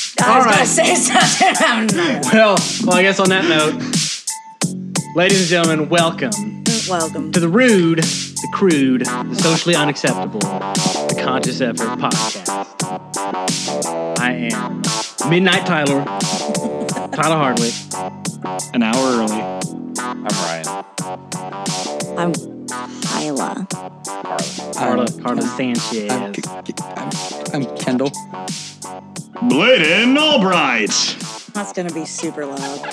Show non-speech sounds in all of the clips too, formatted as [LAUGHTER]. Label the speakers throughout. Speaker 1: to say [LAUGHS] something. I'm not.
Speaker 2: Well, well, I guess on that note, ladies and gentlemen, welcome
Speaker 1: Welcome.
Speaker 2: to the rude, the crude, the socially unacceptable, the conscious effort podcast. I am Midnight Tyler, Tyler Hardwick.
Speaker 3: An hour early. I'm Ryan.
Speaker 1: I'm Isla.
Speaker 2: Carla,
Speaker 3: I'm-
Speaker 2: Carla Sanchez.
Speaker 3: I'm, I'm, I'm Kendall.
Speaker 4: Bladen Albright.
Speaker 1: That's gonna be super loud.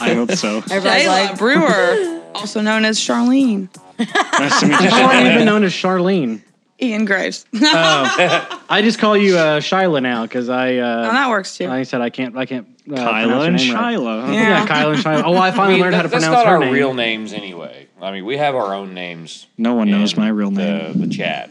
Speaker 4: I hope so.
Speaker 1: Everybody's
Speaker 5: Jayla
Speaker 1: like,
Speaker 5: [LAUGHS] Brewer, also known as Charlene.
Speaker 4: Nice to meet
Speaker 2: How are you even
Speaker 4: you.
Speaker 2: known as Charlene?
Speaker 5: Ian Graves. [LAUGHS]
Speaker 2: Oh, I just call you uh, Shyla now because I,
Speaker 5: Oh,
Speaker 2: uh,
Speaker 5: that works too.
Speaker 2: like I said, I can't, I can't. Uh,
Speaker 4: Kyla
Speaker 2: pronounce
Speaker 4: and
Speaker 2: your name right.
Speaker 4: Shiloh.
Speaker 2: [LAUGHS]
Speaker 4: huh?
Speaker 2: Yeah, Kyla and Shyla. Oh, I
Speaker 6: I
Speaker 2: finally
Speaker 6: mean,
Speaker 2: learned how to
Speaker 6: that- that's
Speaker 2: pronounce
Speaker 6: not
Speaker 2: her
Speaker 6: our
Speaker 2: name.
Speaker 6: real names anyway. I mean, we have our own names.
Speaker 3: No one knows
Speaker 6: in
Speaker 3: my real
Speaker 6: the-
Speaker 3: name.
Speaker 6: The, chat.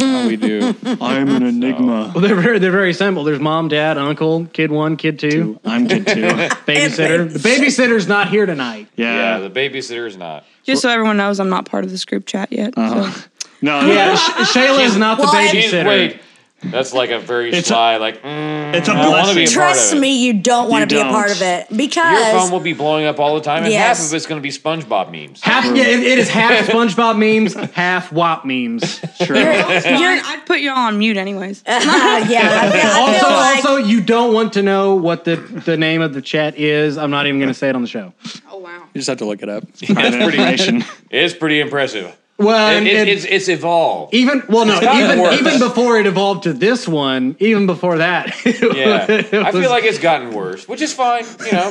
Speaker 6: Oh, we do.
Speaker 4: I'm an enigma.
Speaker 2: Well, they're very they're very simple. There's mom, dad, uncle, kid one, kid two,
Speaker 3: I'm kid too.
Speaker 2: babysitter. The babysitter's not here tonight.
Speaker 6: Yeah,
Speaker 3: Yeah.
Speaker 6: the babysitter is not.
Speaker 5: Just so everyone knows, I'm not part of this group chat yet. so.
Speaker 4: Oh.
Speaker 5: [LAUGHS]
Speaker 4: No, no,
Speaker 2: Yeah, Sh- Shayla's not the
Speaker 1: Well, I-
Speaker 6: She's-
Speaker 2: babysitter.
Speaker 6: Wait, that's like a very
Speaker 4: It's a-
Speaker 6: sly, like, mm,
Speaker 4: it's a
Speaker 6: I want to be a
Speaker 4: blessing.
Speaker 6: part
Speaker 1: trust
Speaker 6: of it.
Speaker 1: me, you don't want to
Speaker 4: You
Speaker 1: be a part
Speaker 4: don't.
Speaker 1: of it
Speaker 6: Your phone
Speaker 1: because
Speaker 6: will be blowing up all the time, and half
Speaker 1: Yes.
Speaker 6: of it's going to be SpongeBob memes.
Speaker 2: Half, yeah, it- it is [LAUGHS] half SpongeBob memes, half WAP memes.
Speaker 1: you're,
Speaker 5: Fine,
Speaker 1: you're
Speaker 5: I'd put y'all on mute [LAUGHS] anyways.
Speaker 1: uh, yeah. I feel, I
Speaker 2: [LAUGHS] Also,
Speaker 1: feel like
Speaker 2: also, you don't want to know what the, the name of the chat is. I'm not even going to say it on the show.
Speaker 5: Oh wow.
Speaker 3: You just have to look it up.
Speaker 4: Private information.
Speaker 2: [LAUGHS]
Speaker 6: It's pretty impressive.
Speaker 2: Well,
Speaker 6: It-
Speaker 2: and-
Speaker 6: it-
Speaker 2: and
Speaker 6: it's,
Speaker 2: [LAUGHS]
Speaker 6: it's evolved.
Speaker 2: even well, no,
Speaker 6: gotten
Speaker 2: even
Speaker 6: worse.
Speaker 2: even before it evolved to this one, even before that, [LAUGHS] it
Speaker 6: Yeah.
Speaker 2: was- it
Speaker 6: I
Speaker 2: was-
Speaker 6: feel like it's gotten worse, which is fine, you know.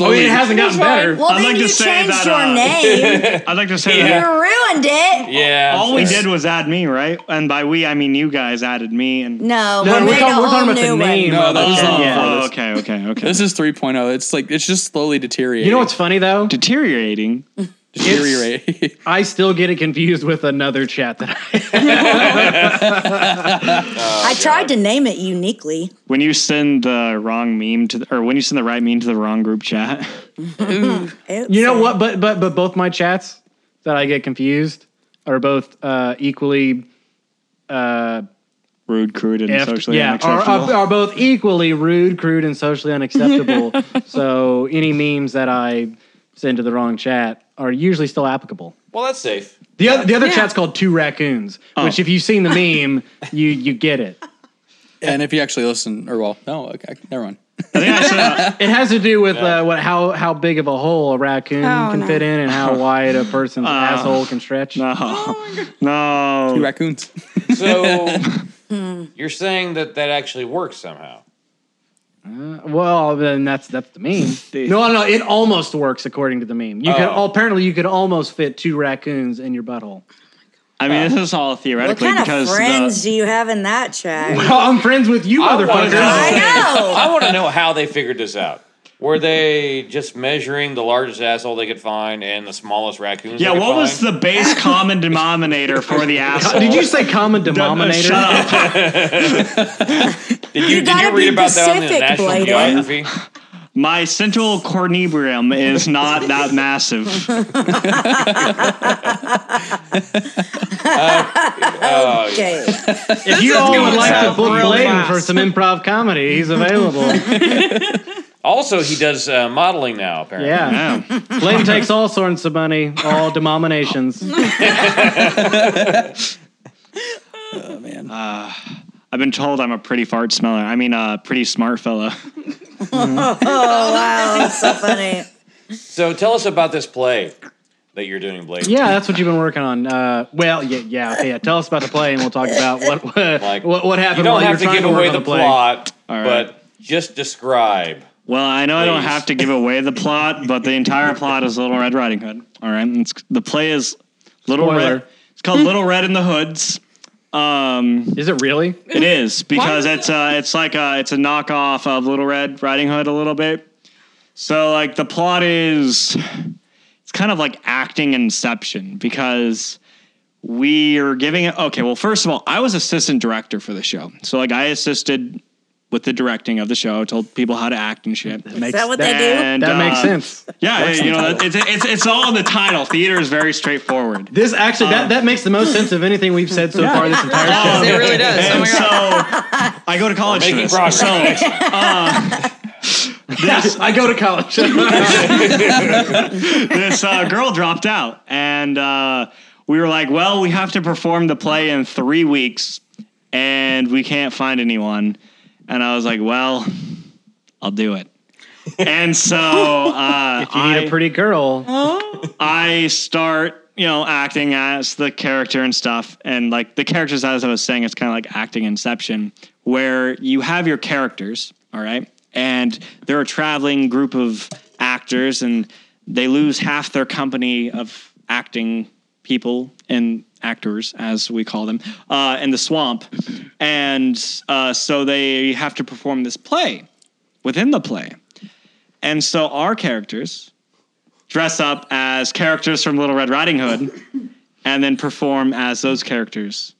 Speaker 2: I mean, it hasn't gotten
Speaker 6: It's fine.
Speaker 2: better.
Speaker 1: well,
Speaker 4: I'd
Speaker 1: then
Speaker 4: like to
Speaker 1: you
Speaker 4: say
Speaker 1: changed
Speaker 4: that,
Speaker 1: your
Speaker 4: uh,
Speaker 1: name.
Speaker 4: I'd like to say
Speaker 1: you
Speaker 4: that.
Speaker 1: ruined it.
Speaker 6: Yeah. I'm
Speaker 4: All we
Speaker 6: sorry.
Speaker 4: did was add me, right? And by we, I mean you guys added me. And
Speaker 1: No,
Speaker 2: No,
Speaker 1: we
Speaker 2: we're,
Speaker 1: made
Speaker 2: talking,
Speaker 1: a
Speaker 2: we're
Speaker 1: whole
Speaker 2: talking about
Speaker 1: new
Speaker 2: the name.
Speaker 3: No,
Speaker 2: of
Speaker 3: that
Speaker 2: the
Speaker 3: was
Speaker 2: chat,
Speaker 3: on
Speaker 2: yeah.
Speaker 4: Oh, okay, okay, okay.
Speaker 3: This is 3.0. It's like it's just slowly deteriorating.
Speaker 2: You know what's funny though?
Speaker 4: deteriorating.
Speaker 3: deteriorating? [LAUGHS]
Speaker 2: I still get it confused with another chat that I
Speaker 1: I tried to name it uniquely.
Speaker 4: When you send the wrong meme to, the, or when you send the right meme to the wrong group chat, [LAUGHS]
Speaker 1: Oops.
Speaker 2: You know what? But but but both my chats that I get confused are both uh, equally
Speaker 4: rude, crude, and
Speaker 2: effed-
Speaker 4: socially
Speaker 2: yeah uh, are,
Speaker 4: unacceptable.
Speaker 2: are, are both equally rude, crude, and socially [LAUGHS] unacceptable. so any memes that I send to the wrong chat are usually still applicable.
Speaker 6: Well, that's safe.
Speaker 2: The other the other
Speaker 5: Yeah.
Speaker 2: chat's called Two Raccoons,
Speaker 4: Oh.
Speaker 2: which if you've seen the
Speaker 4: [LAUGHS]
Speaker 2: meme, you you get it.
Speaker 3: and if you actually listen, or well, no, okay, never mind.
Speaker 4: I think I said,
Speaker 2: It has to do with
Speaker 6: Yeah.
Speaker 2: uh, what how how big of a hole a raccoon
Speaker 5: Oh,
Speaker 2: can
Speaker 5: no.
Speaker 2: fit in and how wide a
Speaker 4: [LAUGHS]
Speaker 2: person's
Speaker 4: Uh,
Speaker 2: asshole can stretch.
Speaker 4: no, no.
Speaker 3: Raccoons.
Speaker 6: So
Speaker 2: Hmm.
Speaker 6: you're saying that that actually works somehow?
Speaker 2: Well, then that's that's the
Speaker 6: [LAUGHS]
Speaker 2: meme. no, no, no, it almost works according to the meme. You could
Speaker 6: Oh.
Speaker 2: apparently you could almost fit two raccoons in your
Speaker 6: [LAUGHS]
Speaker 2: butthole.
Speaker 4: I mean, this is all
Speaker 1: What
Speaker 4: theoretically
Speaker 1: kind of
Speaker 4: because the-
Speaker 1: friends do you have in that chat?
Speaker 2: Well, I'm friends with you,
Speaker 6: I wanna
Speaker 2: motherfuckers.
Speaker 6: know.
Speaker 1: I know.
Speaker 6: I want to know how they figured this out. Were they just measuring the largest asshole they could find and the smallest raccoons?
Speaker 4: Yeah,
Speaker 6: they could
Speaker 4: what was
Speaker 6: find?
Speaker 4: the base common denominator for the asshole?
Speaker 2: Did you say common
Speaker 4: No, no,
Speaker 2: denominator?
Speaker 4: shut up.
Speaker 6: Did you, did
Speaker 1: gotta
Speaker 6: you
Speaker 1: be
Speaker 6: read about that in the
Speaker 1: specific,
Speaker 6: National
Speaker 1: Bladen.
Speaker 6: Geography?
Speaker 4: My central cornebrium is not that massive. Oh,
Speaker 1: Okay.
Speaker 2: If you all would like to
Speaker 6: south
Speaker 2: book
Speaker 6: real
Speaker 2: Bladen
Speaker 6: fast.
Speaker 2: for some improv comedy, he's
Speaker 6: [LAUGHS]
Speaker 2: available.
Speaker 6: Also, he does uh, modeling now. Apparently,
Speaker 2: Yeah,
Speaker 4: Yeah.
Speaker 2: Bladen takes all sorts of money,
Speaker 1: [LAUGHS]
Speaker 2: all denominations.
Speaker 4: I've been told I'm a pretty fart smeller. I mean, a uh, pretty smart fella.
Speaker 1: Oh wow, that's so funny.
Speaker 6: So tell us about this play that you're doing, Blade.
Speaker 2: Yeah, that's what you've been working on. Uh, well, yeah, yeah, okay, yeah. Tell us about the play, and we'll talk about what what,
Speaker 6: Like,
Speaker 2: what, what happened.
Speaker 6: You don't
Speaker 2: while
Speaker 6: have
Speaker 2: you
Speaker 6: to
Speaker 2: were trying
Speaker 6: give
Speaker 2: work
Speaker 6: away
Speaker 2: on
Speaker 6: the
Speaker 2: play.
Speaker 6: plot,
Speaker 4: right.
Speaker 6: but just describe.
Speaker 4: Well, I know I don't
Speaker 6: Please.
Speaker 4: have to give away the plot, but the entire plot is Little Red Riding Hood. All right. It's, the play is Little
Speaker 2: Spoiler.
Speaker 4: Red. It's called Little Red in the Hoods. Um,
Speaker 2: Is it really?
Speaker 4: it is
Speaker 1: [LAUGHS]
Speaker 4: because it's uh, it's like a, it's a knockoff of Little Red Riding Hood a little bit. So like the plot is it's kind of like acting inception because we are giving it okay well first of all i was assistant director for the show so like i assisted with the directing of the show, told people how to act and shit.
Speaker 1: Is that what they do?
Speaker 4: And,
Speaker 2: That makes
Speaker 4: uh,
Speaker 2: sense.
Speaker 4: Yeah, you know, that- it's, it's it's all in the title. Theater is very straightforward.
Speaker 2: This actually that, that makes the most sense of anything we've said so far this entire show.
Speaker 5: it really does. Oh
Speaker 4: And
Speaker 5: my
Speaker 4: so
Speaker 5: God.
Speaker 4: I go to college for
Speaker 6: making
Speaker 4: this.
Speaker 6: progress.
Speaker 4: So
Speaker 6: [LAUGHS]
Speaker 4: uh, this
Speaker 2: I go to college.
Speaker 4: this uh, girl dropped out, and uh, we were like, "Well, we have to perform the play in three weeks, and we can't find anyone." And I was like, "Well, I'll do it." And so uh,
Speaker 2: you need
Speaker 4: I-
Speaker 2: a pretty girl.
Speaker 4: I start, you know, acting as the character and stuff. And like the characters, as I was saying, it's kind of like acting Inception, where you have your characters, all right? And they're a traveling group of actors, and they lose half their company of acting people and actors, as we call them, uh, in the swamp. And uh, so they have to perform this play within the play. And so our characters, dress up as characters from Little Red Riding Hood and then perform as those characters.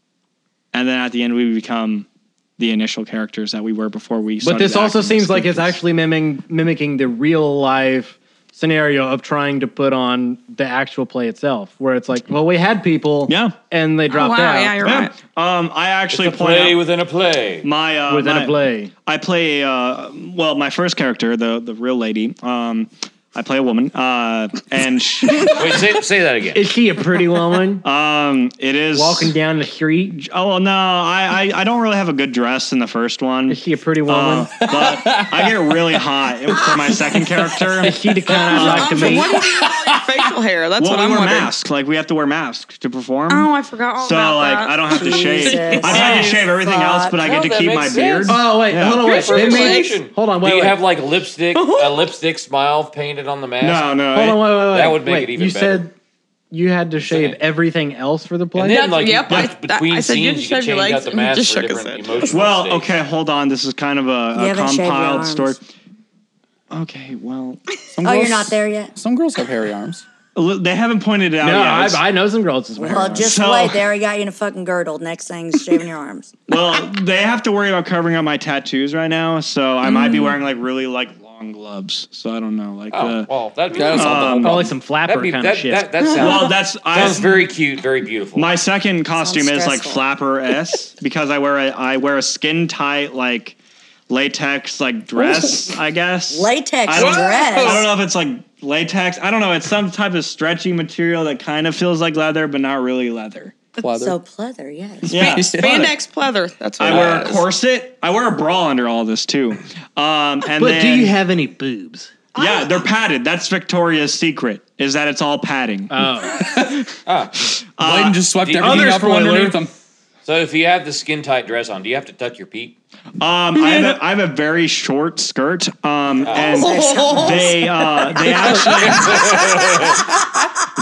Speaker 4: And then at the end, we become the initial characters that we were before we
Speaker 2: But
Speaker 4: started
Speaker 2: this also
Speaker 4: acting
Speaker 2: seems
Speaker 4: as
Speaker 2: like it's
Speaker 4: characters.
Speaker 2: actually mimicking mimicking the real life scenario of trying to put on the actual play itself, where it's like, well, we had people,
Speaker 4: Yeah.
Speaker 2: and they
Speaker 5: Oh,
Speaker 2: dropped
Speaker 5: wow.
Speaker 2: out
Speaker 5: Yeah, you're right.
Speaker 4: Yeah. Um, I actually
Speaker 6: a
Speaker 4: point
Speaker 6: play
Speaker 4: out
Speaker 6: within
Speaker 2: [LAUGHS]
Speaker 6: a play.
Speaker 4: my uh,
Speaker 2: within
Speaker 4: my-
Speaker 2: a play.
Speaker 4: I play uh, well my first character, the the real lady. Um, I play a woman, uh, and
Speaker 2: [LAUGHS]
Speaker 4: sh-
Speaker 6: Wait, say, say that again.
Speaker 2: Is she a pretty woman
Speaker 4: um, it is
Speaker 2: walking down the street?
Speaker 4: Oh no, I, I I don't really have a good dress in the first one.
Speaker 2: Is she a pretty woman?
Speaker 4: Uh,
Speaker 2: [LAUGHS]
Speaker 4: but I get really hot for my second character.
Speaker 2: Is she the kind I'd like to
Speaker 5: Um,
Speaker 2: meet?
Speaker 5: what do you
Speaker 4: [LAUGHS]
Speaker 5: do with all your facial hair? That's
Speaker 4: Well,
Speaker 5: what
Speaker 4: we
Speaker 5: I'm
Speaker 4: wear
Speaker 5: wondering.
Speaker 4: masks. Like we have to wear masks to perform.
Speaker 5: Oh, I forgot all
Speaker 4: so
Speaker 5: about
Speaker 4: like
Speaker 5: that.
Speaker 4: I don't have to shave.
Speaker 1: Jesus.
Speaker 4: I've had to shave everything else, but I
Speaker 6: No,
Speaker 4: get to
Speaker 6: that
Speaker 4: keep
Speaker 6: makes
Speaker 4: my beard.
Speaker 6: sense.
Speaker 2: Oh wait,
Speaker 4: Yeah.
Speaker 2: hold on, wait.
Speaker 6: For
Speaker 2: It means-
Speaker 6: explanation.
Speaker 2: hold on, wait,
Speaker 6: Do you
Speaker 2: wait.
Speaker 6: have
Speaker 2: [LAUGHS]
Speaker 6: like lipstick, a lipstick smile painted on the mask?
Speaker 4: no, no.
Speaker 2: hold
Speaker 4: it-
Speaker 2: on, wait, wait, wait.
Speaker 6: That would make
Speaker 2: wait,
Speaker 6: it even
Speaker 2: You
Speaker 6: better.
Speaker 2: said you had to shave
Speaker 6: Saying.
Speaker 2: everything else for the play.
Speaker 6: And then, like,
Speaker 5: yep,
Speaker 6: you-
Speaker 5: I-
Speaker 6: bet-
Speaker 5: that-
Speaker 6: between
Speaker 5: I said you
Speaker 6: scenes, you
Speaker 5: shove
Speaker 6: can
Speaker 5: your
Speaker 6: change
Speaker 5: legs
Speaker 6: out the
Speaker 5: and he
Speaker 6: mask
Speaker 5: just
Speaker 6: for
Speaker 5: shook his
Speaker 6: different
Speaker 5: head.
Speaker 6: emotional
Speaker 4: Well,
Speaker 6: states.
Speaker 4: okay, hold on. This is kind of a,
Speaker 1: You
Speaker 4: a
Speaker 1: haven't shaved your
Speaker 4: compiled
Speaker 1: arms.
Speaker 4: story. Okay, well, some
Speaker 1: Oh,
Speaker 4: girls,
Speaker 1: you're not there yet.
Speaker 3: Some girls have
Speaker 1: [LAUGHS]
Speaker 3: hairy arms.
Speaker 4: li- They haven't pointed it out
Speaker 2: no,
Speaker 4: yet.
Speaker 2: I,
Speaker 4: It's-
Speaker 2: I know some girls as well.
Speaker 1: Well,
Speaker 4: [CLEARS THROAT]
Speaker 1: just
Speaker 4: So-
Speaker 1: wait. They already got you in a fucking girdle. Next thing's shaving your arms.
Speaker 4: well, they have to worry about covering up my tattoos right now, so I might be wearing like really like long gloves. So I don't know, like uh,
Speaker 6: Oh,
Speaker 4: the.
Speaker 6: well, that'd be,
Speaker 3: That'll solve the whole
Speaker 2: Oh,
Speaker 3: problem.
Speaker 2: like some flapper
Speaker 6: that'd be
Speaker 2: kind
Speaker 6: that,
Speaker 2: of shit.
Speaker 6: That, that sounds,
Speaker 4: Well, that's I,
Speaker 6: sounds very cute, very beautiful.
Speaker 4: My second costume is like
Speaker 1: stressful.
Speaker 4: flapper
Speaker 1: [LAUGHS]
Speaker 4: s because I wear a I wear a skin tight like latex like dress [LAUGHS] I guess
Speaker 1: Latex
Speaker 4: I don't,
Speaker 1: dress?
Speaker 4: I don't know if it's like latex. I don't know. It's some type of stretchy material that kind of feels like leather but not really leather.
Speaker 3: Leather.
Speaker 1: So pleather, yes.
Speaker 4: Yeah,
Speaker 5: [LAUGHS] Spandex pleather. That's
Speaker 4: I
Speaker 5: what it
Speaker 4: wear a
Speaker 5: is. [LAUGHS]
Speaker 4: corset. I wear a bra under all this too. Um,
Speaker 2: [LAUGHS]
Speaker 4: and
Speaker 2: but
Speaker 4: then,
Speaker 2: do you have any boobs?
Speaker 1: Ah.
Speaker 4: Yeah, they're padded. That's Victoria's secret. Is that it's all padding.
Speaker 2: Oh,
Speaker 3: Biden just swept
Speaker 6: the
Speaker 3: everything
Speaker 2: other
Speaker 3: up from
Speaker 2: spoiler-
Speaker 3: underneath them.
Speaker 6: so if you have the skin tight dress on, do you have to tuck your peep?
Speaker 1: [LAUGHS]
Speaker 4: Um, I, have a, I have a very short skirt, um, and
Speaker 1: Oh.
Speaker 5: Oh,
Speaker 4: they uh,
Speaker 5: [LAUGHS]
Speaker 4: they actually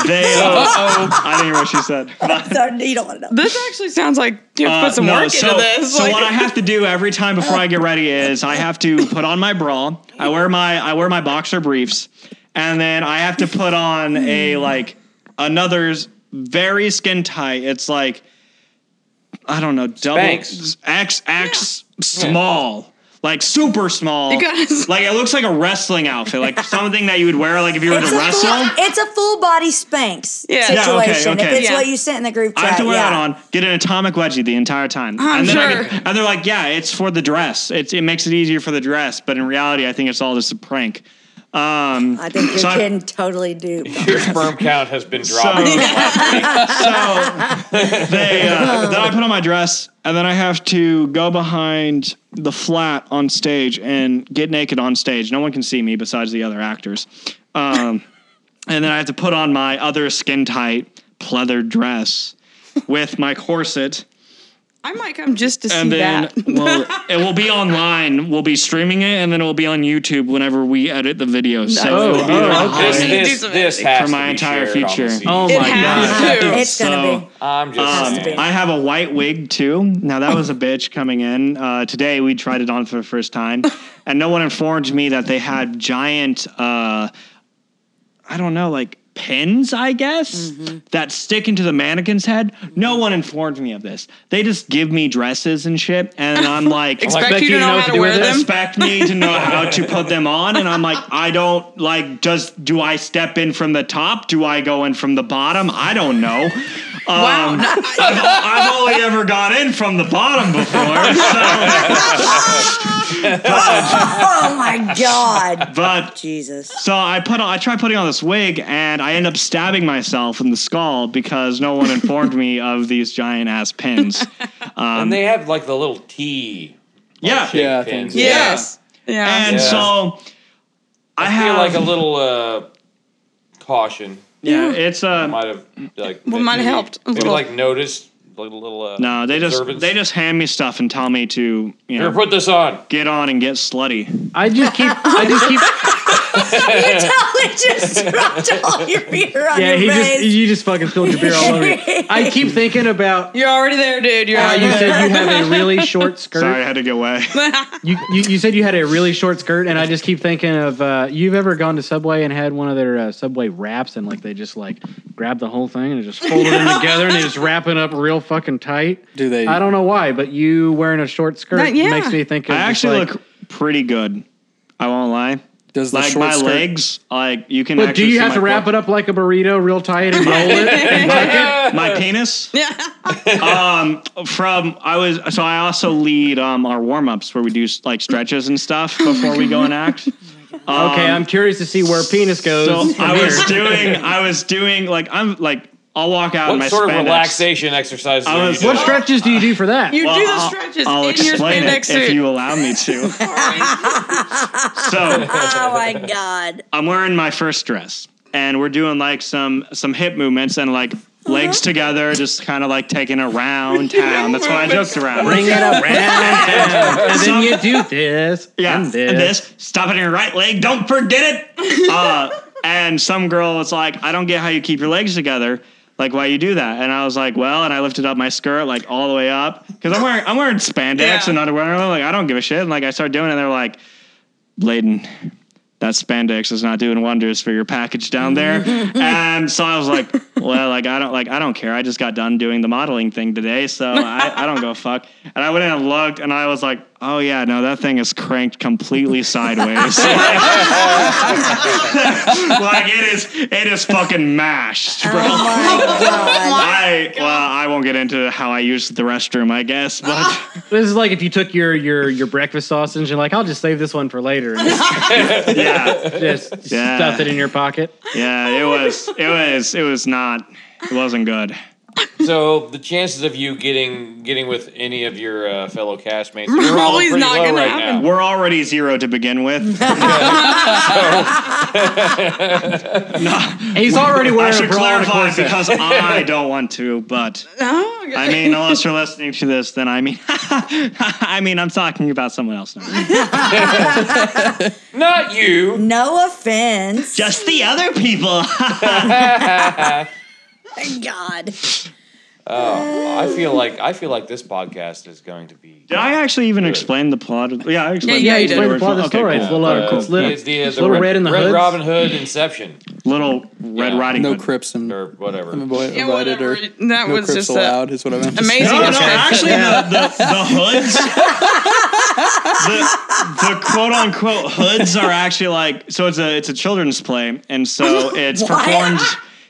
Speaker 4: they. Uh, I didn't hear what she said.
Speaker 1: So, you don't want to know.
Speaker 5: This actually sounds like you have
Speaker 4: Uh,
Speaker 5: to put some
Speaker 4: no,
Speaker 5: work
Speaker 4: so,
Speaker 5: into this.
Speaker 4: so
Speaker 5: like,
Speaker 4: what I have to do every time before I get ready is I have to put on my bra. I wear my I wear my boxer briefs, and then I have to put on a like another's very skin tight. It's like I don't know, double
Speaker 6: Spanx.
Speaker 4: X X small. Like super small.
Speaker 5: You guys-
Speaker 4: Like it looks like a wrestling outfit, like something that you would wear like if you were to
Speaker 1: It's a,
Speaker 4: wrestle.
Speaker 1: full, it's a full body Spanx
Speaker 5: Yeah. Yeah,
Speaker 4: okay,
Speaker 1: situation.
Speaker 4: okay.
Speaker 1: If it's
Speaker 5: Yeah.
Speaker 1: what you sent in the group chat,
Speaker 4: I have to wear
Speaker 1: yeah.
Speaker 4: that on. Get an atomic wedgie the entire time.
Speaker 5: I'm
Speaker 4: and then I
Speaker 5: sure.
Speaker 4: can- and they're like, yeah, it's for the dress. It's, it makes it easier for the dress, but in reality, I think it's all just a prank. Um,
Speaker 1: I think you're
Speaker 4: So I-
Speaker 1: kidding. Totally
Speaker 4: [LAUGHS]
Speaker 1: do.
Speaker 6: Your sperm count has been
Speaker 4: So-
Speaker 6: dropping. last week.
Speaker 4: so they uh, then I put on my dress, and then I have to go behind the flat on stage and get naked on stage. No one can see me besides the other actors. Um, and then I have to put on my other skin tight pleather dress with my corset.
Speaker 5: I might come just to see
Speaker 4: and then
Speaker 5: that.
Speaker 4: well,
Speaker 5: [LAUGHS]
Speaker 4: it will be online. We'll be streaming it, and then it will be on YouTube whenever we edit the video. So
Speaker 5: No.
Speaker 4: it'll be
Speaker 2: Oh,
Speaker 4: there
Speaker 2: okay.
Speaker 6: This,
Speaker 4: behind.
Speaker 5: Please do
Speaker 6: this,
Speaker 5: some
Speaker 6: this
Speaker 5: editing.
Speaker 6: has
Speaker 4: For
Speaker 6: to
Speaker 4: my
Speaker 6: be
Speaker 4: entire
Speaker 6: shared on the
Speaker 4: feature.
Speaker 6: CD.
Speaker 2: oh
Speaker 5: it
Speaker 2: my
Speaker 5: has
Speaker 2: god.
Speaker 5: to.
Speaker 1: It's
Speaker 4: [LAUGHS]
Speaker 1: gonna
Speaker 4: So,
Speaker 1: be.
Speaker 6: I'm just
Speaker 4: Um,
Speaker 6: saying.
Speaker 4: I have a white wig too. Now that was a bitch coming in uh, today. We tried it on for the first time, and no one informed me that they had giant. Uh, I don't know, like pins, I guess,
Speaker 5: Mm-hmm.
Speaker 4: that stick into the mannequin's head. No one informed me of this. They just give me dresses and shit, and
Speaker 5: [LAUGHS]
Speaker 4: I'm like,
Speaker 5: Expect
Speaker 2: Becky,
Speaker 5: you to
Speaker 2: you
Speaker 5: know,
Speaker 2: know what
Speaker 5: how
Speaker 2: to
Speaker 5: to,
Speaker 2: do
Speaker 5: wear
Speaker 2: with
Speaker 5: them.
Speaker 2: this?
Speaker 4: expect me to
Speaker 5: [LAUGHS]
Speaker 4: know how to put them on and i'm like i don't like just do i step in from the top do i go in from the bottom i don't know
Speaker 5: Wow.
Speaker 4: um,
Speaker 5: no-
Speaker 4: [LAUGHS] I've only ever gone in from the bottom before,
Speaker 5: [LAUGHS]
Speaker 4: so,
Speaker 1: [LAUGHS] Oh my
Speaker 4: [LAUGHS]
Speaker 1: god.
Speaker 4: but
Speaker 1: Jesus. [LAUGHS]
Speaker 4: so I put on, I tried putting on this wig and I end up stabbing myself in the skull because no one informed me of these giant ass pins.
Speaker 6: and they have like the little T
Speaker 4: Yeah,
Speaker 3: Yeah,
Speaker 6: pins.
Speaker 3: things.
Speaker 5: yes. Yeah.
Speaker 4: and
Speaker 6: Yeah.
Speaker 4: so I,
Speaker 6: I feel
Speaker 4: have
Speaker 6: like a little uh, caution
Speaker 4: yeah, it's uh,
Speaker 6: might have like
Speaker 5: Well, might have helped a
Speaker 6: Maybe
Speaker 5: little.
Speaker 6: like noticed like a little. Uh,
Speaker 4: no, they just
Speaker 6: observance.
Speaker 4: they just hand me stuff and tell me to you
Speaker 6: Here,
Speaker 4: know
Speaker 6: put this on.
Speaker 4: get on and get slutty.
Speaker 2: I
Speaker 1: [LAUGHS]
Speaker 2: just keep. I just keep.
Speaker 1: You totally just dropped all your beer on
Speaker 2: Yeah,
Speaker 1: your
Speaker 2: he just
Speaker 1: face.
Speaker 2: you just fucking spilled your beer all over. [LAUGHS] me. I keep thinking about
Speaker 5: You're already there, dude. You're
Speaker 2: how
Speaker 5: already
Speaker 2: you
Speaker 5: there.
Speaker 2: said you have a really [LAUGHS] short skirt.
Speaker 4: Sorry, I had to get away.
Speaker 2: You, you you said you had a really short skirt, and I just keep thinking of uh, you've ever gone to Subway and had one of their uh, Subway wraps, and like they just like grab the whole thing and they just fold it in together, and they just wrap it up real fucking tight.
Speaker 3: Do they?
Speaker 2: I don't know why, but you wearing a short skirt
Speaker 5: That- yeah.
Speaker 2: makes me think. Of
Speaker 4: I
Speaker 2: just,
Speaker 4: actually
Speaker 2: like,
Speaker 4: look pretty good. I won't lie.
Speaker 3: Does the
Speaker 4: like
Speaker 3: short
Speaker 4: my
Speaker 3: skirt-
Speaker 4: legs, like you can.
Speaker 2: But do
Speaker 4: actually see
Speaker 2: you have to
Speaker 4: my
Speaker 2: wrap it up like a burrito, real tight, and roll it? and tuck
Speaker 4: up? [LAUGHS] My penis.
Speaker 5: [LAUGHS]
Speaker 4: um, from I was so I also lead um our warm ups where we do like stretches and
Speaker 5: [LAUGHS]
Speaker 4: stuff
Speaker 5: Oh
Speaker 4: before we go and act.
Speaker 2: it? Okay, I'm curious to see where penis goes.
Speaker 4: Um, So
Speaker 2: from
Speaker 4: I was
Speaker 2: here.
Speaker 4: doing, I was doing like I'm like I'll walk out in my
Speaker 6: What sort
Speaker 4: spandex.
Speaker 6: of relaxation exercises?
Speaker 4: I
Speaker 6: are
Speaker 4: was-
Speaker 6: you
Speaker 2: What
Speaker 6: doing?
Speaker 2: stretches do you do for that?
Speaker 5: You
Speaker 4: Well,
Speaker 5: do the
Speaker 4: I'll-
Speaker 5: stretches
Speaker 4: I'll
Speaker 5: in your
Speaker 4: explain
Speaker 5: spandex
Speaker 4: it
Speaker 5: suit.
Speaker 4: if you allow me to. so
Speaker 1: oh
Speaker 4: [LAUGHS]
Speaker 1: my god.
Speaker 4: I'm wearing my first dress, and we're doing like some some hip movements and like legs
Speaker 5: Uh-huh.
Speaker 4: together, just kind of like taking a round town. That's why I joked around.
Speaker 2: Bring it around, and then you do this,
Speaker 4: yeah,
Speaker 2: and
Speaker 4: and this. Stop it in your right leg. Don't forget it. Uh, and some girl was like, "I don't get how you keep your legs together." Like why you do that? And I was like, well, and I lifted up my skirt like all the way up because I'm wearing I'm wearing spandex
Speaker 5: Yeah.
Speaker 4: and underwear. Like I don't give a shit. And like I started doing it, and they're like, Bladen, that spandex is not doing wonders for your package down there. and so I was like, well, like I don't like I don't care. I just got done doing the modeling thing today, so I, I don't go fuck. And I went in and looked, and I was like, oh yeah, no, that thing is cranked completely sideways. like it is, it is fucking mashed, bro.
Speaker 1: Oh my god.
Speaker 4: I well, I won't get into how I used the restroom, I guess,
Speaker 1: [LAUGHS]
Speaker 4: but
Speaker 2: This is like if you took your your your breakfast sausage and like I'll just save this one for later and just,
Speaker 4: yeah,
Speaker 2: just
Speaker 4: Yeah.
Speaker 2: stuff it in your pocket.
Speaker 4: yeah, it was, it was, it was not, it wasn't good.
Speaker 6: So the chances of you getting getting with any of your uh, fellow castmates,
Speaker 5: Probably
Speaker 6: you're all
Speaker 5: is
Speaker 6: pretty
Speaker 5: not
Speaker 6: low
Speaker 5: gonna
Speaker 6: right
Speaker 5: happen.
Speaker 6: now.
Speaker 4: We're already zero to begin
Speaker 1: [LAUGHS]
Speaker 4: with.
Speaker 2: He's already
Speaker 4: I
Speaker 2: wearing a
Speaker 4: should
Speaker 2: bra and a
Speaker 4: clarify
Speaker 2: corset.
Speaker 4: because I don't want to, but
Speaker 5: [LAUGHS] Oh,
Speaker 4: I mean, unless you're listening to this, then I mean, [LAUGHS] I mean, I'm talking about someone else now.
Speaker 6: Not you.
Speaker 1: No offense.
Speaker 4: Just the other people. [LAUGHS]
Speaker 1: Thank God.
Speaker 6: Oh, I feel like I feel like this podcast is going to be.
Speaker 4: Did I actually even explain the plot? of- Yeah, I explained.
Speaker 5: Yeah, yeah, you
Speaker 4: the
Speaker 5: did.
Speaker 2: Explain the plot of the
Speaker 4: Okay,
Speaker 2: story. It's a
Speaker 4: cool.
Speaker 2: little, uh,
Speaker 6: uh,
Speaker 2: it's little,
Speaker 6: the- the-
Speaker 2: it's
Speaker 6: the
Speaker 2: little red in the
Speaker 6: Red
Speaker 2: hoods.
Speaker 6: Robin Hood Inception
Speaker 4: Little Red
Speaker 6: Yeah.
Speaker 4: Riding
Speaker 3: No
Speaker 4: Hood.
Speaker 3: Crips and [LAUGHS]
Speaker 6: or whatever.
Speaker 3: invi-
Speaker 5: Yeah,
Speaker 3: invited
Speaker 5: whatever.
Speaker 3: or
Speaker 5: That
Speaker 3: no
Speaker 5: was
Speaker 3: Crips
Speaker 5: just a-
Speaker 3: allowed is what I meant. to say.
Speaker 5: amazing.
Speaker 4: No, no,
Speaker 5: description.
Speaker 4: actually, no, the, the hoods, the, the quote unquote hoods are actually like so. It's a it's a children's play, and so it's
Speaker 1: What?
Speaker 4: performed.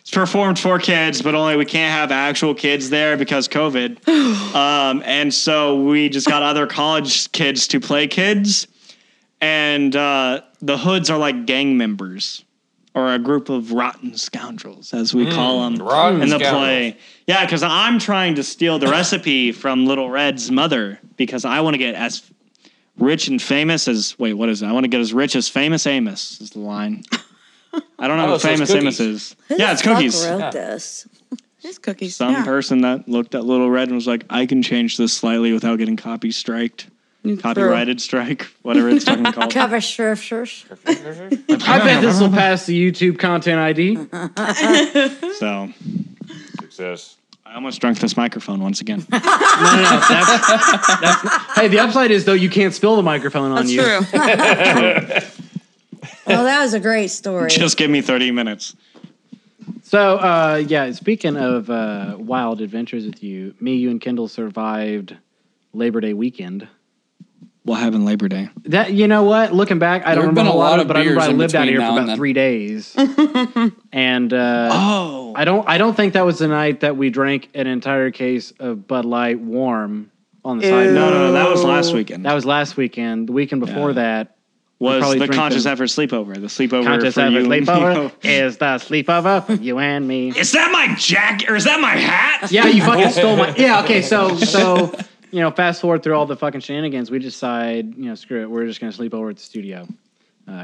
Speaker 4: It's performed for kids, but only we can't have actual kids there because COVID. Um, and so we just got other college kids to play kids, and uh, the hoods are like gang members or a group of rotten scoundrels, as we call them
Speaker 6: Hmm, rotten
Speaker 4: in the
Speaker 6: scoundrels.
Speaker 4: play. Yeah, because I'm trying to steal the recipe from Little Red's mother because I want to get as rich and famous as wait, what is it? I want to get as rich as famous Amos is the line. I
Speaker 6: [LAUGHS]
Speaker 4: don't know
Speaker 6: Oh,
Speaker 4: what
Speaker 6: so it's
Speaker 4: famous Amos is.
Speaker 1: Who
Speaker 4: yeah,
Speaker 1: the
Speaker 4: it's cookies.
Speaker 1: Fuck wrote
Speaker 6: Yeah.
Speaker 1: this.
Speaker 5: It's cookies.
Speaker 4: Some
Speaker 5: yeah.
Speaker 4: person that looked at Little Red and was like, I can change this slightly without getting copy striked. Copyrighted strike, whatever it's
Speaker 1: [LAUGHS]
Speaker 4: fucking called. [LAUGHS]
Speaker 1: Cover shrifters.
Speaker 2: I bet this will pass the YouTube content ID.
Speaker 4: So
Speaker 6: [LAUGHS] Success.
Speaker 4: I almost drunk this microphone once [LAUGHS] again.
Speaker 2: No, no, no, that's- that's- hey, the upside is though you can't spill the microphone on
Speaker 5: That's
Speaker 2: you.
Speaker 5: true.
Speaker 1: [LAUGHS] Well, that was a great story.
Speaker 4: Just give me 30 minutes.
Speaker 2: So, uh, yeah, speaking of uh, wild adventures with you, me, you, and Kendall survived Labor Day weekend.
Speaker 3: What happened Labor Day?
Speaker 2: That you know what? Looking back, I
Speaker 3: There
Speaker 2: don't
Speaker 3: have
Speaker 2: remember
Speaker 3: been
Speaker 2: a lot of, it, but I remember
Speaker 3: beers
Speaker 2: I
Speaker 3: in
Speaker 2: lived out
Speaker 3: between
Speaker 2: here
Speaker 3: now
Speaker 2: for
Speaker 3: and
Speaker 2: about
Speaker 3: then.
Speaker 2: three days,
Speaker 5: [LAUGHS]
Speaker 2: and uh,
Speaker 3: Oh,
Speaker 2: I don't I don't think that was the night that we drank an entire case of Bud Light warm on the side.
Speaker 5: Ew.
Speaker 4: No, no,
Speaker 2: No,
Speaker 4: no. That was last weekend.
Speaker 2: that was last weekend. The weekend before
Speaker 3: Yeah.
Speaker 2: that,
Speaker 4: was
Speaker 2: probably
Speaker 4: the
Speaker 2: drink
Speaker 4: conscious
Speaker 2: them.
Speaker 4: effort sleepover. The sleepover
Speaker 2: contest
Speaker 4: for
Speaker 2: of a
Speaker 4: you. [LAUGHS]
Speaker 2: sleepover is the sleepover for you and me.
Speaker 4: Is that my jacket or is that my hat?
Speaker 2: Yeah,
Speaker 4: [LAUGHS]
Speaker 2: you fucking stole my. Yeah, okay, so so you know, fast forward through all the fucking shenanigans, we decide, you know, screw it, we're just gonna sleep over at the studio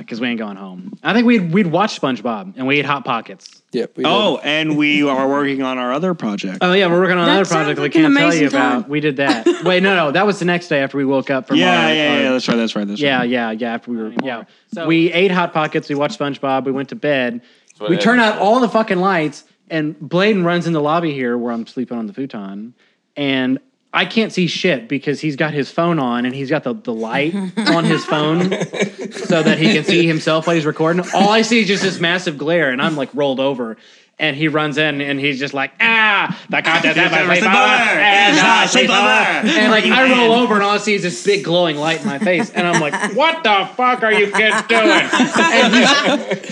Speaker 2: because we ain't going home. I think we'd we'd watch SpongeBob and we ate hot pockets.
Speaker 3: yep. we
Speaker 4: Oh, and we are working on our other project.
Speaker 2: Oh yeah, we're working on
Speaker 5: That
Speaker 2: another
Speaker 5: sounds
Speaker 2: project
Speaker 5: like
Speaker 2: we
Speaker 5: an
Speaker 2: can't tell
Speaker 5: amazing
Speaker 2: you about.
Speaker 5: time.
Speaker 2: We did [LAUGHS] that. Wait, no, no, that was the next day after we woke up from
Speaker 4: yeah,
Speaker 2: our,
Speaker 4: yeah,
Speaker 2: our-
Speaker 4: yeah. That's right. That's right. That's
Speaker 2: yeah,
Speaker 4: right.
Speaker 2: yeah, yeah. After we were, yeah, we ate hot pockets. We watched SpongeBob. We went to bed.
Speaker 6: what
Speaker 2: We
Speaker 6: it
Speaker 2: turn
Speaker 6: is.
Speaker 2: out all the fucking lights, and Bladen runs in the lobby here where I'm sleeping on the futon, and I can't see shit because he's got his phone on and he's got the, the light on his phone so that he can see himself while he's recording. All I see is just this massive glare, and I'm like rolled over. And he runs in and he's just like, ah, the contest is a
Speaker 4: Sleepover,
Speaker 2: sleepover, is a
Speaker 4: it's a
Speaker 2: sleepover.
Speaker 4: sleepover.
Speaker 2: And like, I roll over and all I see is this big glowing light in my face. And I'm like, what the fuck are you kids doing?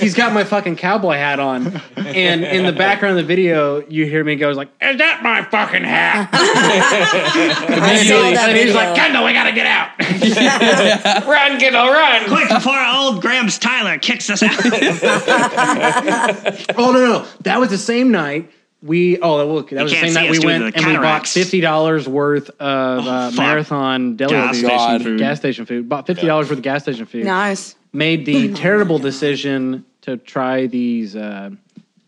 Speaker 2: he's got my fucking cowboy hat on, and in the background of the video, you hear me goes like, "Is that my fucking hat?"
Speaker 4: [LAUGHS]
Speaker 1: I saw that
Speaker 2: and he's
Speaker 1: video.
Speaker 2: like, "Kendall, we gotta
Speaker 4: [LAUGHS]
Speaker 2: get out."
Speaker 6: Run, kiddo, run!
Speaker 4: Quick before old Gramps Tyler kicks us [LAUGHS] out.
Speaker 2: oh no, no, that was the same night. We oh look, that was the
Speaker 4: can't
Speaker 2: same
Speaker 4: see us
Speaker 2: night we
Speaker 4: due to
Speaker 2: went
Speaker 4: the
Speaker 2: and we bought
Speaker 4: cataracts.
Speaker 2: fifty dollars worth of uh,
Speaker 4: fuck.
Speaker 2: marathon deli
Speaker 4: gas
Speaker 2: food,
Speaker 4: station
Speaker 3: God.
Speaker 4: food.
Speaker 2: gas station food. Bought fifty dollars worth of gas station food.
Speaker 5: Nice.
Speaker 2: Made the terrible decision to try these. Uh,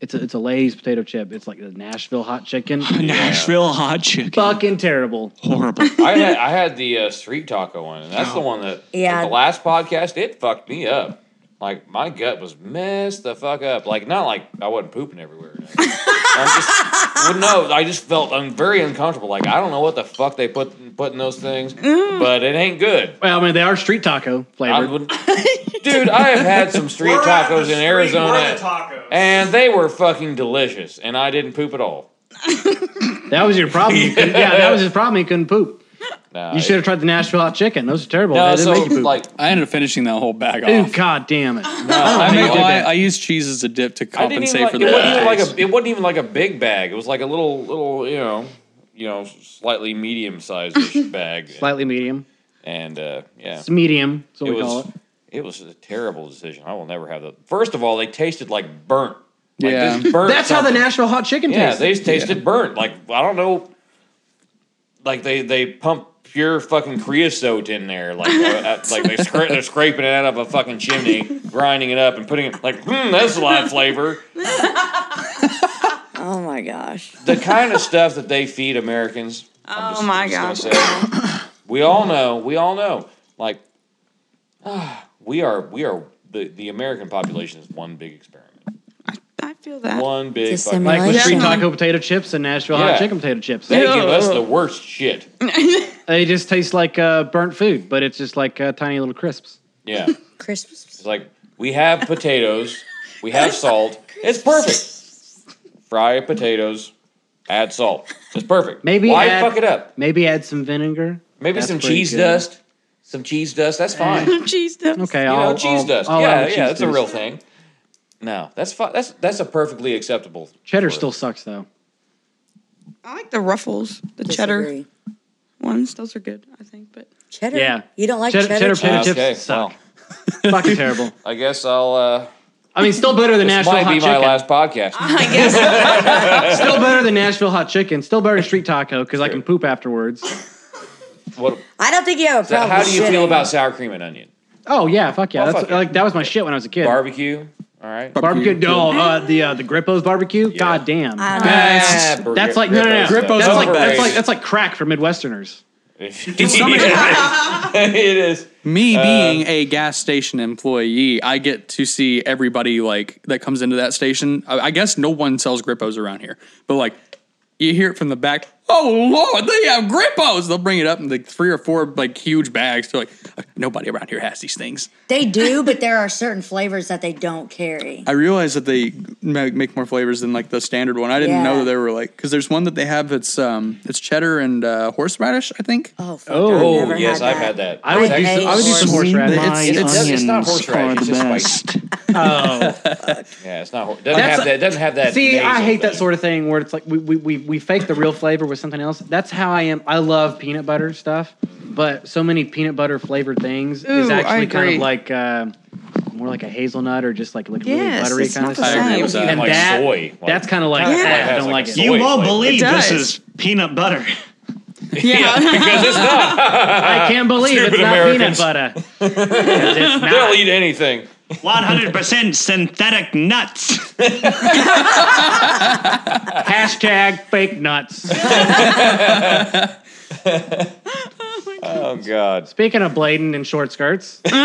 Speaker 2: it's a, it's a Lay's potato chip. It's like the Nashville hot
Speaker 4: [LAUGHS]
Speaker 2: chicken.
Speaker 4: Nashville hot chicken.
Speaker 2: Fucking terrible.
Speaker 4: Horrible.
Speaker 6: I had, I had the uh, street taco one, and that's the one that
Speaker 1: Yeah.
Speaker 6: like, the last podcast it fucked me up. Like my gut was messed the fuck up. Like not like I wasn't pooping everywhere. or nothing. I just, well, no, I just felt I'm very uncomfortable. Like I don't know what the fuck they put put in those things, but it ain't good.
Speaker 2: Well, I mean, they are street taco
Speaker 6: I
Speaker 2: flavored.
Speaker 6: would, dude, I have had some street tacos in Arizona, and they were fucking delicious, and I didn't poop at all.
Speaker 2: That was
Speaker 4: [LAUGHS]
Speaker 2: your problem. You couldn't- yeah, that was his problem. He couldn't poop.
Speaker 6: Nah,
Speaker 2: You should have tried the Nashville hot chicken. Those are terrible.
Speaker 6: No,
Speaker 2: that didn't
Speaker 6: so
Speaker 2: make you poop.
Speaker 3: [LAUGHS]
Speaker 6: like,
Speaker 3: I ended up finishing that whole bag off.
Speaker 2: Ooh, god damn it.
Speaker 6: no, I,
Speaker 3: I,
Speaker 6: mean,
Speaker 3: make, well,
Speaker 6: like,
Speaker 3: I, I use cheese as a dip to
Speaker 6: I didn't even
Speaker 3: compensate
Speaker 6: like,
Speaker 3: for
Speaker 6: it
Speaker 3: the
Speaker 6: wasn't even like
Speaker 3: taste.
Speaker 6: a it wasn't even like a big bag. It was like a little little you know you know slightly medium sized
Speaker 2: [LAUGHS]
Speaker 6: bag,
Speaker 2: Slightly medium.
Speaker 6: and uh, yeah,
Speaker 2: It's medium. That's what
Speaker 6: it
Speaker 2: we call
Speaker 6: was
Speaker 2: it.
Speaker 6: it was a terrible decision. I will never have that. First of all, they tasted like burnt. Like,
Speaker 3: Yeah.
Speaker 6: this burnt
Speaker 2: That's how the
Speaker 6: something.
Speaker 2: Nashville hot chicken
Speaker 6: Yeah,
Speaker 2: tastes.
Speaker 6: they just tasted burnt. Like I don't know, like they they pump pure fucking creosote in there.
Speaker 2: [LAUGHS]
Speaker 6: Like uh, uh, like they scra- they're scraping it out of a fucking chimney, grinding it up, and putting it like hmm, that's a lot of flavor.
Speaker 1: oh my gosh.
Speaker 6: The kind of stuff that they feed Americans.
Speaker 5: Oh my
Speaker 6: gonna say. we all know. We all know. Like [SIGHS] ah, we are we are the the American population is one big experiment.
Speaker 5: I feel that.
Speaker 6: One big
Speaker 1: It's a
Speaker 6: fucking.
Speaker 2: like with
Speaker 1: Yeah.
Speaker 2: street taco potato chips and Nashville
Speaker 6: Yeah.
Speaker 2: hot chicken potato chips.
Speaker 6: They
Speaker 2: They,
Speaker 6: give us the worst shit.
Speaker 2: just taste like uh, burnt food, but it's just like uh, tiny little crisps.
Speaker 6: Yeah.
Speaker 1: Christmas.
Speaker 6: It's like we have potatoes, we have salt. It's perfect. Fry potatoes, add salt. It's perfect.
Speaker 2: Maybe
Speaker 6: why
Speaker 2: add-
Speaker 6: fuck it up?
Speaker 2: Maybe add some vinegar.
Speaker 6: Maybe
Speaker 2: That's
Speaker 6: some
Speaker 2: pretty
Speaker 6: cheese
Speaker 2: good.
Speaker 6: dust, some cheese dust. That's fine. you
Speaker 5: [LAUGHS] Cheese dip.
Speaker 2: Okay, I'll,
Speaker 6: know, cheese
Speaker 2: I'll-
Speaker 6: dust.
Speaker 2: I'll
Speaker 6: yeah,
Speaker 2: add a
Speaker 6: yeah,
Speaker 2: cheese
Speaker 6: that's a
Speaker 2: dust.
Speaker 6: real thing. No, that's fine. That's that's a perfectly acceptable.
Speaker 2: Cheddar
Speaker 6: word.
Speaker 2: still sucks [LAUGHS] though.
Speaker 5: I like the ruffles, the cheddar
Speaker 1: Disagree.
Speaker 5: ones. Those are good, I think. But
Speaker 1: Cheddar.
Speaker 2: Yeah.
Speaker 1: You don't like
Speaker 2: Cheddar,
Speaker 1: cheddar?
Speaker 2: cheddar potato
Speaker 6: Ah,
Speaker 2: chips
Speaker 6: okay,
Speaker 2: suck. Fucking terrible.
Speaker 6: I guess I'll. uh
Speaker 2: I mean, still better than
Speaker 6: This
Speaker 2: Nashville
Speaker 6: might
Speaker 2: hot
Speaker 6: be
Speaker 2: chicken.
Speaker 6: my last
Speaker 1: Ah, [LAUGHS]
Speaker 6: podcast.
Speaker 5: I guess
Speaker 2: Still better
Speaker 6: [LAUGHS]
Speaker 2: than Nashville hot chicken. Still better than street taco because I can poop afterwards.
Speaker 6: What?
Speaker 1: I don't think you have a problem.
Speaker 6: How do you
Speaker 1: with
Speaker 6: feel
Speaker 1: shitting.
Speaker 6: about sour cream and onion?
Speaker 2: Oh yeah, fuck yeah.
Speaker 6: Oh,
Speaker 2: That's
Speaker 6: fuck yeah.
Speaker 2: like that was my shit when I was a kid.
Speaker 6: Barbecue. All right.
Speaker 2: barbecue. No, uh, the uh, the Grippo's barbecue. God damn.
Speaker 1: I don't know.
Speaker 3: Best.
Speaker 6: Ah,
Speaker 2: that's like no no no.
Speaker 6: Grippo's
Speaker 2: that's like that's
Speaker 6: overrated.
Speaker 2: like that's like crack for Midwesterners.
Speaker 6: [LAUGHS] it is.
Speaker 3: Me being a gas station employee, I get to see everybody like that comes into that station. I, I guess no one sells Grippos around here, but like you hear it from the back. oh lord, they have grippos. They'll bring it up in like three or four like huge bags. They're like, "Uh, nobody around here has these things.
Speaker 1: They do, but there are certain flavors that they don't carry.
Speaker 3: I realized that they ma- make more flavors than like the standard one. I didn't
Speaker 1: Yeah.
Speaker 3: know that they were like because there's one that they have. It's um, it's cheddar and uh, horseradish. I think.
Speaker 1: Oh, fuck,
Speaker 2: Oh.
Speaker 1: I've
Speaker 6: Oh
Speaker 1: never
Speaker 6: yes, I've had
Speaker 1: that.
Speaker 6: that.
Speaker 2: I would do
Speaker 1: I
Speaker 2: some, I would do some
Speaker 1: hate
Speaker 2: horseradish.
Speaker 3: It's-
Speaker 4: My
Speaker 3: it's-
Speaker 4: onions
Speaker 3: it's
Speaker 6: not horseradish,
Speaker 4: are
Speaker 6: it's
Speaker 4: the
Speaker 6: just
Speaker 4: best.
Speaker 2: Oh,
Speaker 6: Yeah, it's not. hor- Doesn't
Speaker 2: That's
Speaker 6: have that. Doesn't have that.
Speaker 2: See, I
Speaker 6: nasal
Speaker 2: hate that
Speaker 6: thing.
Speaker 2: sort of thing where it's like we, we, we, we fake the real flavor with something else. That's how I am. I love peanut butter stuff, but so many peanut butter flavored things is
Speaker 5: Ooh, I
Speaker 2: actually kind of
Speaker 5: agree.
Speaker 2: like uh, more like a hazelnut or just like, like really
Speaker 5: Yes,
Speaker 2: buttery
Speaker 5: it's
Speaker 2: kind
Speaker 5: not
Speaker 2: of
Speaker 5: the
Speaker 2: stuff.
Speaker 6: I agree with
Speaker 5: same.
Speaker 6: that.
Speaker 2: And
Speaker 6: like
Speaker 2: that-
Speaker 6: soy. Like,
Speaker 2: that's kind of like
Speaker 6: Yeah.
Speaker 2: that.
Speaker 6: Yeah.
Speaker 2: I don't like
Speaker 6: It
Speaker 2: it.
Speaker 6: has
Speaker 4: You
Speaker 6: Soy
Speaker 4: won't
Speaker 6: flavor.
Speaker 4: believe
Speaker 5: It
Speaker 4: this
Speaker 5: does.
Speaker 4: is peanut butter.
Speaker 5: Yeah.
Speaker 6: because it's not.
Speaker 2: I can't believe it's
Speaker 6: Stupid
Speaker 2: not
Speaker 4: [LAUGHS]
Speaker 2: peanut
Speaker 6: Americans.
Speaker 2: butter. 'Cause it's
Speaker 6: They'll
Speaker 2: not.
Speaker 6: eat anything.
Speaker 4: 100% synthetic nuts.
Speaker 2: Hashtag fake nuts.
Speaker 6: Oh God.
Speaker 2: Speaking of Bladen and short skirts,
Speaker 4: Nothing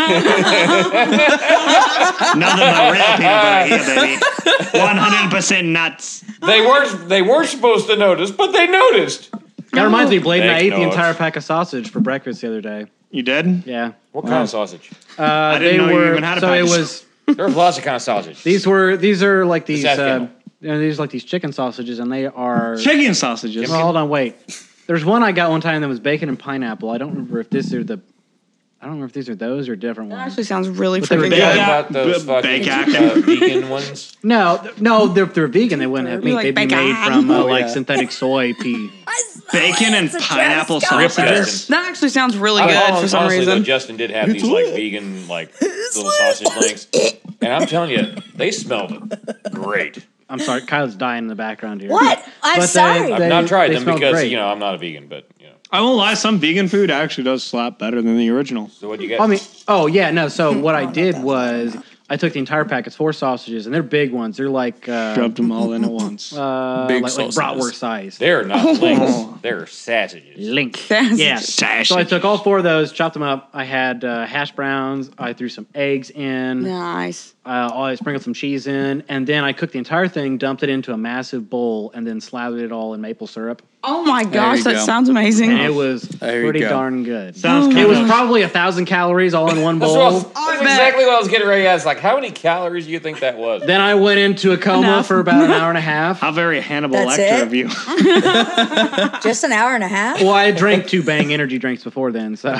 Speaker 4: but real peanut butter here, baby. 100% nuts.
Speaker 6: They weren't. They weren't supposed to notice, but they noticed.
Speaker 2: that reminds me, Bladen. I
Speaker 6: Fake
Speaker 2: ate the
Speaker 6: nuts.
Speaker 2: entire pack of sausage for breakfast the other day.
Speaker 4: You did?
Speaker 2: Yeah,
Speaker 6: What kind of sausage?
Speaker 2: uh, I
Speaker 4: didn't
Speaker 2: they
Speaker 4: know you
Speaker 2: were
Speaker 4: even had a
Speaker 2: so
Speaker 4: pack
Speaker 2: it
Speaker 4: of
Speaker 2: was.
Speaker 6: There's lots of kind of sausage.
Speaker 2: These were these are like these uh,
Speaker 6: Afghan.
Speaker 2: you know, these are like these chicken sausages, and they are.
Speaker 4: Chicken sausages.
Speaker 2: Well, hold on, wait. There's one I got one time that was bacon and pineapple. I don't remember if these are the. I don't remember if these are those or different
Speaker 5: That
Speaker 2: ones.
Speaker 5: actually sounds really
Speaker 2: they were
Speaker 5: freaking
Speaker 6: You
Speaker 4: bad.
Speaker 5: good.
Speaker 6: talking about those
Speaker 4: B-
Speaker 6: fucking
Speaker 4: bacon.
Speaker 6: uh, vegan ones.
Speaker 2: No, th- no, they're they're vegan. They wouldn't have
Speaker 5: They're
Speaker 2: meat.
Speaker 5: like
Speaker 2: They'd be
Speaker 5: bacon.
Speaker 2: made from uh,
Speaker 3: [LAUGHS] Oh,
Speaker 2: like
Speaker 3: yeah.
Speaker 2: synthetic soy pea.
Speaker 4: Bacon and pineapple sausages.
Speaker 6: Justin.
Speaker 5: That actually sounds really
Speaker 6: I-
Speaker 5: good
Speaker 6: hon-
Speaker 5: for some
Speaker 6: Oh, honestly,
Speaker 5: reason.
Speaker 6: Though, Justin did have these like vegan like little sausage links, and I'm telling you, they smelled it great.
Speaker 2: I'm sorry, Kyle's dying in the background here.
Speaker 1: What? I'm
Speaker 2: But they-
Speaker 1: sorry.
Speaker 6: I've not tried
Speaker 2: they
Speaker 6: them
Speaker 2: smelled
Speaker 6: because
Speaker 2: great.
Speaker 6: you know I'm not a vegan, but you know.
Speaker 4: I won't lie, some vegan food actually does slap better than the original.
Speaker 6: So what do you get?
Speaker 2: I mean, oh yeah, no. So what I did was I took the entire pack. It's four sausages, and they're big ones. They're like uh,
Speaker 4: Rubbed them all in at once.
Speaker 2: uh,
Speaker 3: Big
Speaker 2: like, like
Speaker 3: sausages.
Speaker 2: bratwurst size.
Speaker 6: they're not links. They're sausages.
Speaker 2: Link.
Speaker 5: [LAUGHS] That's-
Speaker 2: Yeah.
Speaker 4: Sash.
Speaker 2: So I took all four of those, chopped them up. I had uh, hash browns. I threw some eggs in.
Speaker 5: Nice.
Speaker 2: Uh, I sprinkled some cheese in, and then I cooked the entire thing, dumped it into a massive bowl, and then slathered it all in maple syrup.
Speaker 5: Oh my gosh,
Speaker 3: you
Speaker 5: that
Speaker 3: go.
Speaker 5: sounds amazing.
Speaker 2: And it was
Speaker 3: There you
Speaker 2: pretty
Speaker 3: go.
Speaker 2: darn good.
Speaker 4: Sounds
Speaker 2: Oh, it
Speaker 4: kinda-
Speaker 2: was probably a thousand calories all in one
Speaker 6: Mm-hmm. [LAUGHS] That's, what I was-
Speaker 2: bowl.
Speaker 6: that's exactly what I was getting ready to ask. Like, how many calories do you think that was?
Speaker 2: Then I went into a coma
Speaker 5: Enough.
Speaker 2: for
Speaker 6: [LAUGHS]
Speaker 2: about an hour and a half.
Speaker 4: How very Hannibal
Speaker 1: That's
Speaker 4: Lecter
Speaker 1: it?
Speaker 4: of you.
Speaker 1: Just an hour and a half?
Speaker 2: Well, I drank two Bang energy drinks before then,
Speaker 6: [LAUGHS]
Speaker 2: so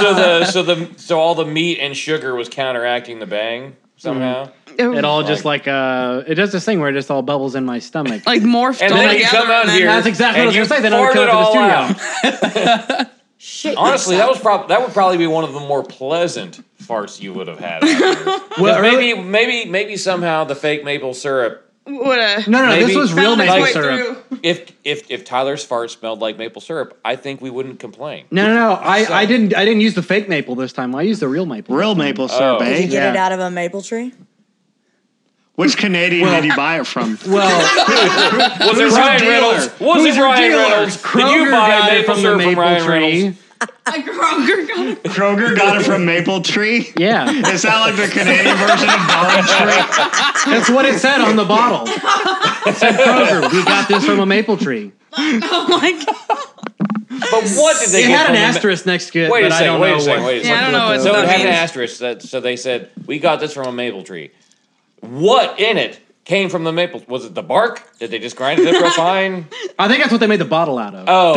Speaker 6: so the so the so all the meat and sugar was counteracting the bang somehow.
Speaker 5: It
Speaker 2: it all just like uh, it does this thing where it just all bubbles in my stomach.
Speaker 5: like morphed
Speaker 6: And
Speaker 5: all
Speaker 6: then you
Speaker 5: together.
Speaker 6: come out
Speaker 5: and then-
Speaker 6: here.
Speaker 2: That's exactly what I
Speaker 6: and
Speaker 2: was gonna say,
Speaker 6: you
Speaker 2: then I would
Speaker 6: farted
Speaker 2: come
Speaker 6: all
Speaker 2: up to
Speaker 6: out.
Speaker 2: [LAUGHS]
Speaker 1: Shit.
Speaker 6: Honestly, that was prob- that would probably be one of the more pleasant farts you would have had. out there.
Speaker 2: [LAUGHS]
Speaker 6: 'Cause maybe maybe maybe somehow the fake maple syrup.
Speaker 5: What a
Speaker 2: No, no, no, this
Speaker 6: Maybe-
Speaker 2: was real
Speaker 5: found its
Speaker 2: maple
Speaker 5: way
Speaker 2: syrup.
Speaker 5: through. [LAUGHS]
Speaker 6: If if if Tyler's fart smelled like maple syrup, I think we wouldn't complain.
Speaker 2: No, no, no. I, I didn't. I didn't use the fake maple this time. I used the real maple.
Speaker 4: Real maple syrup,
Speaker 6: Oh.
Speaker 1: Did you
Speaker 4: eh?
Speaker 1: get it
Speaker 2: Yeah.
Speaker 1: out of a maple tree?
Speaker 4: Which Canadian did you buy it
Speaker 6: [LAUGHS]
Speaker 4: from?
Speaker 2: Well,
Speaker 6: Was
Speaker 4: Who's
Speaker 6: it
Speaker 4: your
Speaker 6: Ryan
Speaker 4: dealer?
Speaker 6: Reynolds? Was
Speaker 2: who's
Speaker 6: it
Speaker 2: your
Speaker 6: Ryan
Speaker 2: dealer?
Speaker 6: Reynolds? Did
Speaker 2: Kroger
Speaker 6: you buy
Speaker 2: got it
Speaker 6: maple
Speaker 2: from the
Speaker 6: syrup from
Speaker 2: maple
Speaker 6: Ryan Reynolds?
Speaker 2: tree.
Speaker 5: Like Kroger got it.
Speaker 4: Kroger got it from Maple Tree?
Speaker 2: Yeah,
Speaker 4: Is that like the
Speaker 6: [LAUGHS]
Speaker 4: Canadian version of Bond Tree?
Speaker 2: that's what it said on the bottle. It said Kroger. We got this from a maple tree.
Speaker 5: Oh my god.
Speaker 6: But what did they
Speaker 2: It
Speaker 6: get
Speaker 2: had
Speaker 6: from
Speaker 2: an
Speaker 6: the ma-
Speaker 2: asterisk next to it,
Speaker 6: Wait a
Speaker 2: but I
Speaker 6: second,
Speaker 2: don't
Speaker 6: wait a
Speaker 2: know
Speaker 6: second,
Speaker 2: what-
Speaker 6: wait a
Speaker 2: what
Speaker 5: Yeah,
Speaker 6: second.
Speaker 5: I don't know
Speaker 2: the-
Speaker 5: what
Speaker 6: So
Speaker 5: that
Speaker 6: it had an
Speaker 5: means.
Speaker 6: asterisk. That, so they said, "We got this from a maple tree." What in it came from the maple? Was it the bark? Did they just grind it
Speaker 2: [LAUGHS]
Speaker 6: up real fine?
Speaker 2: I think that's what they made the bottle out of.
Speaker 6: Oh,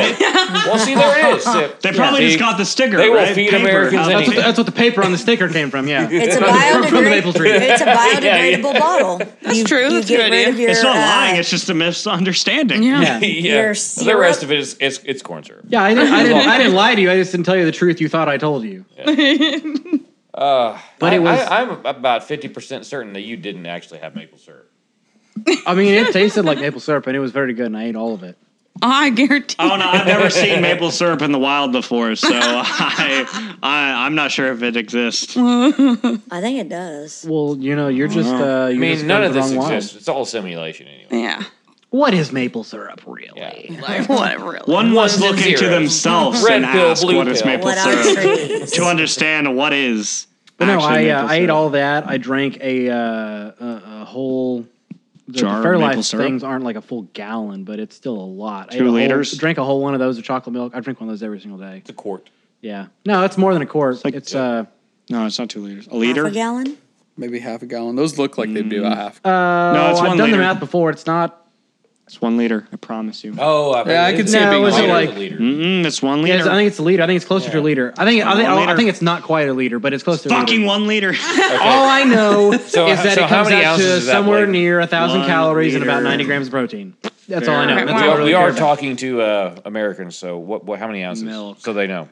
Speaker 6: well, see, there
Speaker 2: [LAUGHS]
Speaker 6: it is.
Speaker 4: They probably
Speaker 6: Yeah.
Speaker 4: just got the sticker.
Speaker 6: They will
Speaker 4: right?
Speaker 6: feed
Speaker 4: Paper,
Speaker 6: Americans
Speaker 4: how they-
Speaker 2: that's, what
Speaker 6: anything.
Speaker 2: the, that's what the paper on the sticker came from. Yeah,
Speaker 6: [LAUGHS]
Speaker 1: It's a
Speaker 2: [LAUGHS] From the- from the maple
Speaker 1: biodegradable.
Speaker 2: tree. [LAUGHS]
Speaker 1: It's a biodegradable
Speaker 6: Yeah, yeah.
Speaker 1: bottle. That's
Speaker 5: true,
Speaker 1: You
Speaker 5: that's a
Speaker 1: get
Speaker 5: good
Speaker 1: rid
Speaker 5: idea.
Speaker 1: of your.
Speaker 4: It's not
Speaker 1: uh,
Speaker 4: lying. It's just a misunderstanding.
Speaker 2: Yeah,
Speaker 6: [LAUGHS] yeah. The
Speaker 1: syrup-
Speaker 6: rest of it is it's, it's corn syrup.
Speaker 2: yeah. I didn't, I didn't. I didn't lie to you. I just didn't tell you the truth. You thought I told you. But
Speaker 6: I,
Speaker 2: it was-
Speaker 6: I, am about fifty percent certain that you didn't actually have maple syrup.
Speaker 2: I mean, it tasted like maple syrup, and it was very good, and I ate all of it.
Speaker 5: I guarantee.
Speaker 4: Oh no, I've
Speaker 6: [LAUGHS]
Speaker 4: never seen maple syrup in the wild before, so [LAUGHS] I, I I'm not sure if it exists.
Speaker 1: I think it does.
Speaker 2: Well, you know, you're just. Uh,
Speaker 6: I
Speaker 2: you're just
Speaker 6: mean, none
Speaker 2: going
Speaker 6: of
Speaker 2: the
Speaker 6: this
Speaker 2: wrong
Speaker 6: exists. It's all simulation anyway.
Speaker 5: [LAUGHS] Yeah.
Speaker 2: Way. What is maple syrup really?
Speaker 6: Yeah.
Speaker 5: Like whatever. Really.
Speaker 4: One must
Speaker 6: Ones and
Speaker 4: look into
Speaker 6: zeros.
Speaker 4: themselves
Speaker 6: Red
Speaker 4: and
Speaker 6: pill,
Speaker 4: ask
Speaker 6: blue
Speaker 4: what is
Speaker 6: pill.
Speaker 4: maple
Speaker 1: What are
Speaker 4: syrup
Speaker 1: trees?
Speaker 4: to understand what is.
Speaker 2: But no,
Speaker 4: actually
Speaker 2: I
Speaker 4: maple
Speaker 2: uh, I ate
Speaker 4: syrup.
Speaker 2: all that. I drank a uh, a, a whole the
Speaker 4: Jar of maple
Speaker 2: Fairlife
Speaker 4: syrup?
Speaker 2: things aren't like a full gallon, but it's still a lot. I
Speaker 4: Two
Speaker 2: ate a whole-
Speaker 4: liters?
Speaker 2: drank a whole one of those of chocolate milk. I drink one of those every single day.
Speaker 6: It's a quart.
Speaker 2: Yeah. No, it's more than a quart. It's,
Speaker 4: like-
Speaker 2: uh,
Speaker 4: No, it's not two liters. A
Speaker 1: Half
Speaker 4: liter.
Speaker 1: a gallon.
Speaker 3: Maybe half a gallon. Those look like they'd be about half.
Speaker 2: uh, no,
Speaker 4: it's
Speaker 2: I've
Speaker 4: one
Speaker 2: done the
Speaker 4: liter.
Speaker 2: math before. It's not.
Speaker 4: It's one liter. I promise you.
Speaker 6: Oh, I
Speaker 3: Yeah, I could see it
Speaker 2: No,
Speaker 3: being
Speaker 2: was it
Speaker 3: lighter.
Speaker 2: like-
Speaker 6: leader.
Speaker 4: Mm-mm, it's one
Speaker 2: Yeah,
Speaker 4: liter.
Speaker 2: it's- I think it's a liter. I think it's closer to a liter. I think. I think,
Speaker 4: One
Speaker 2: I
Speaker 4: liter.
Speaker 2: think it's not quite a liter, but it's close to.
Speaker 4: Fucking
Speaker 2: a liter.
Speaker 4: one liter.
Speaker 2: All Oh, I
Speaker 4: [LAUGHS]
Speaker 2: know
Speaker 6: So-
Speaker 2: is that
Speaker 6: so
Speaker 2: it
Speaker 6: how
Speaker 2: comes
Speaker 6: many
Speaker 2: out
Speaker 6: ounces
Speaker 2: to
Speaker 6: is that,
Speaker 2: somewhere
Speaker 6: like,
Speaker 2: near a thousand
Speaker 4: one
Speaker 2: calories and about
Speaker 4: liter?
Speaker 2: ninety grams of protein. That's all I know.
Speaker 4: Fair.
Speaker 2: That's all I
Speaker 5: Wow.
Speaker 6: We,
Speaker 2: really
Speaker 6: we
Speaker 2: care
Speaker 6: are
Speaker 2: about.
Speaker 6: talking to uh, Americans, so what, what? How many ounces?
Speaker 3: Milk.
Speaker 6: So they know.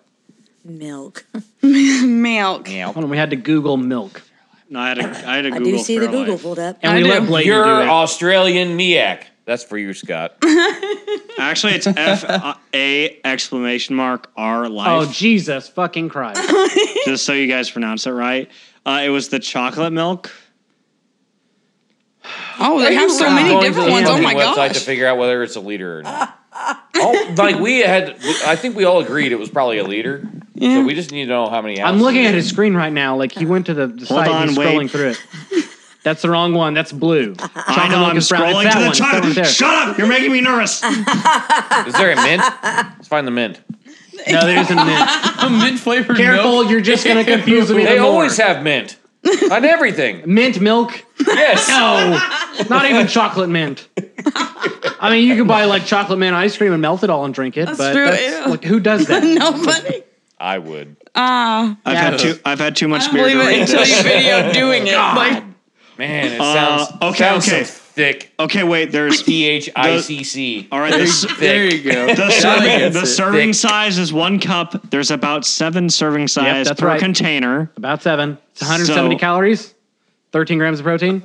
Speaker 1: Milk.
Speaker 5: Milk.
Speaker 6: Yeah.
Speaker 2: Hold on, we had to Google milk,
Speaker 4: [LAUGHS] no, I had a, I had a
Speaker 1: [LAUGHS] I
Speaker 4: Google.
Speaker 1: do see the Google
Speaker 4: Fairlife.
Speaker 1: pulled up.
Speaker 2: and
Speaker 5: I
Speaker 2: we
Speaker 5: do.
Speaker 2: let Blade do
Speaker 6: You're
Speaker 2: it.
Speaker 6: Australian Miak. That's for
Speaker 2: [LAUGHS]
Speaker 6: you, Scott.
Speaker 4: Actually,
Speaker 1: [LAUGHS]
Speaker 4: it's F A exclamation mark R
Speaker 2: Oh
Speaker 4: life.
Speaker 2: Jesus fucking Christ!
Speaker 4: just so you guys pronounce it right. Uh, it was the chocolate milk.
Speaker 5: Oh, they have so many
Speaker 2: Going to
Speaker 5: different
Speaker 2: the
Speaker 5: ones. Oh
Speaker 6: Fucking
Speaker 5: my
Speaker 6: website to
Speaker 5: gosh.
Speaker 6: figure out whether it's a leader or not. [LAUGHS] oh, like we had, I think we all agreed it was probably a leader. So we just need to know how many. Ounces
Speaker 2: I'm looking
Speaker 6: it
Speaker 2: at
Speaker 6: is.
Speaker 2: his screen right now. Like he went to the, the
Speaker 4: Hold
Speaker 2: site and he's
Speaker 4: on,
Speaker 2: scrolling
Speaker 4: wait.
Speaker 2: through it. That's the wrong one. That's blue.
Speaker 4: [LAUGHS] I know.
Speaker 2: milk
Speaker 4: I'm
Speaker 2: is brown. It's
Speaker 4: scrolling
Speaker 2: that
Speaker 4: to the
Speaker 2: one. It's that one
Speaker 4: chocolate.
Speaker 2: there.
Speaker 4: Shut up! You're making me
Speaker 1: [LAUGHS]
Speaker 4: nervous.
Speaker 6: Is there a mint? Let's find the [LAUGHS] mint.
Speaker 2: No, there isn't an it.
Speaker 3: a mint flavored
Speaker 2: Careful, you're just gonna confuse me.
Speaker 6: [LAUGHS] They
Speaker 2: even more.
Speaker 6: always have mint on everything.
Speaker 2: mint milk.
Speaker 6: Yes.
Speaker 2: [LAUGHS] No, not even chocolate mint. I mean, you could buy like chocolate mint ice cream and melt it all and drink it, but
Speaker 5: true,
Speaker 2: that's,
Speaker 5: ew.
Speaker 2: like, who does
Speaker 5: [LAUGHS]
Speaker 2: that?
Speaker 5: Nobody.
Speaker 6: I would.
Speaker 5: Ah,
Speaker 4: I've had too. I've had too much
Speaker 5: I
Speaker 4: beer
Speaker 5: believe
Speaker 4: to
Speaker 5: it
Speaker 4: read
Speaker 5: until
Speaker 4: this.
Speaker 5: you video doing it. Like,
Speaker 6: Man, it
Speaker 4: Uh,
Speaker 6: sounds
Speaker 4: okay,
Speaker 6: Sounds
Speaker 4: okay.
Speaker 6: So thick.
Speaker 4: Okay, wait.
Speaker 2: [LAUGHS]
Speaker 4: There's. [LAUGHS]
Speaker 6: P H I C C.
Speaker 4: All right. This,
Speaker 3: There you go.
Speaker 4: the serving, the serving
Speaker 6: Thick.
Speaker 4: size is one cup. There's about seven serving size
Speaker 2: that's
Speaker 4: per
Speaker 2: right.
Speaker 4: container,
Speaker 2: About seven. It's 170
Speaker 4: So-
Speaker 2: calories, 13 grams
Speaker 4: [LAUGHS]
Speaker 2: of protein.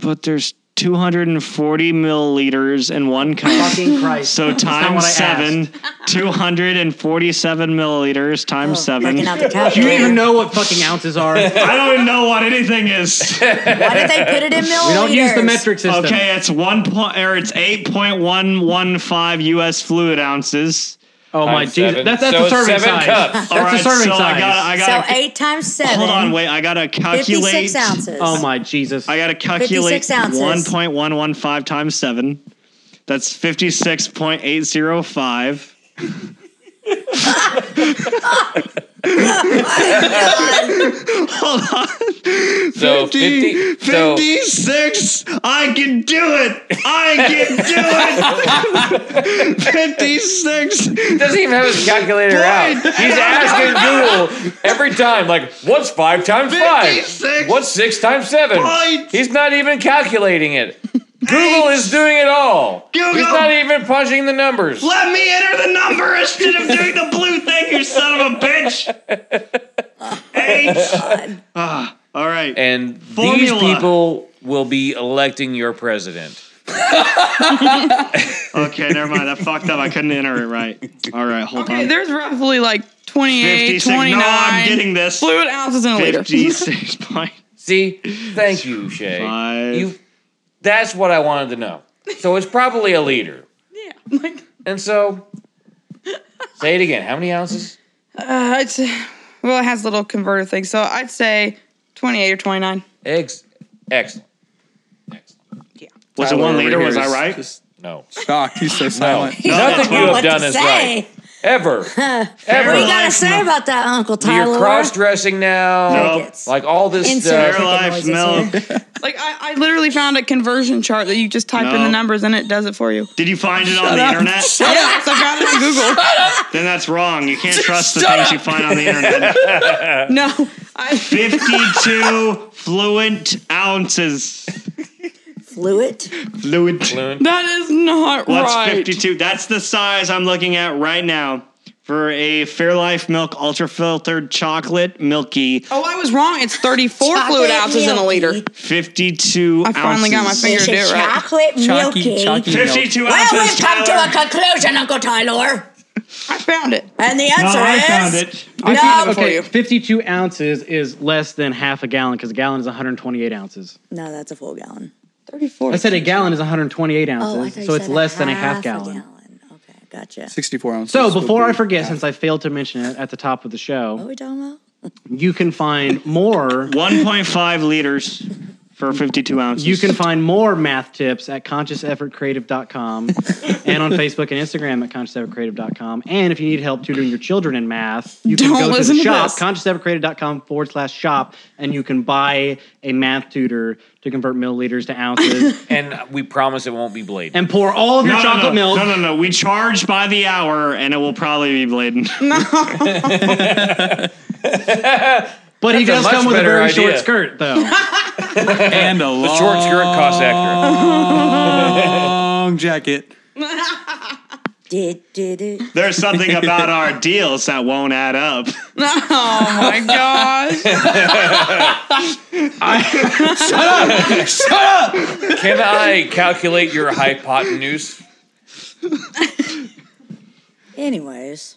Speaker 4: but there's 240 milliliters in one cup.
Speaker 2: Fucking Christ.
Speaker 4: So
Speaker 2: what I
Speaker 4: times seven, 247 milliliters times seven.
Speaker 1: Working Oh, out the
Speaker 2: you don't even
Speaker 1: calculator.
Speaker 2: know what fucking ounces
Speaker 5: [LAUGHS]
Speaker 2: are. We
Speaker 4: I don't even know what anything
Speaker 2: [LAUGHS]
Speaker 4: is.
Speaker 1: Why did they put it in milliliters?
Speaker 2: don't use the metric system.
Speaker 4: Okay, it's one point or it's eight point one one five U.S. fluid ounces.
Speaker 2: Oh my
Speaker 6: Times
Speaker 2: Jesus.
Speaker 6: seven.
Speaker 2: That's, that's
Speaker 6: So
Speaker 2: a
Speaker 6: it's
Speaker 2: serving
Speaker 6: seven
Speaker 2: size.
Speaker 6: cups.
Speaker 2: That's
Speaker 4: All right,
Speaker 2: a serving
Speaker 4: so
Speaker 2: size.
Speaker 4: I gotta, I
Speaker 1: So
Speaker 4: gotta.
Speaker 1: eight times seven.
Speaker 4: hold on, wait. I gotta calculate.
Speaker 1: 56 ounces.
Speaker 2: [LAUGHS] oh my Jesus.
Speaker 4: I gotta calculate
Speaker 1: 56 ounces.
Speaker 4: one point one one five times seven. That's fifty six point eight zero five. Hold on.
Speaker 6: So 50, so
Speaker 4: 56. I can do it. I can do it. 56.
Speaker 6: he doesn't even have his calculator out. He's asking Google every time, like, what's five times five?
Speaker 4: 56
Speaker 6: What's six times seven?
Speaker 4: points.
Speaker 6: He's not even calculating it. Google is doing it all.
Speaker 4: Google.
Speaker 6: He's not even punching the numbers.
Speaker 4: Let me enter the number instead of doing the blue thing, you son of a bitch. H. Ah, all right.
Speaker 6: And
Speaker 4: Formula.
Speaker 6: these people will be electing your president.
Speaker 4: Okay, never mind. I fucked up. I couldn't enter it right. All right, hold
Speaker 5: okay,
Speaker 4: on.
Speaker 5: there's roughly like 28,
Speaker 4: 56. No,
Speaker 5: 29
Speaker 4: I'm getting this.
Speaker 5: fluid ounces in a liter.
Speaker 4: 56 point.
Speaker 6: See? Thank you, Shay.
Speaker 4: Five.
Speaker 6: You that's what I wanted to know. So it's probably a liter.
Speaker 5: [LAUGHS] Yeah, like
Speaker 6: And so say it again. How many ounces?
Speaker 5: uh, it's well, it has little converter things, so I'd say 28 or 29.
Speaker 6: Eggs. Excellent. Excellent.
Speaker 4: Was it
Speaker 3: Tyler
Speaker 4: one
Speaker 3: over
Speaker 4: liter?
Speaker 3: here
Speaker 4: Was I
Speaker 3: is
Speaker 4: right?
Speaker 6: No.
Speaker 3: Shocked. He's
Speaker 1: [LAUGHS]
Speaker 3: so silent.
Speaker 6: Nothing you have done is
Speaker 1: say.
Speaker 6: right. Ever.
Speaker 1: What do you
Speaker 6: Ever.
Speaker 1: got to say about that, Uncle Tyler?
Speaker 6: You're cross dressing now.
Speaker 4: No.
Speaker 1: Crickets.
Speaker 6: Like all this
Speaker 1: Insert
Speaker 6: stuff.
Speaker 4: Fairlife
Speaker 1: cricket noises
Speaker 4: milk.
Speaker 1: here.
Speaker 5: Like I, I literally found a conversion chart that you just type in
Speaker 4: No.
Speaker 5: the numbers and it does it for you.
Speaker 4: Did you find it on the internet?
Speaker 5: Yeah, [LAUGHS] so I found it on Google.
Speaker 4: Then that's wrong. You can't trust the
Speaker 5: [LAUGHS] shut
Speaker 4: things
Speaker 5: up.
Speaker 4: you find on the internet.
Speaker 5: No, I,
Speaker 4: 52 fluent ounces.
Speaker 1: Fluid.
Speaker 4: Fluent.
Speaker 5: that is not
Speaker 4: What's
Speaker 5: right.
Speaker 4: 52? That's the size I'm looking at right now for a Fairlife Milk Ultra Filtered Chocolate Milky
Speaker 5: Oh, I was wrong. It's 34
Speaker 1: Chocolate
Speaker 5: fluid ounces in a liter.
Speaker 1: milky.
Speaker 4: 52
Speaker 5: I finally got my
Speaker 4: ounces.
Speaker 5: finger
Speaker 1: It's
Speaker 5: to
Speaker 1: a
Speaker 5: it right.
Speaker 1: chocolate milky. [LAUGHS]
Speaker 3: Chalky, chalky milk.
Speaker 4: 52
Speaker 1: Well,
Speaker 4: ounces.
Speaker 1: we've come
Speaker 4: Tyler.
Speaker 1: to a conclusion, Uncle Tyler.
Speaker 5: I found it.
Speaker 1: And the
Speaker 4: No,
Speaker 1: answer
Speaker 4: I
Speaker 1: is
Speaker 4: found it.
Speaker 5: I
Speaker 1: No.
Speaker 5: found it for
Speaker 2: Okay,
Speaker 5: you.
Speaker 2: 52 ounces is less than half a gallon because a gallon is 128 ounces.
Speaker 1: no. That's a full gallon.
Speaker 5: 34.
Speaker 2: I said a gallon is 128
Speaker 1: Oh, I
Speaker 2: ounces,
Speaker 1: thought you
Speaker 2: so it's
Speaker 1: said
Speaker 2: less than a half gallon.
Speaker 1: Okay, gotcha.
Speaker 3: 64 ounces.
Speaker 2: So
Speaker 3: would
Speaker 2: before
Speaker 3: be
Speaker 2: I forget,
Speaker 3: half.
Speaker 2: since I failed to mention it at the top of the
Speaker 1: What are
Speaker 2: show,
Speaker 1: we talking about?
Speaker 2: you can find more.
Speaker 4: 1.5 liters. for 52 ounces.
Speaker 5: [LAUGHS]
Speaker 2: You can find more math tips at
Speaker 5: [LAUGHS]
Speaker 2: consciouseffortcreative.com and on Facebook and Instagram at consciouseffortcreative.com. And if you need help tutoring your children in math, you can
Speaker 5: Don't
Speaker 2: go
Speaker 5: listen
Speaker 2: to the
Speaker 5: to
Speaker 2: shop,
Speaker 5: this.
Speaker 2: consciouseffortcreative.com forward slash shop, and you can buy a math tutor to convert milliliters to ounces
Speaker 5: [LAUGHS]
Speaker 6: And we promise it won't be Blade.
Speaker 2: and pour all of your
Speaker 4: no, no,
Speaker 2: chocolate
Speaker 4: no,
Speaker 2: milk.
Speaker 4: No, no, no. We charge by the hour, and it will probably be Bladen.
Speaker 2: But he
Speaker 6: That's a
Speaker 2: does come
Speaker 6: much
Speaker 2: with a
Speaker 6: better
Speaker 2: very
Speaker 6: idea.
Speaker 2: short skirt,
Speaker 5: [LAUGHS]
Speaker 2: though.
Speaker 3: and a long,
Speaker 6: The short skirt costs extra.
Speaker 2: Oh
Speaker 3: long jacket.
Speaker 1: Did did it?
Speaker 4: There's something about our deals that won't add up.
Speaker 5: Oh my
Speaker 6: [LAUGHS]
Speaker 5: gosh.
Speaker 6: Can I calculate your hypotenuse?
Speaker 1: Anyways,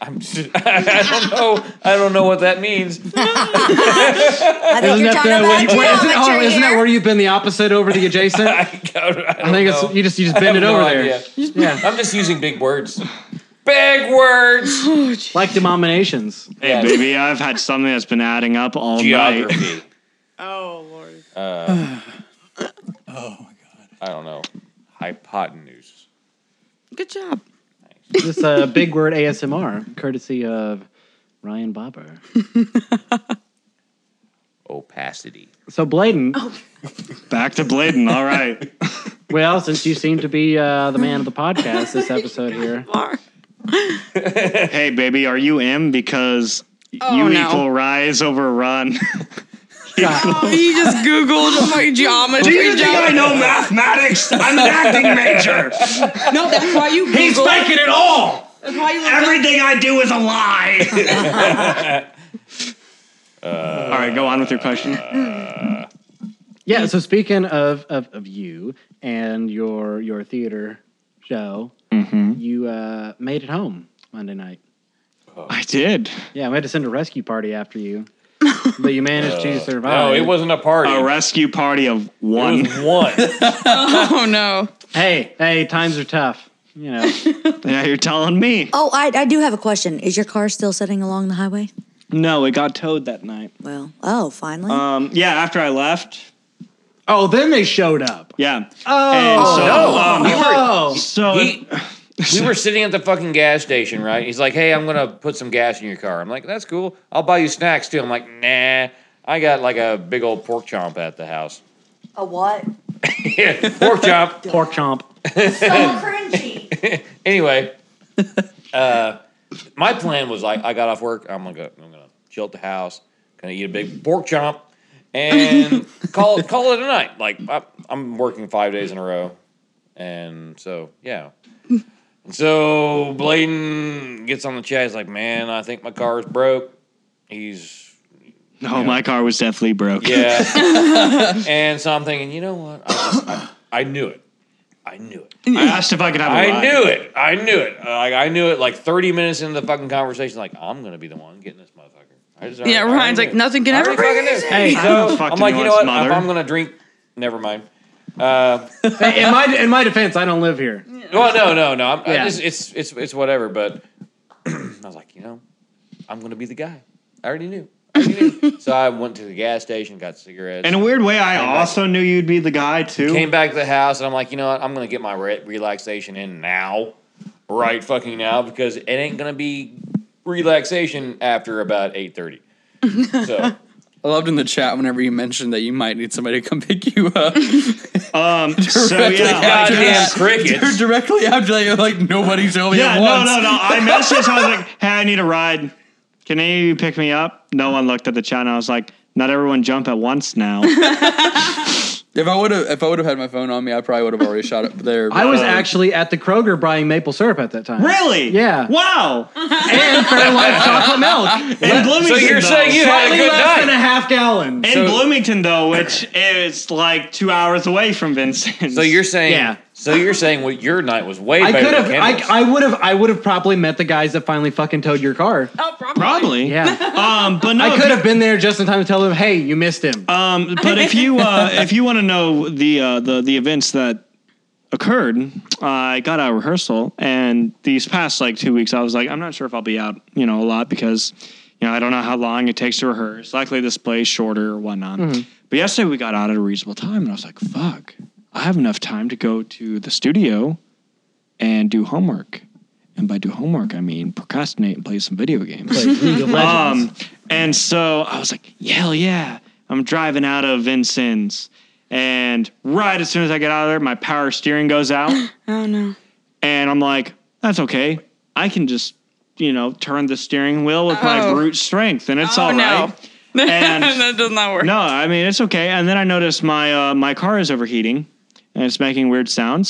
Speaker 6: I'm [LAUGHS] just, I don't know. I don't know what that means. [LAUGHS]
Speaker 1: I think you're talking
Speaker 2: where
Speaker 1: about
Speaker 2: you- where- isn't, oh,
Speaker 1: geometry
Speaker 2: isn't that
Speaker 1: here.
Speaker 2: where you've been the opposite over the adjacent?
Speaker 6: [LAUGHS] I,
Speaker 2: I
Speaker 6: don't- I
Speaker 2: think
Speaker 6: know.
Speaker 2: it's you just you just
Speaker 6: I
Speaker 2: bend
Speaker 6: have
Speaker 2: it over
Speaker 6: no
Speaker 2: there.
Speaker 6: idea.
Speaker 2: Yeah,
Speaker 6: I'm just using big words. Big words.
Speaker 2: like denominations.
Speaker 4: Hey, baby, I've had something that's been adding up all night.
Speaker 6: Geography.
Speaker 5: [LAUGHS]
Speaker 6: Um,
Speaker 5: Oh lord.
Speaker 6: [SIGHS] oh, I don't know. Hypotenuse.
Speaker 5: Good job.
Speaker 2: This uh, big word ASMR, courtesy of Ryan Bobber.
Speaker 6: Opacity.
Speaker 2: So Bladen,
Speaker 4: Back to Bladen. All [LAUGHS] right.
Speaker 2: well, since you seem to be uh, the man of the podcast this episode here,
Speaker 5: Mark.
Speaker 4: Hey, baby, are you M? Because you
Speaker 5: Oh no.
Speaker 4: equal rise over run.
Speaker 5: Oh, he just googled my geometry.
Speaker 4: [LAUGHS]
Speaker 5: job.
Speaker 4: know mathematics? I'm an acting [LAUGHS] major.
Speaker 5: No, that's why you googled.
Speaker 4: it all.
Speaker 5: That's why you looked up-
Speaker 4: Everything I do is a lie. [LAUGHS] Uh, all right, go on with your question.
Speaker 2: yeah. So speaking of of, of you and your your theater show,
Speaker 6: Mm-hmm.
Speaker 2: you uh, made it home Monday night.
Speaker 4: I did.
Speaker 2: Yeah, we had to send a rescue party after you, but you managed to survive.
Speaker 6: No, it wasn't a party.
Speaker 4: A rescue party of
Speaker 6: It
Speaker 4: one.
Speaker 6: was
Speaker 5: [LAUGHS]
Speaker 6: one.
Speaker 5: Oh no.
Speaker 2: Hey, hey, times are tough. You
Speaker 6: [LAUGHS]
Speaker 2: know,
Speaker 4: Yeah, you're telling me.
Speaker 1: Oh, I, I do have a question. Is your car still sitting along the highway?
Speaker 4: No, it got towed that night.
Speaker 1: Well, oh, finally.
Speaker 4: Um, yeah, after I left.
Speaker 2: Oh, then they showed up.
Speaker 4: Yeah. Oh, and so,
Speaker 6: no.
Speaker 4: um,
Speaker 2: Oh,
Speaker 4: so
Speaker 6: He, we were sitting at the fucking gas station, right? He's like, "Hey, I'm gonna put some gas in your car." I'm like, "That's cool. I'll buy you snacks too." I'm like, "Nah, I got like a big old pork chomp at the house." [LAUGHS]
Speaker 1: a what?
Speaker 6: Yeah, pork chomp.
Speaker 2: pork chomp.
Speaker 1: [LAUGHS] So
Speaker 4: [LAUGHS]
Speaker 1: cringy.
Speaker 6: Anyway, uh, my plan was like, I got off work. I'm gonna go, I'm gonna chill at the house. Gonna eat a big pork chomp and call it call it a night. Like I, I'm working five days in a row, and so yeah. And so Bladen gets on the chat. He's like, "Man, I think my car's broke." He's
Speaker 4: no, my car was definitely broke.
Speaker 6: yeah, and so I'm thinking, you know what? I, just, I, I knew it. I knew it.
Speaker 4: I asked if I could have a
Speaker 6: I
Speaker 4: ride.
Speaker 6: knew it. I knew it. Uh, Like I knew it. Like thirty minutes into the fucking conversation, like I'm gonna be the one getting this motherfucker. I just,
Speaker 5: Yeah,
Speaker 6: I
Speaker 5: Ryan's
Speaker 6: knew
Speaker 5: like
Speaker 6: it.
Speaker 5: nothing can
Speaker 6: I
Speaker 5: ever
Speaker 6: already
Speaker 5: be.
Speaker 6: fucking knew.
Speaker 2: Hey,
Speaker 4: I'm
Speaker 6: So
Speaker 4: a fucking
Speaker 6: I'm like, you know what?
Speaker 4: nuance,
Speaker 6: If
Speaker 4: mother.
Speaker 6: I'm gonna drink, never mind. Uh,
Speaker 2: Hey, in my in my defense, I don't live here.
Speaker 6: well, no, no, no. I'm, I
Speaker 2: Yeah.
Speaker 6: just- it's it's it's whatever. But [CLEARS THROAT] I was like, you know, I'm gonna be the guy. I already knew. I already
Speaker 5: [LAUGHS]
Speaker 6: knew. so I went to the gas station, got cigarettes.
Speaker 4: In a weird way, I
Speaker 6: Came back.
Speaker 4: also knew you'd be the guy too.
Speaker 6: Came back to the house and I'm like, you know what? I'm gonna get my re- relaxation in now, right fucking now, because it ain't gonna be relaxation after about eight thirty.
Speaker 2: [LAUGHS]
Speaker 6: So
Speaker 3: I loved in the chat whenever you mentioned that you might need somebody to come [LAUGHS] pick you
Speaker 1: [LAUGHS]
Speaker 3: up.
Speaker 6: [LAUGHS]
Speaker 4: Um, so
Speaker 3: Directly
Speaker 4: yeah,
Speaker 3: after
Speaker 6: goddamn
Speaker 3: that-
Speaker 6: crickets.
Speaker 3: Directly after that, you're like, nobody's only
Speaker 4: yeah,
Speaker 3: at
Speaker 4: no,
Speaker 3: once.
Speaker 4: no, no. I messaged. I
Speaker 6: [LAUGHS]
Speaker 4: was like, "Hey, I need a ride. Can you pick me up?" No one looked at the chat, and I was like, "Not everyone jump at once now."
Speaker 6: [LAUGHS]
Speaker 3: If I would have, if I would have had my phone on me, I probably would have already shot it there.
Speaker 2: I was
Speaker 4: Um,
Speaker 2: actually at the Kroger buying maple syrup at that time.
Speaker 4: really?
Speaker 2: Yeah.
Speaker 4: Wow.
Speaker 2: And Fairlife chocolate milk.
Speaker 4: In Bloomington,
Speaker 6: So you're
Speaker 4: though,
Speaker 6: saying you had a
Speaker 2: Slightly
Speaker 6: good
Speaker 2: less than a
Speaker 6: night.
Speaker 2: half gallon.
Speaker 4: in
Speaker 6: so-
Speaker 4: Bloomington though, which is like two hours away from Vincent.
Speaker 6: So you're saying
Speaker 2: Yeah.
Speaker 6: so you're saying what your night was way
Speaker 2: I
Speaker 6: better
Speaker 2: could
Speaker 6: than
Speaker 2: have.
Speaker 6: Kendall's.
Speaker 2: I, I would have. I would have probably met the guys that finally fucking towed your car.
Speaker 5: Oh, probably.
Speaker 4: probably.
Speaker 2: Yeah,
Speaker 4: Um, but no,
Speaker 2: I could have been there just in time to tell them, "Hey, you missed him."
Speaker 4: Um, but if you uh, if you want to know the uh, the the events that occurred, I got out of rehearsal, and these past like two weeks, I was like, I'm not sure if I'll be out, you know, a lot because you You know, I don't know how long it takes to rehearse. Luckily, this play's shorter or whatnot. But yesterday we got out at a reasonable time, and I was like, "Fuck, I have enough time to go to the studio and do homework." And by do homework, I mean procrastinate and play some video games.
Speaker 2: Like League of Legends.
Speaker 4: Um, and so I was like, "Yeah, hell yeah. I'm driving out of Vincennes. And right as soon as I get out of there, my power steering goes out.
Speaker 5: [LAUGHS] Oh no.
Speaker 4: and I'm like, that's okay. I can just, you know, turn the steering wheel with my
Speaker 5: Oh.
Speaker 4: brute strength and it's
Speaker 5: oh
Speaker 4: all right.
Speaker 5: no.
Speaker 4: And-
Speaker 5: [LAUGHS] that does not work.
Speaker 4: No, I mean it's okay. And then I noticed my uh, my car is overheating, and it's making weird sounds.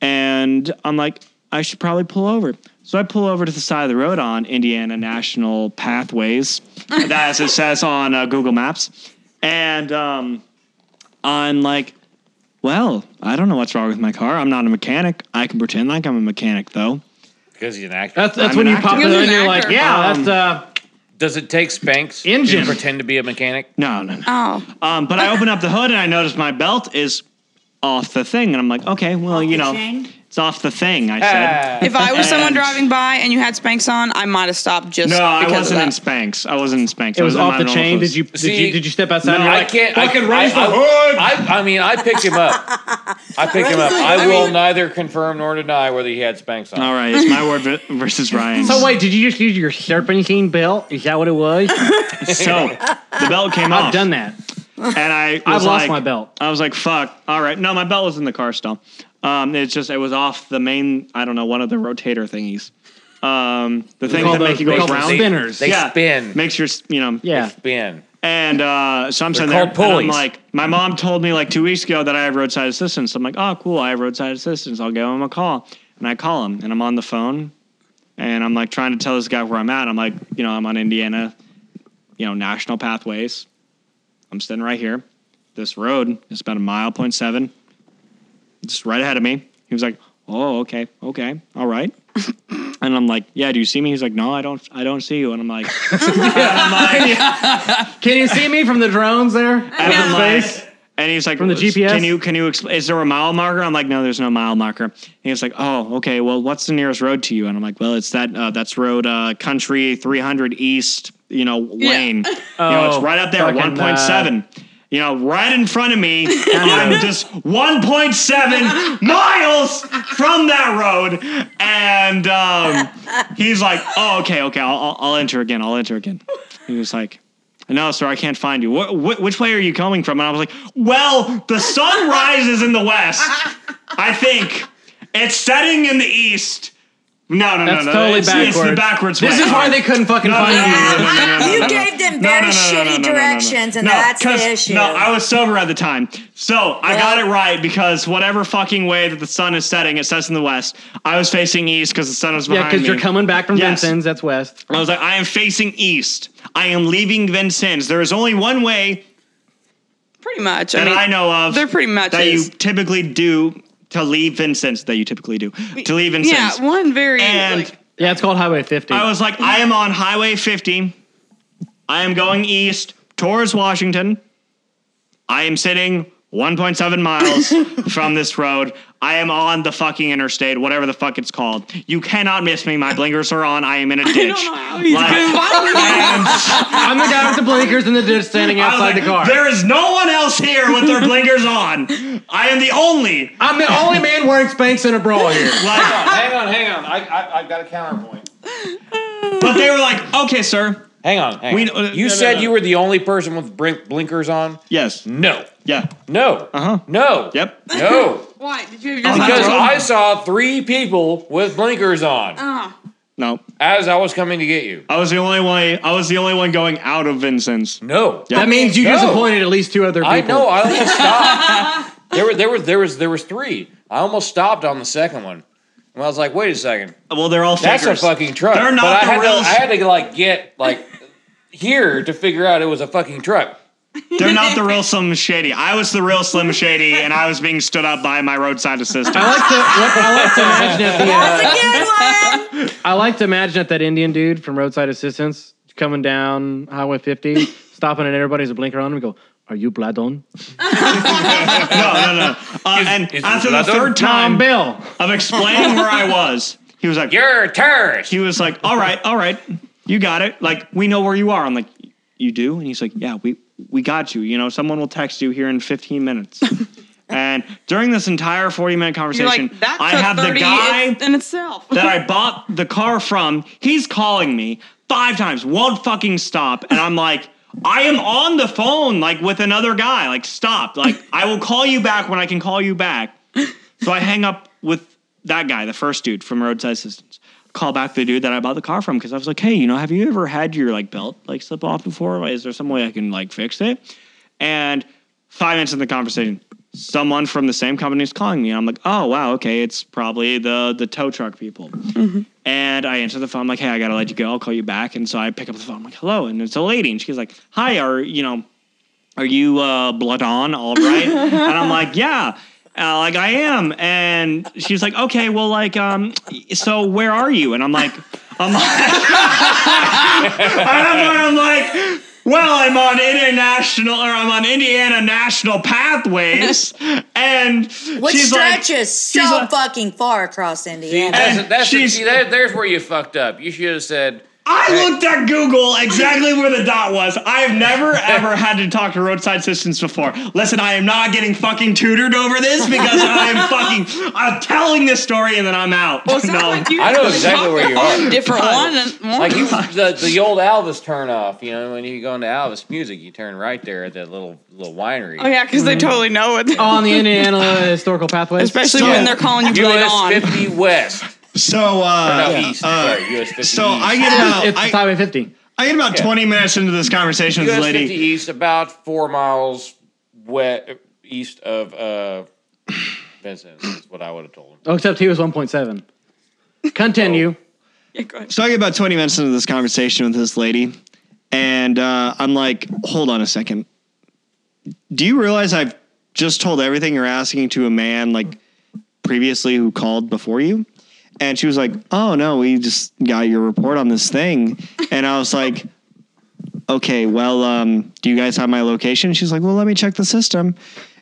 Speaker 4: And I'm like, I should probably pull over. So I pull over to the side of the road on Indiana National Pathways, as it says on uh, Google Maps. And um, I'm like, well, I don't know what's wrong with my car. I'm not a mechanic. I can pretend like I'm a mechanic though.
Speaker 6: Because he's an actor.
Speaker 2: that's that's
Speaker 4: I'm
Speaker 2: when
Speaker 4: an
Speaker 2: you pop
Speaker 4: actor.
Speaker 2: it in
Speaker 5: He was
Speaker 2: and
Speaker 5: an
Speaker 2: you're like,
Speaker 5: actor.
Speaker 2: yeah,
Speaker 4: Um,
Speaker 2: that's uh,
Speaker 6: Does it take Spanx
Speaker 2: Engine.
Speaker 6: to pretend to be a mechanic?
Speaker 4: No, no, no.
Speaker 5: Oh.
Speaker 4: Um, but I open up the hood and I notice my belt is off the thing, and I'm like, okay, well, you know,
Speaker 1: Shane?
Speaker 4: it's off the thing. I
Speaker 2: Ah.
Speaker 4: said.
Speaker 5: If I was someone
Speaker 4: And-
Speaker 5: driving by and you had Spanx on, I might have stopped just
Speaker 4: No, I
Speaker 5: because
Speaker 4: wasn't in
Speaker 5: of that.
Speaker 4: Spanx. I wasn't in Spanx.
Speaker 2: it
Speaker 4: I
Speaker 2: was
Speaker 4: in my
Speaker 2: off the
Speaker 4: normal
Speaker 2: chain. Did
Speaker 4: clothes.
Speaker 2: you did
Speaker 6: See,
Speaker 2: you did you step outside?
Speaker 4: no,
Speaker 2: and you're
Speaker 6: I
Speaker 2: like,
Speaker 6: can't.
Speaker 2: "Fucking
Speaker 6: I,
Speaker 2: raise
Speaker 6: I,
Speaker 2: the hood!"
Speaker 6: I, I, mean, I picked him up. I picked him up. I will neither confirm nor deny whether he had Spanx on.
Speaker 4: All right, it's my word v-
Speaker 2: [LAUGHS]
Speaker 4: versus Ryan's.
Speaker 2: So wait, did you just use your serpentine belt? Is that what it was?
Speaker 4: So, the belt came off.
Speaker 2: [LAUGHS] I've done that.
Speaker 4: and I.
Speaker 2: I've
Speaker 4: was
Speaker 2: lost
Speaker 4: like-
Speaker 2: my belt.
Speaker 4: I was like, fuck. All right, no, my belt was in the car still. Um, it's just it was off the main. I don't know one of the rotator thingies. Um, the thing
Speaker 2: call
Speaker 4: that
Speaker 2: those-
Speaker 4: make you
Speaker 2: we
Speaker 4: go
Speaker 2: call them
Speaker 4: round.
Speaker 2: spinners.
Speaker 6: They
Speaker 4: Yeah.
Speaker 6: spin.
Speaker 4: Makes your s- you know
Speaker 2: Yeah,
Speaker 6: Spin.
Speaker 4: And uh, so I'm sitting
Speaker 6: They're
Speaker 4: there,
Speaker 6: called
Speaker 4: and I'm
Speaker 6: pulleys.
Speaker 4: like, my mom told me like two weeks ago that I have roadside assistance. I'm like, oh, cool, I have roadside assistance. I'll give him a call. And I call him, and I'm on the phone, and I'm like trying to tell this guy where I'm at. I'm like, you know, I'm on Indiana, you know, National Pathways. I'm sitting right here. This road is about a mile point seven, just right ahead of me. He was like, oh, okay, okay, all right. [LAUGHS] And I'm like, yeah, do you see me? He's like, no, I don't, I don't see you. And I'm like,
Speaker 2: can you see me from the drones there? [LAUGHS]
Speaker 4: And I'm
Speaker 2: From
Speaker 4: like-
Speaker 2: space?
Speaker 4: and he's like,
Speaker 2: From the GPS?
Speaker 4: Can you can you explain? Is there a mile marker? I'm like, no, there's no mile marker. And he's like, oh, okay. Well, what's the nearest road to you? And I'm like, well, it's that uh, that's road uh, country 300 east. You know, lane. you know,
Speaker 2: Oh,
Speaker 4: it's right up there,
Speaker 2: fucking,
Speaker 4: 1.7. you know, right in front of
Speaker 2: [LAUGHS]
Speaker 4: me. I'm just 1.7 miles from that road, and um, he's like, oh, okay, okay, I'll, I'll, I'll enter again. I'll enter again. He was like. No, sir, I can't find you. Wh- wh- which way are you coming from? And I was like, well, the sun rises in the west. I think it's setting in the east. No, no,
Speaker 2: That's
Speaker 4: no, no.
Speaker 2: totally
Speaker 4: it's, it's the
Speaker 2: backwards.
Speaker 4: backwards way.
Speaker 2: This is why they couldn't fucking
Speaker 4: No, no,
Speaker 2: find
Speaker 4: no,
Speaker 2: me.
Speaker 4: no, no, no, no, no,
Speaker 1: You
Speaker 4: no, no.
Speaker 1: gave them
Speaker 4: No, no, no, no,
Speaker 1: very
Speaker 4: no,
Speaker 1: shitty
Speaker 4: no, no, no, no.
Speaker 1: directions, and
Speaker 4: No,
Speaker 1: that's
Speaker 4: 'cause-
Speaker 1: the issue.
Speaker 4: No, I was sober at the time. So I
Speaker 1: Well-
Speaker 4: got it right because whatever fucking way that the sun is setting, it sets in the west. I was facing east because the sun was
Speaker 2: Yeah,
Speaker 4: behind
Speaker 2: because you're
Speaker 4: me.
Speaker 2: coming back from
Speaker 4: Yes.
Speaker 2: Vincent's. That's west.
Speaker 4: I was like, I am facing east. I am leaving Vincennes. There is only one way
Speaker 5: Pretty much. I
Speaker 4: that
Speaker 5: mean,
Speaker 4: I know of.
Speaker 5: There pretty much
Speaker 4: that
Speaker 5: is.
Speaker 4: you typically do to leave Vincennes. That you typically do to leave
Speaker 5: yeah,
Speaker 4: Vincennes.
Speaker 5: one very
Speaker 4: and
Speaker 5: like,
Speaker 2: Yeah, it's called Highway 50.
Speaker 4: I was like, I am on Highway 50. I am going east towards Washington. I am sitting 1.7 miles from this road. I am on the fucking interstate, whatever the fuck it's called. You cannot miss me. My blinkers are on. I am in a ditch. Like-
Speaker 2: I'm the guy with the blinkers and the dude
Speaker 4: [LAUGHS]
Speaker 2: standing
Speaker 4: I was
Speaker 2: outside
Speaker 4: like,
Speaker 2: the car.
Speaker 4: There is no one else here with their blinkers on. I am the only.
Speaker 2: I'm the only man wearing Spanx and a bra here.
Speaker 4: Like,
Speaker 6: hang on, hang on. I, I, I've got a counterpoint.
Speaker 4: but they were like, okay, sir.
Speaker 6: Hang on, hang
Speaker 4: We-
Speaker 6: on.
Speaker 4: uh,
Speaker 6: you
Speaker 4: no, no,
Speaker 6: said
Speaker 4: no.
Speaker 6: you were the only person with blink- blinkers on.
Speaker 4: Yes.
Speaker 6: No,
Speaker 4: Yeah.
Speaker 6: no,
Speaker 4: Uh-huh.
Speaker 6: no,
Speaker 4: Yep. [LAUGHS]
Speaker 6: no.
Speaker 5: Why did you have
Speaker 4: Oh,
Speaker 5: your
Speaker 4: no.
Speaker 5: phone?
Speaker 6: Because
Speaker 4: wrong.
Speaker 6: I saw three people with blinkers on
Speaker 5: Ah,
Speaker 4: No.
Speaker 6: as I was coming to get you.
Speaker 4: I was the only one. I was the only one going out of Vincent's.
Speaker 6: No,
Speaker 2: That means you
Speaker 6: No.
Speaker 2: disappointed at least two other people.
Speaker 6: I know. I almost
Speaker 4: [LAUGHS]
Speaker 6: stopped. there were there was there was there was three. I almost stopped on the second one. And I was like, wait a second,
Speaker 4: Well, they're all
Speaker 6: that's
Speaker 4: fakers.
Speaker 6: a fucking truck.
Speaker 4: They're
Speaker 6: but I
Speaker 4: not
Speaker 6: had
Speaker 4: the real.
Speaker 6: to I had to like get like here to figure out it was a fucking truck.
Speaker 4: they're not the real Slim Shady. I was the real Slim Shady, and I was being stood up by my roadside
Speaker 5: [LAUGHS]
Speaker 4: assistant.
Speaker 2: I like to, I like to
Speaker 4: [LAUGHS]
Speaker 2: imagine at the uh,
Speaker 1: That's a good one.
Speaker 2: I like to imagine that that Indian dude from Roadside Assistance coming down Highway 50, stopping at everybody's a blinker on him and go, Are you Bladon?
Speaker 4: no, no, no. Uh,
Speaker 6: Is-
Speaker 4: and
Speaker 6: is
Speaker 4: after the
Speaker 6: Vlado-
Speaker 4: third time
Speaker 2: Tom Bill.
Speaker 4: of explaining where I was, he was like,
Speaker 6: You're a terrorist.
Speaker 4: he was like, all right, all right. you got it. Like, we know where you are. I'm like, you do? And he's like, yeah, we, we got you. You know, someone will text you here in 15
Speaker 5: [LAUGHS]
Speaker 4: minutes. and during this entire 40 minute
Speaker 5: You're
Speaker 4: conversation,
Speaker 5: like, that
Speaker 4: I
Speaker 5: took
Speaker 4: have the
Speaker 5: 30
Speaker 4: guy
Speaker 5: in- in itself.
Speaker 4: that I bought the car from, he's calling me five times, won't fucking stop. And I'm like, I am on the phone, like with another guy. Like, stop. Like, I will call you back when I can call you back. So I hang up with that guy, the first dude from roadside assistance. Call back the dude that I bought the car from because I was like, hey, you know, have you ever had your like belt like slip off before? Like, Is there some way I can like fix it? And five minutes in the conversation, someone from the same company is calling me. And I'm like, oh wow, okay, it's probably the the tow truck people. And I answer the phone, I'm like, hey, I gotta let you go. I'll call you back. And so I pick up the phone, I'm like, hello, and it's a lady, and she's like, hi, are you know, are you uh, blood on all right? and I'm like, yeah. Uh, like I am, and she's like, "Okay, well, like, um, so where are you?" And I'm like, "I'm like, [LAUGHS] I'm like, well, I'm on international, or I'm on Indiana National Pathways, and
Speaker 1: Which
Speaker 4: she's like,
Speaker 1: stretches so
Speaker 4: like-
Speaker 1: fucking far across
Speaker 6: See,
Speaker 1: Indiana.
Speaker 6: that's, that's
Speaker 4: she's-
Speaker 6: see, that, there's where you fucked up. You should have said,
Speaker 4: I looked at Google exactly where the dot was. I have never ever had to talk to roadside assistants before. Listen, I am not getting fucking tutored over this because
Speaker 7: [LAUGHS]
Speaker 4: I'm fucking I'm telling this story and then I'm out.
Speaker 5: [LAUGHS]
Speaker 7: Oh,
Speaker 5: Well, it sounds like you
Speaker 6: I know
Speaker 5: talked
Speaker 6: exactly where you
Speaker 5: about
Speaker 6: are.
Speaker 5: a Different one. and-
Speaker 7: Oh
Speaker 5: one.
Speaker 6: like you, the, the old Alvis turn off. You know, when you go into Alvis Music, you turn right there at that little little winery.
Speaker 5: oh yeah, because they
Speaker 6: mm-hmm.
Speaker 5: totally know
Speaker 4: Oh,
Speaker 5: it.
Speaker 2: on the
Speaker 4: [LAUGHS]
Speaker 2: Indiana historical pathways.
Speaker 5: Especially
Speaker 7: So-
Speaker 5: when they're calling you blood
Speaker 6: US
Speaker 5: on.
Speaker 6: 50 West,
Speaker 7: So,
Speaker 6: no
Speaker 7: uh,
Speaker 6: East.
Speaker 7: uh,
Speaker 6: sorry, US 50
Speaker 7: so
Speaker 6: East.
Speaker 7: I get
Speaker 2: it's
Speaker 7: about I,
Speaker 2: Highway 50.
Speaker 7: I get about
Speaker 6: Yeah.
Speaker 7: twenty minutes into this conversation with
Speaker 6: US
Speaker 7: this lady.
Speaker 6: 50 East, about four miles west east of uh, Vincent. Is what I would have told him.
Speaker 2: Oh, except he was 1.7. Continue.
Speaker 5: Yeah, go ahead.
Speaker 7: So I get about 20 minutes into this conversation with this lady, and uh, I'm like, hold on a second. Do you realize I've just told everything you're asking to a man like previously who called before you? And she was like, oh no, we just got your report on this thing. And I was like, okay, well, um, do you guys have my location? She's like, well, let me check the system.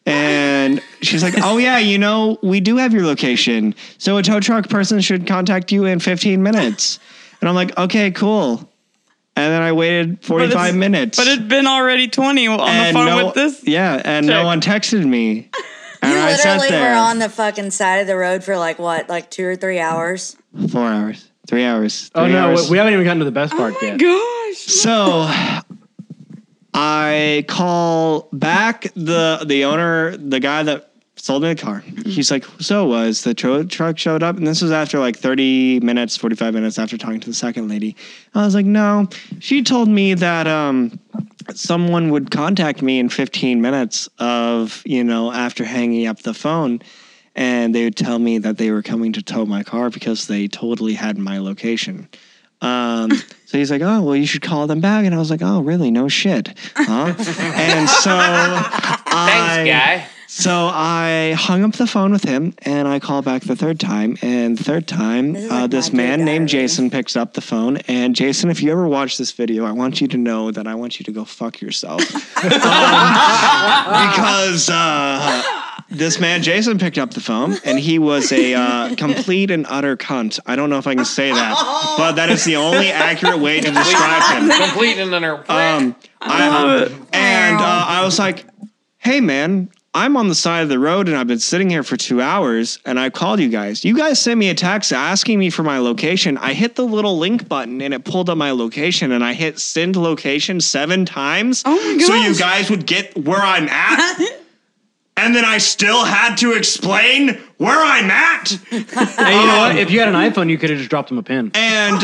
Speaker 7: And she's like, oh yeah, you know, we do have your location. So a tow truck person should contact you in 15 minutes. And I'm like, okay, cool. And then I waited 45 minutes.
Speaker 5: But it'd been already 20 on
Speaker 7: and
Speaker 5: the phone
Speaker 7: no-
Speaker 5: with this.
Speaker 7: Yeah, and no
Speaker 5: Check.
Speaker 7: one texted me. And
Speaker 1: you
Speaker 7: I sat
Speaker 1: literally
Speaker 7: there
Speaker 1: were on the fucking side of the road for like what, like two or three hours?
Speaker 7: four hours, three hours.
Speaker 2: Oh
Speaker 7: three
Speaker 2: no,
Speaker 7: hours.
Speaker 2: we- we haven't even gotten to the best
Speaker 5: Oh
Speaker 2: part
Speaker 5: my
Speaker 2: yet.
Speaker 5: gosh.
Speaker 7: So I call back the the owner, the guy that sold me the car. He's like, "So was the tro- truck showed up?" And this was after like 30 minutes, 45 minutes after talking to the second lady. I was like, "No, she told me that um someone would contact me in 15 minutes of, you know, after hanging up the phone." And they would tell me that they were coming to tow my car because they totally had my location. Um, [LAUGHS] so he's like, "Oh, well, you should call them back." And I was like, "Oh, really? No shit."
Speaker 1: [LAUGHS]
Speaker 7: Huh? and so I,
Speaker 6: Thanks, guy.
Speaker 7: so I hung up the phone with him, and I call back the third time. And the third time,
Speaker 1: This is
Speaker 7: uh,
Speaker 1: like
Speaker 7: this
Speaker 1: my
Speaker 7: man
Speaker 1: dude
Speaker 7: named
Speaker 1: diary.
Speaker 7: Jason picks up the phone. And Jason, if you ever watch this video, I want you to know that I want you to go
Speaker 1: [LAUGHS]
Speaker 7: fuck yourself, Um, because. Uh, this man Jason picked up the phone, and he was a uh, complete and utter cunt. I don't know if I can say that, but that is the only accurate way to describe him.
Speaker 6: Complete and utter.
Speaker 7: Um, I And uh, I was like, hey, man, I'm on the side of the road and I've been sitting here for two hours and I called you guys. You guys sent me a text asking me for my location. I hit the little link button and it pulled up my location and I hit send location seven times.
Speaker 5: Oh my
Speaker 7: So you
Speaker 5: gosh.
Speaker 7: guys would get where
Speaker 5: [LAUGHS]
Speaker 7: I'm at. and then I still had to explain where I'm at.
Speaker 2: Hey, you know what? If you had an iPhone, you could have just dropped him a pin.
Speaker 7: And
Speaker 5: [LAUGHS]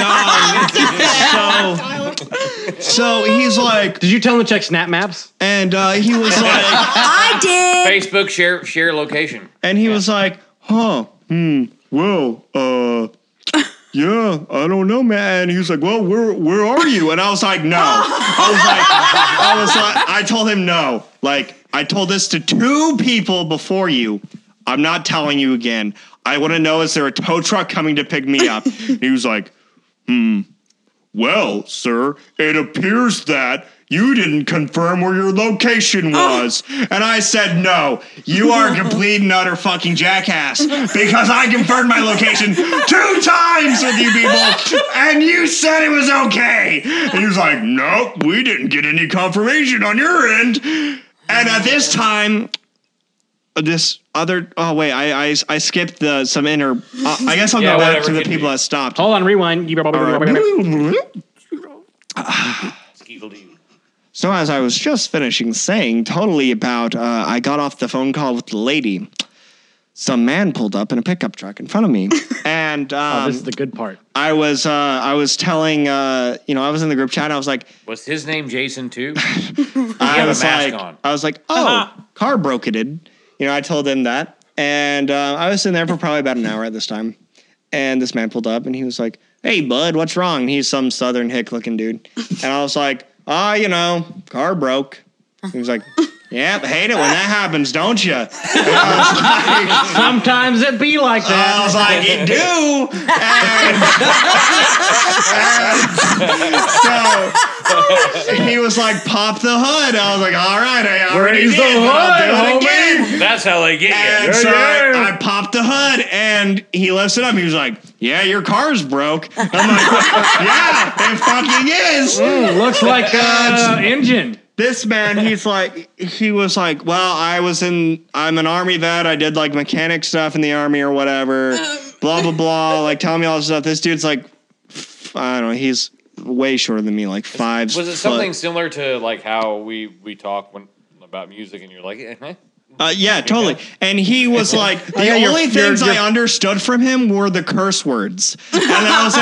Speaker 7: um, so, so he's like,
Speaker 2: Did you tell him to check Snap Maps?
Speaker 7: and uh, he was like,
Speaker 1: I did.
Speaker 6: Facebook share share location.
Speaker 7: And he was like, huh, hmm, well, uh, yeah, I don't know, man. And he was like, well, where where are you? And I was like, no. I was like, I was like, I told him no. Like, I told this to two people before you. I'm not telling you again. I want to know is there a tow truck coming to pick me up? he was like, hmm, well, sir, it appears that
Speaker 4: You didn't confirm where your location was. And I said, No, you are a complete and utter fucking jackass because I confirmed my location two times with you people and you said it was okay. And he was like, Nope, we didn't get any confirmation on your end. And at this time, this other oh wait I I, I skipped the some inner uh, I guess I'll
Speaker 6: Yeah,
Speaker 4: go back
Speaker 6: whatever,
Speaker 4: to the
Speaker 6: kid.
Speaker 4: people
Speaker 7: uh,
Speaker 4: that stopped.
Speaker 2: Hold on, rewind. You-
Speaker 4: So as I was just finishing saying, totally about, uh, I got off the phone call with the lady. Some man pulled up in a pickup truck in front of
Speaker 2: [LAUGHS]
Speaker 4: me, and um,
Speaker 2: Oh, this is the good part.
Speaker 4: I was uh, I was telling uh, you know I was in the group chat. I was like
Speaker 6: Was his name Jason too?
Speaker 4: I
Speaker 6: had a
Speaker 4: was
Speaker 6: mask
Speaker 4: like
Speaker 6: on.
Speaker 4: I was like oh
Speaker 5: Uh-huh.
Speaker 4: car broke it. You know I told them that, and uh, I was in there for probably about an hour at this time, and this man pulled up and he was like hey bud what's wrong? And he's some southern hick looking dude, and I was like ah you know car broke. He was like. Yep, hate it when that happens, don't you?
Speaker 2: Sometimes it be
Speaker 4: I
Speaker 2: like
Speaker 6: Uh,
Speaker 2: that.
Speaker 4: was like, you do. And, and so he was like, pop the hood. I was like, all right, I already
Speaker 2: Raise the
Speaker 4: did, but
Speaker 5: Oh,
Speaker 4: I'll
Speaker 2: hood,
Speaker 4: do it again.
Speaker 6: That's how they get you.
Speaker 4: And so
Speaker 2: yeah.
Speaker 4: I, I popped the hood and he lifts it up. He was like, yeah, your car's broke. I'm like, [LAUGHS] yeah, it fucking is
Speaker 2: Ooh, Mm, looks like
Speaker 6: [LAUGHS]
Speaker 2: uh, engine.
Speaker 4: this man he's like he was like well i was in i'm an army vet i did like mechanic stuff in the army or whatever
Speaker 2: Um.
Speaker 4: blah blah
Speaker 2: [LAUGHS]
Speaker 4: blah like tell me all this stuff this dude's like f- i don't know he's way shorter than me like five
Speaker 6: Was it
Speaker 4: foot.
Speaker 6: something similar to like how we we talk when about music and you're like, eh, eh.
Speaker 4: uh, yeah totally and he
Speaker 2: [LAUGHS]
Speaker 4: was like the
Speaker 2: Oh, yeah, you're-
Speaker 4: only
Speaker 2: you're-
Speaker 4: things
Speaker 2: you're-
Speaker 4: i understood from him were the curse words and i was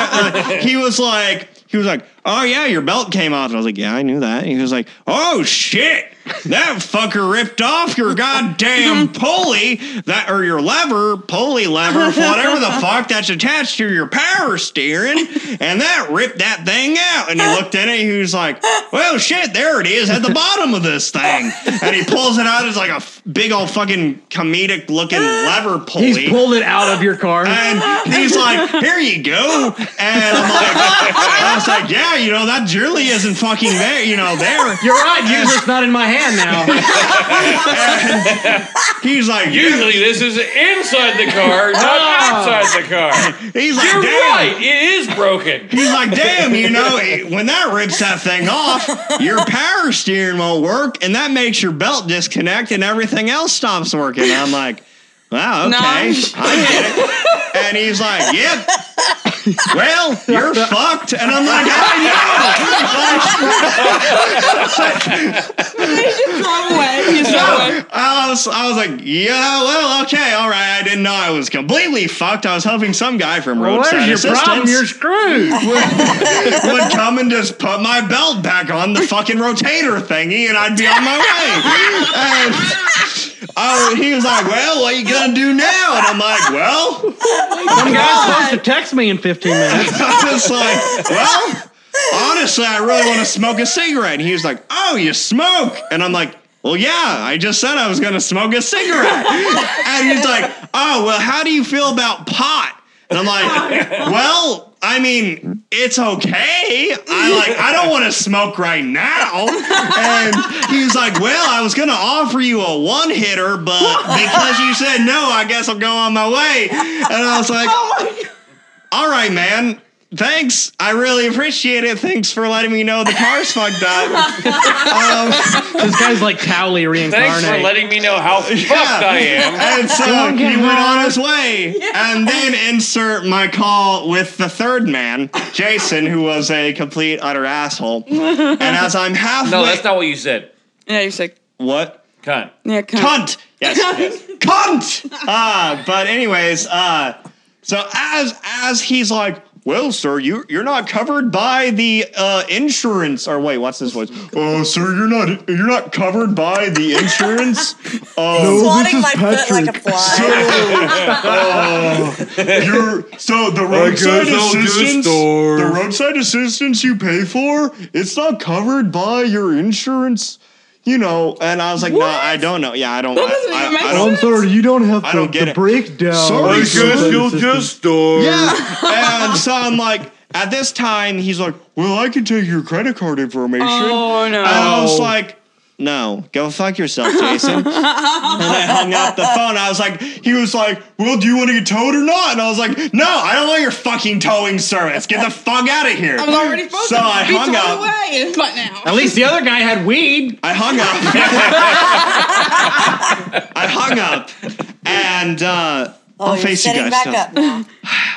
Speaker 2: [LAUGHS]
Speaker 4: like, uh, he was like he was like, "Oh yeah, your belt came off." And I was like, "Yeah, I knew that." And he was like, "Oh shit, that fucker ripped off your goddamn pulley that or your lever, pulley lever, whatever the fuck that's attached to your power steering, and that ripped that thing out." And he looked in it. And he was like, "Well shit, there it is at the bottom of this thing." And he pulls it out. It's like a f- big old fucking comedic looking lever pulley.
Speaker 2: He's pulled it out of your car.
Speaker 4: And he's like, "Here you go." And I'm like, I was like, "Yeah, you know that really isn't fucking there, you know there."
Speaker 2: You're right, Jesus, not in my hand
Speaker 6: [LAUGHS]
Speaker 2: now.
Speaker 4: He's like,
Speaker 6: Usually this is inside the
Speaker 4: [LAUGHS]
Speaker 6: car, not outside the car.
Speaker 4: he's like,
Speaker 6: You're
Speaker 4: "Damn."
Speaker 6: right, it is broken.
Speaker 4: He's like, "Damn, you know it- when that rips that thing off, your power steering won't work, and that makes your belt disconnect, and everything else stops working." And I'm like, "Wow, okay,
Speaker 5: No.
Speaker 4: I get it." And he's like, "Yep." Well, you're fucked, and I'm like, I know. Like,
Speaker 5: He's just thrown away. He's thrown away.
Speaker 4: I was, I was like, yeah, well, okay, all right. I didn't know I was completely fucked. I was hoping some guy from
Speaker 2: Where's
Speaker 4: roadside
Speaker 2: your problem? You're
Speaker 4: assistance
Speaker 6: [LAUGHS]
Speaker 2: screwed.
Speaker 6: Oh
Speaker 4: [LAUGHS] would come and just put my belt back on the fucking rotator thingy, and I'd be on my way. And I, he was like, well, what are you gonna do now? And I'm like, well,
Speaker 2: Some guy's supposed to text me in 15 minutes.
Speaker 4: I was like, well, honestly, I really want to smoke a cigarette. And he was like, oh, you smoke? And I'm like, well, yeah, I just said I was going to smoke a cigarette. and he's like, oh, well, how do you feel about pot? And I'm like, well, I mean, it's okay. I like, I don't want to smoke right now. And he's like, well, I was going to offer you a one hitter, but because you said no, I guess I'll go on my way. And I was like, all right, man. Thanks. I really appreciate it. Thanks for letting me know the car's fucked up. Um,
Speaker 2: This guy's like Cowley
Speaker 6: Thanks for
Speaker 2: reincarnate.
Speaker 6: letting me know how fucked I am.
Speaker 4: And so he went on his way. And then insert my call with the third man, Jason, who was a complete utter asshole. And as I'm halfway,
Speaker 6: No, that's not what you said.
Speaker 5: Yeah, you're sick.
Speaker 4: what
Speaker 6: Cunt.
Speaker 5: Yeah, come on.
Speaker 4: cunt. [LAUGHS] Yes, yes. cunt. Uh, but anyways, uh, so as as he's like, well, sir, you you're not covered by the uh, insurance. Or wait, what's this voice? Oh, sir, you're not you're not covered by the [LAUGHS] insurance. Oh,
Speaker 1: Swatting my foot like a fly.
Speaker 4: you're so the roadside assistance. The roadside assistance you pay for, it's not covered by your insurance. You know, and I was like, no, I don't know. Yeah, I don't. I,
Speaker 5: doesn't
Speaker 4: I-
Speaker 5: even make
Speaker 4: I don't
Speaker 5: sense.
Speaker 2: sorry, you don't have
Speaker 4: I don't get it.
Speaker 2: breakdown.
Speaker 4: Sorry,
Speaker 2: of
Speaker 4: guys,
Speaker 2: the
Speaker 4: you'll
Speaker 2: system.
Speaker 4: Yeah. and so I'm like, At this time, he's like, "Well, I can take your credit card information."
Speaker 5: Oh, no.
Speaker 4: And I was like, "No, go fuck yourself,
Speaker 5: [LAUGHS]
Speaker 4: Jason." and I hung up the phone. I was like, "He was like, well, do you want to get towed or not?" And I was like, "No, I don't want your fucking towing service. Get the fuck out of here."
Speaker 5: I was already supposed
Speaker 4: So
Speaker 5: to
Speaker 4: I
Speaker 5: be
Speaker 4: hung
Speaker 5: torn
Speaker 4: up.
Speaker 5: away. It's not now.
Speaker 4: [LAUGHS]
Speaker 2: At least the other guy had weed.
Speaker 4: I hung up. [LAUGHS] I hung up, and uh,
Speaker 1: Oh,
Speaker 4: I'll
Speaker 1: you're
Speaker 4: face you guys.
Speaker 1: sitting back
Speaker 4: still.
Speaker 1: up now.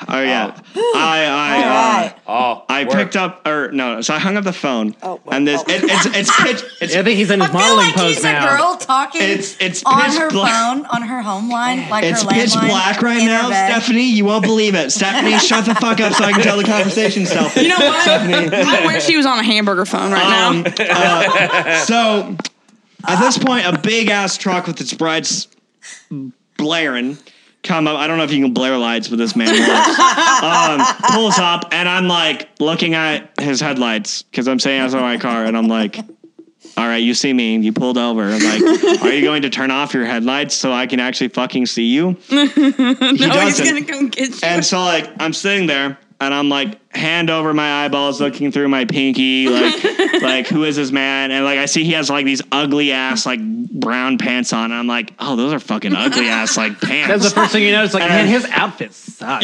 Speaker 4: Oh yeah, I I
Speaker 1: All
Speaker 4: uh,
Speaker 1: right.
Speaker 6: Oh,
Speaker 4: I
Speaker 6: work.
Speaker 4: picked up or no, so I hung up the phone.
Speaker 1: Oh, well,
Speaker 4: and this
Speaker 1: oh.
Speaker 4: it, it's it's pitch it's
Speaker 2: I think he's in his
Speaker 1: I feel
Speaker 2: modeling
Speaker 1: like
Speaker 2: pose
Speaker 1: he's
Speaker 2: now.
Speaker 1: a girl talking
Speaker 4: It's- it's
Speaker 1: on
Speaker 4: pitch
Speaker 1: her
Speaker 4: black.
Speaker 1: phone, on her home line, like
Speaker 4: it's
Speaker 1: her
Speaker 4: pitch
Speaker 1: landline
Speaker 4: black right
Speaker 1: in
Speaker 4: now,
Speaker 1: her bed.
Speaker 4: Stephanie. You won't believe it. Stephanie, shut the fuck up so I can tell the conversation stuff.
Speaker 5: You
Speaker 4: [LAUGHS]
Speaker 5: know what? I wish she was on a hamburger phone right
Speaker 4: Um,
Speaker 5: now.
Speaker 4: uh, so at this point, a big ass truck with its brides blaring come up. I don't know if you can blare lights, but this man was. um, pulls up, and I'm like looking at his headlights because I'm saying I saw my car, and I'm like. All right, you see me. You pulled over. I'm like, are you going to turn off your headlights so I can actually fucking see
Speaker 5: [LAUGHS]
Speaker 4: you? no,
Speaker 5: No, he's gonna come get you.
Speaker 4: and so like I'm sitting there and I'm like hand over my eyeballs looking through my pinky
Speaker 6: [LAUGHS]
Speaker 4: like like who is this man and like I see he has like these ugly ass like brown pants on and I'm like oh those are fucking ugly ass
Speaker 6: [LAUGHS]
Speaker 4: like
Speaker 2: That's the
Speaker 4: pants.
Speaker 2: first thing you notice. Like,
Speaker 4: And-
Speaker 2: man, his outfit sucks.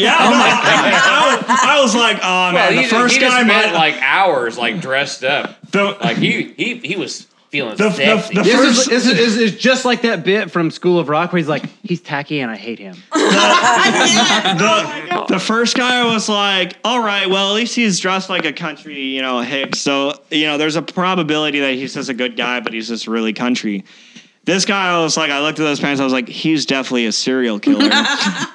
Speaker 4: [LAUGHS] Yeah, no, I, I, I was like, oh man,
Speaker 6: Well,
Speaker 4: the
Speaker 6: he,
Speaker 4: first
Speaker 6: just, he
Speaker 4: guy
Speaker 6: just spent
Speaker 4: met
Speaker 6: like hours like dressed up.
Speaker 4: the,
Speaker 6: Like he he he was feeling
Speaker 4: The- the-
Speaker 6: sexy.
Speaker 4: the-
Speaker 2: This is,
Speaker 4: First-
Speaker 2: this, is, this is just like that bit from School of Rock where he's like, he's tacky and I hate him.
Speaker 4: the, the first guy was like, all right, well, at least he's dressed like a country, you know, hick. So, you know, there's a probability that he's just a good guy, but he's just really country. This guy was like, I looked at those pants, I was like, he's definitely a serial killer.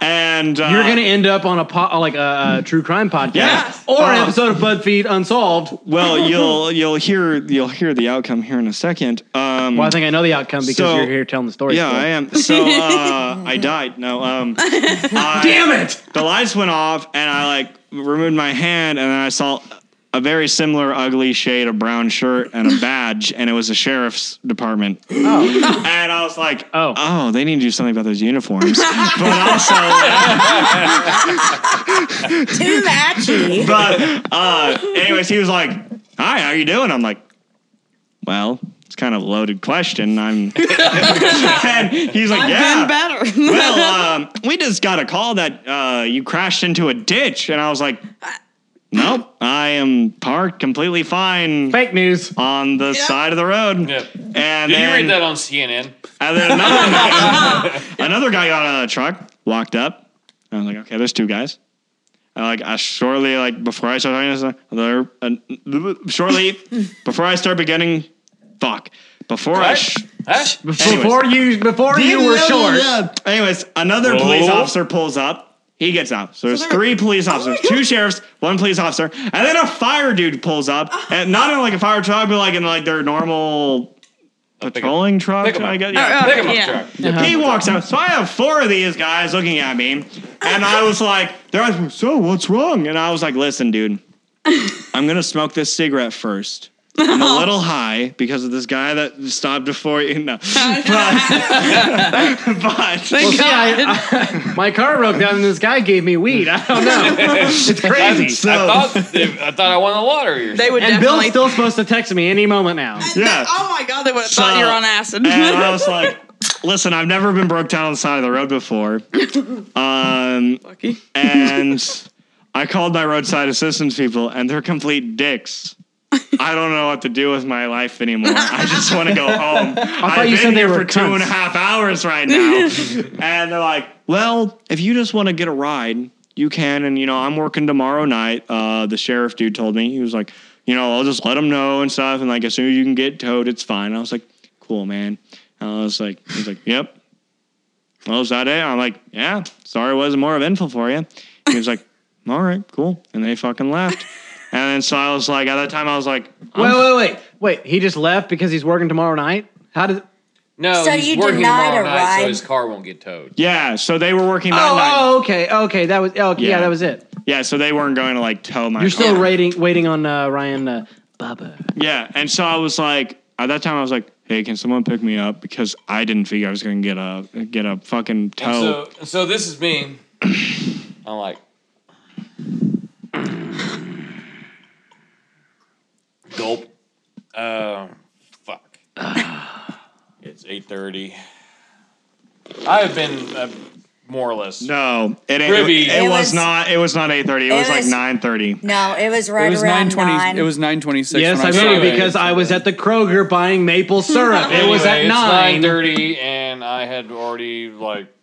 Speaker 4: and uh,
Speaker 2: You're gonna end up on a po- like a, a true crime podcast
Speaker 4: Yeah.
Speaker 2: or an
Speaker 4: Uh.
Speaker 2: episode of BuzzFeed Unsolved.
Speaker 4: well, you'll you'll hear you'll hear the outcome here in a second. Um,
Speaker 2: Well, I think I know the outcome because
Speaker 4: So-
Speaker 2: you're here telling the story.
Speaker 4: yeah,
Speaker 2: still.
Speaker 4: I am. So uh, I died. No, um, I-
Speaker 2: Damn it!
Speaker 4: the lights went off and I like removed my hand and then I saw a very similar ugly shade of brown shirt and a badge and it was the sheriff's department. Oh. and I was like,
Speaker 2: Oh.
Speaker 4: oh, they need to do something about those uniforms. but also
Speaker 1: Too
Speaker 4: [LAUGHS]
Speaker 1: matchy.
Speaker 4: but uh anyways, he was like, "Hi, how you doing?" I'm like, "Well, it's kind of a loaded question. I'm [LAUGHS] and he's like, "Yeah."
Speaker 5: Been [LAUGHS] better.
Speaker 4: well, um, we just got a call that uh, you crashed into a ditch, and I was like, nope, I am parked completely fine
Speaker 2: Fake news.
Speaker 4: on the side of the road.
Speaker 6: Yep.
Speaker 4: And
Speaker 6: Did you
Speaker 4: then,
Speaker 6: read that on CNN?
Speaker 4: and
Speaker 6: [LAUGHS]
Speaker 4: then another, guy, another guy got out of the truck, walked up, and I was like, okay, there's two guys. And like I shortly, like before I start talking, I was like, there, uh, shortly before I start beginning, fuck, before I.
Speaker 6: What?
Speaker 4: Sh-
Speaker 6: Huh?
Speaker 4: Anyways.
Speaker 2: Before you, before you were short.
Speaker 4: Anyways, another police
Speaker 6: Whoa.
Speaker 4: officer pulls up. He gets out. So Oh there's three police officers, two sheriffs, one police officer, and then a fire dude pulls up, and not in like a fire truck, but like in like their normal patrolling truck.
Speaker 6: pick 'em
Speaker 4: I
Speaker 6: up. Uh-huh.
Speaker 4: guess.
Speaker 5: Oh,
Speaker 4: Yeah.
Speaker 5: oh.
Speaker 6: Pick him up,
Speaker 5: Yeah.
Speaker 6: truck.
Speaker 4: He walks out. So I have four of these guys looking at me, and I was like, "They're like, so what's wrong?" And I was like, "Listen, [LAUGHS] dude, I'm gonna smoke this cigarette first. I'm [LAUGHS] a little high because of this guy that stopped before you. [LAUGHS] No, but, [LAUGHS] but
Speaker 2: Well, see, I- my car broke down and this guy gave me weed. I don't [LAUGHS] know. it's crazy.
Speaker 6: I
Speaker 4: So-
Speaker 6: thought I thought I won the lottery. Or
Speaker 5: They
Speaker 4: [LAUGHS]
Speaker 5: would
Speaker 2: And Bill's
Speaker 5: definitely.
Speaker 2: still supposed to text me any moment now.
Speaker 4: Yeah.
Speaker 5: Oh my god, they would have thought you were on acid. [LAUGHS]
Speaker 4: and I was like, listen, I've never been broke down on the side of the road before. Um,
Speaker 5: Lucky.
Speaker 2: [LAUGHS]
Speaker 4: and I called my roadside assistance people, and they're complete dicks. I don't know what to do with my life anymore. I just want to
Speaker 2: [LAUGHS]
Speaker 4: go home. I
Speaker 2: you
Speaker 4: have been
Speaker 2: said they
Speaker 4: here
Speaker 2: were
Speaker 4: for two
Speaker 2: cunts.
Speaker 4: and a half hours
Speaker 2: [LAUGHS]
Speaker 4: right now. and they're like, well, if you just want to get a ride, you can. And, you know, I'm working tomorrow night. Uh, the sheriff dude told me, he was like, you know, I'll just let them know and stuff. And like, as soon as you can get towed, it's fine. I was like, cool, man. And I was like, he's like, yep. Well, is that it? I'm like, yeah, sorry, it wasn't more of info for you. He was like, [LAUGHS] all right, cool. And they fucking left. And then so I was like, at that time, I was like,
Speaker 2: Wait, wait, wait, wait. He just left because he's working tomorrow night. How did?
Speaker 6: no,
Speaker 1: So
Speaker 6: he's
Speaker 1: you
Speaker 6: working
Speaker 1: denied
Speaker 6: tomorrow
Speaker 1: a
Speaker 6: night, so
Speaker 1: ride?
Speaker 6: his car won't get towed.
Speaker 4: yeah, so they were working that night.
Speaker 2: Oh, oh, okay, okay. That was oh, okay, yeah.
Speaker 4: Yeah.
Speaker 2: that was it.
Speaker 4: Yeah, so they weren't going to like tow my
Speaker 2: You're
Speaker 4: car.
Speaker 2: still waiting, waiting on uh, Ryan uh, Bubba.
Speaker 4: Yeah, and so I was like, at that time, I was like, hey, can someone pick me up? Because I didn't figure I was going to get a get a fucking tow.
Speaker 6: And [CLEARS THROAT] So so this is me. I'm like, Gulp. Uh, fuck. [SIGHS] it's eight thirty. I have been uh, more or less.
Speaker 4: No, it ain't- it,
Speaker 6: Privy.
Speaker 4: it,
Speaker 6: It
Speaker 4: was,
Speaker 1: was-
Speaker 4: not. It was not eight thirty. It,
Speaker 1: it
Speaker 4: was like
Speaker 1: was-
Speaker 4: nine thirty.
Speaker 1: No, it was right
Speaker 3: It was
Speaker 1: around
Speaker 3: nine twenty.
Speaker 1: nine.
Speaker 3: It was nine twenty six.
Speaker 2: Yes, I
Speaker 3: when I,
Speaker 2: know
Speaker 3: saw it.
Speaker 1: [LAUGHS]
Speaker 6: Anyway,
Speaker 2: because I was at the Kroger buying maple syrup. it was
Speaker 6: Anyway,
Speaker 2: at
Speaker 6: it's
Speaker 2: nine.
Speaker 6: thirty, and I had already like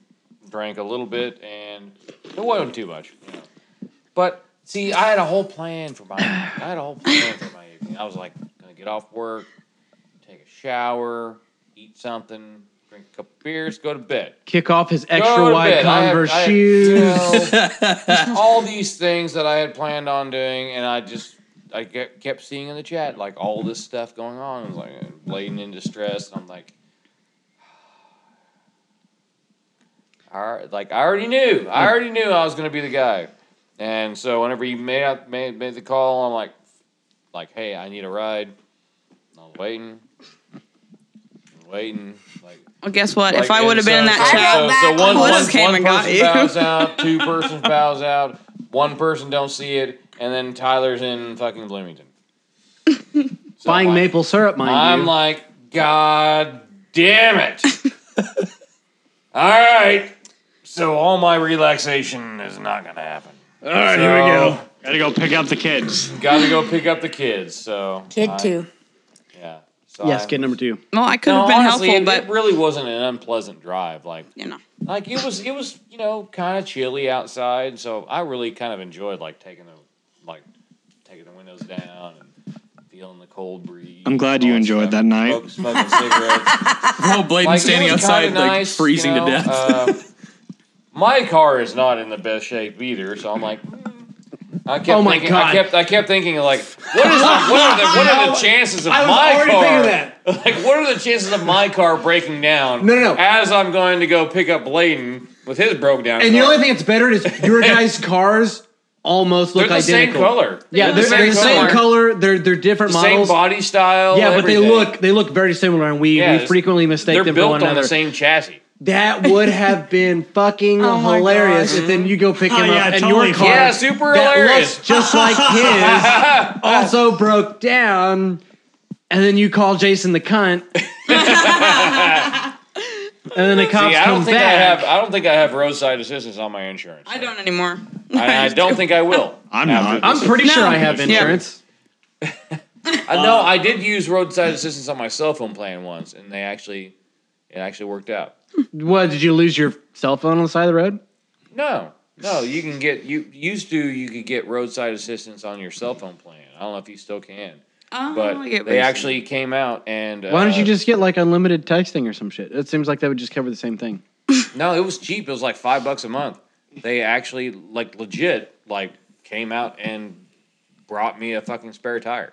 Speaker 6: drank a little bit, and it wasn't too much. you know. But see, I had a whole plan for my. I had a whole plan for my evening. I was like, gonna get off work, take a shower, eat something, drink a couple beers, go to bed.
Speaker 2: Kick off his
Speaker 6: Go
Speaker 2: extra
Speaker 6: to
Speaker 2: wide
Speaker 6: bed. I had-
Speaker 2: Converse
Speaker 6: I had-
Speaker 2: shoes.
Speaker 6: you
Speaker 2: [LAUGHS]
Speaker 6: know, all these things that I had planned on doing, and I just I kept kept seeing in the chat like all this stuff going on, and like blatant in distress, and I'm like, [SIGHS] all right, like I already knew, I already knew I was gonna be the guy, and so whenever he made out- made made the call, I'm like, like hey, I need a ride. And I was waiting, waiting, like
Speaker 5: Well, guess what? if
Speaker 6: like,
Speaker 5: I
Speaker 6: and
Speaker 5: would have been in
Speaker 6: so-
Speaker 5: that
Speaker 1: so-
Speaker 5: chat,
Speaker 1: so-
Speaker 6: so, so one,
Speaker 1: I
Speaker 6: one,
Speaker 1: would've
Speaker 6: one
Speaker 5: came and got
Speaker 6: person
Speaker 5: you. [LAUGHS]
Speaker 6: bows out, two persons bows out, one person don't see it, and then Tyler's in fucking Bloomington. So
Speaker 2: buying
Speaker 6: I'm like,
Speaker 2: maple syrup, mind
Speaker 6: I'm
Speaker 2: you.
Speaker 6: like, God damn
Speaker 5: [LAUGHS]
Speaker 6: it! all right, so all my relaxation is not gonna happen.
Speaker 4: All right,
Speaker 6: here we go.
Speaker 4: Gotta go pick up the kids.
Speaker 6: Got to go pick up the kids. So
Speaker 1: Kid
Speaker 6: I-
Speaker 1: two.
Speaker 6: Yeah. So
Speaker 2: yes,
Speaker 6: I-
Speaker 2: kid number two.
Speaker 5: well, I could
Speaker 6: No,
Speaker 5: have been
Speaker 6: honestly,
Speaker 5: helpful,
Speaker 6: it-
Speaker 5: but
Speaker 6: it really wasn't an unpleasant drive. Like
Speaker 5: you know,
Speaker 6: like it was it was you know kind of chilly outside so i really kind of enjoyed like taking the like taking the windows down and feeling the cold breeze
Speaker 4: I'm glad
Speaker 6: and
Speaker 4: you
Speaker 6: all
Speaker 4: enjoyed
Speaker 6: stuff.
Speaker 4: that night.
Speaker 6: Smoke-
Speaker 3: [LAUGHS]
Speaker 6: smoking cigarettes
Speaker 3: Bro, Bladen
Speaker 6: like,
Speaker 3: standing
Speaker 6: it was
Speaker 3: outside,
Speaker 6: kinda
Speaker 3: like
Speaker 6: nice,
Speaker 3: freezing
Speaker 6: you know,
Speaker 3: to death.
Speaker 6: um, my car is not in the best shape either so i'm like mm. I kept
Speaker 2: Oh my
Speaker 6: thinking, I
Speaker 2: God.
Speaker 6: kept I kept thinking like what is the, what are the what
Speaker 4: [LAUGHS]
Speaker 6: are the chances of my car like, what are the chances of my car breaking down?
Speaker 2: No, no, no.
Speaker 6: As I'm going to go pick up Bladen with his broke down.
Speaker 2: And the
Speaker 6: car.
Speaker 2: only thing that's better is
Speaker 6: [LAUGHS]
Speaker 2: your guys' cars almost
Speaker 6: they're
Speaker 2: look
Speaker 6: the
Speaker 2: identical.
Speaker 6: same color.
Speaker 2: Yeah, they're, they're the same color. They're they're different
Speaker 6: Same
Speaker 2: models.
Speaker 6: body style.
Speaker 2: yeah, but they
Speaker 6: everything.
Speaker 2: look they look very similar, and we,
Speaker 6: Yeah,
Speaker 2: we
Speaker 6: it's-
Speaker 2: frequently mistake
Speaker 6: They're
Speaker 2: them for
Speaker 6: built
Speaker 2: one
Speaker 6: on
Speaker 2: another.
Speaker 6: the same chassis.
Speaker 2: That would have
Speaker 5: [LAUGHS]
Speaker 2: been fucking
Speaker 5: Oh my
Speaker 2: hilarious
Speaker 5: God.
Speaker 2: if then you go pick him
Speaker 4: Oh, yeah,
Speaker 2: up and
Speaker 4: totally.
Speaker 2: your car
Speaker 6: Yeah, super
Speaker 2: that
Speaker 6: hilarious.
Speaker 2: looks [LAUGHS] just like his
Speaker 6: [LAUGHS]
Speaker 2: also broke down, and then you call Jason the
Speaker 6: [LAUGHS]
Speaker 2: cunt, and then the cops
Speaker 6: See, I
Speaker 2: come
Speaker 6: don't think I
Speaker 2: back.
Speaker 6: have. I don't think I have roadside assistance on my insurance.
Speaker 5: I don't anymore. Oh,
Speaker 6: And I don't think I will.
Speaker 4: I'm
Speaker 6: After
Speaker 4: not.
Speaker 2: I'm pretty
Speaker 5: No.
Speaker 2: sure I have
Speaker 6: Yeah.
Speaker 2: insurance.
Speaker 6: I know
Speaker 2: Uh,
Speaker 6: I did use roadside assistance on my cell phone plan once, and they actually, it actually worked out.
Speaker 2: What did you lose your cell phone on the side of the road?
Speaker 6: No, no. You can get you used to. You could get roadside assistance on your cell phone plan. I don't know if you still can,
Speaker 5: Oh,
Speaker 6: but
Speaker 5: I get what
Speaker 6: they
Speaker 5: you're
Speaker 6: actually came out and. Uh,
Speaker 2: Why don't you just get like unlimited texting or some shit? It seems like that would just cover the same thing.
Speaker 6: No, it was cheap. It was like five bucks a month. They actually like legit like came out and brought me a fucking spare tire.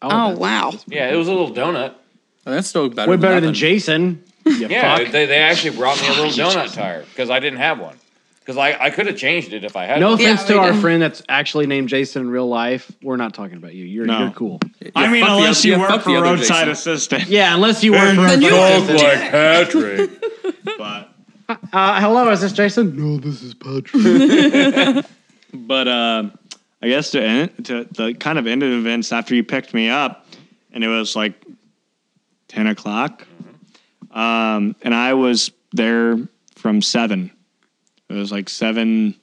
Speaker 2: Oh,
Speaker 5: saying.
Speaker 2: that's-
Speaker 5: Oh wow,
Speaker 6: Yeah, it was a little donut.
Speaker 3: [LAUGHS] That's still better.
Speaker 2: way better than
Speaker 3: nothing.
Speaker 2: Jason. You
Speaker 6: Yeah,
Speaker 2: fuck.
Speaker 6: they, they actually brought me a
Speaker 2: [LAUGHS]
Speaker 6: little donut tire because I didn't have one. Because I, I could have changed it if I had.
Speaker 2: No
Speaker 6: one.
Speaker 2: offense
Speaker 5: we
Speaker 2: to our
Speaker 5: do.
Speaker 2: friend that's actually named Jason in real life. We're not talking about you. You're
Speaker 4: No.
Speaker 2: you're cool.
Speaker 4: I
Speaker 3: Yeah,
Speaker 4: mean,
Speaker 3: fuck the
Speaker 4: unless
Speaker 3: other-
Speaker 4: you
Speaker 3: yeah,
Speaker 4: work
Speaker 3: fuck the
Speaker 4: for
Speaker 3: other
Speaker 4: roadside
Speaker 3: Jason.
Speaker 4: assistant.
Speaker 2: Yeah, unless you work for
Speaker 4: And you
Speaker 2: roadside
Speaker 4: look
Speaker 2: assistance.
Speaker 6: Patrick.
Speaker 4: But
Speaker 2: Uh, hello, is this Jason? No, this is Patrick.
Speaker 4: but uh, I guess to end to the kind of end of events after you picked me up, and it was like ten o'clock, um, and I was there from seven. It was like seven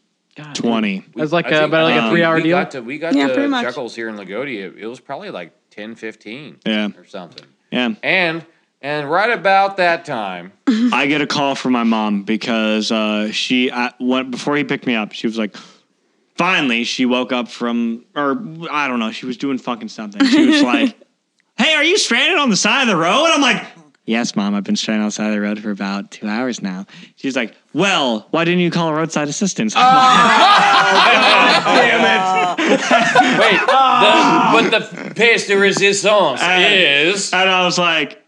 Speaker 4: twenty.
Speaker 2: That's like
Speaker 6: I
Speaker 2: a,
Speaker 6: think-
Speaker 2: about like
Speaker 6: um,
Speaker 2: a three hour
Speaker 6: we
Speaker 2: deal.
Speaker 6: Got to, we got
Speaker 5: Yeah,
Speaker 6: to
Speaker 5: pretty much.
Speaker 6: Chuckles here in Lagodia. It was probably like 10, 15
Speaker 4: Yeah,
Speaker 6: or something.
Speaker 4: yeah.
Speaker 6: And and right about that time,
Speaker 4: [LAUGHS] I get a call from my mom because uh, she I, when, before he picked me up, she was like, finally she woke up from or I don't know, she was doing fucking something. She was like, "Hey, are you stranded on the side of the road?" I'm like, "Yes, mom, I've been stranded on the side of the road for about two hours now." She's like, "Well, why didn't you call roadside assistance?" [LAUGHS]
Speaker 6: wait,
Speaker 4: [LAUGHS]
Speaker 6: the, but the piece de resistance
Speaker 4: Ah.
Speaker 6: is
Speaker 4: and I was like,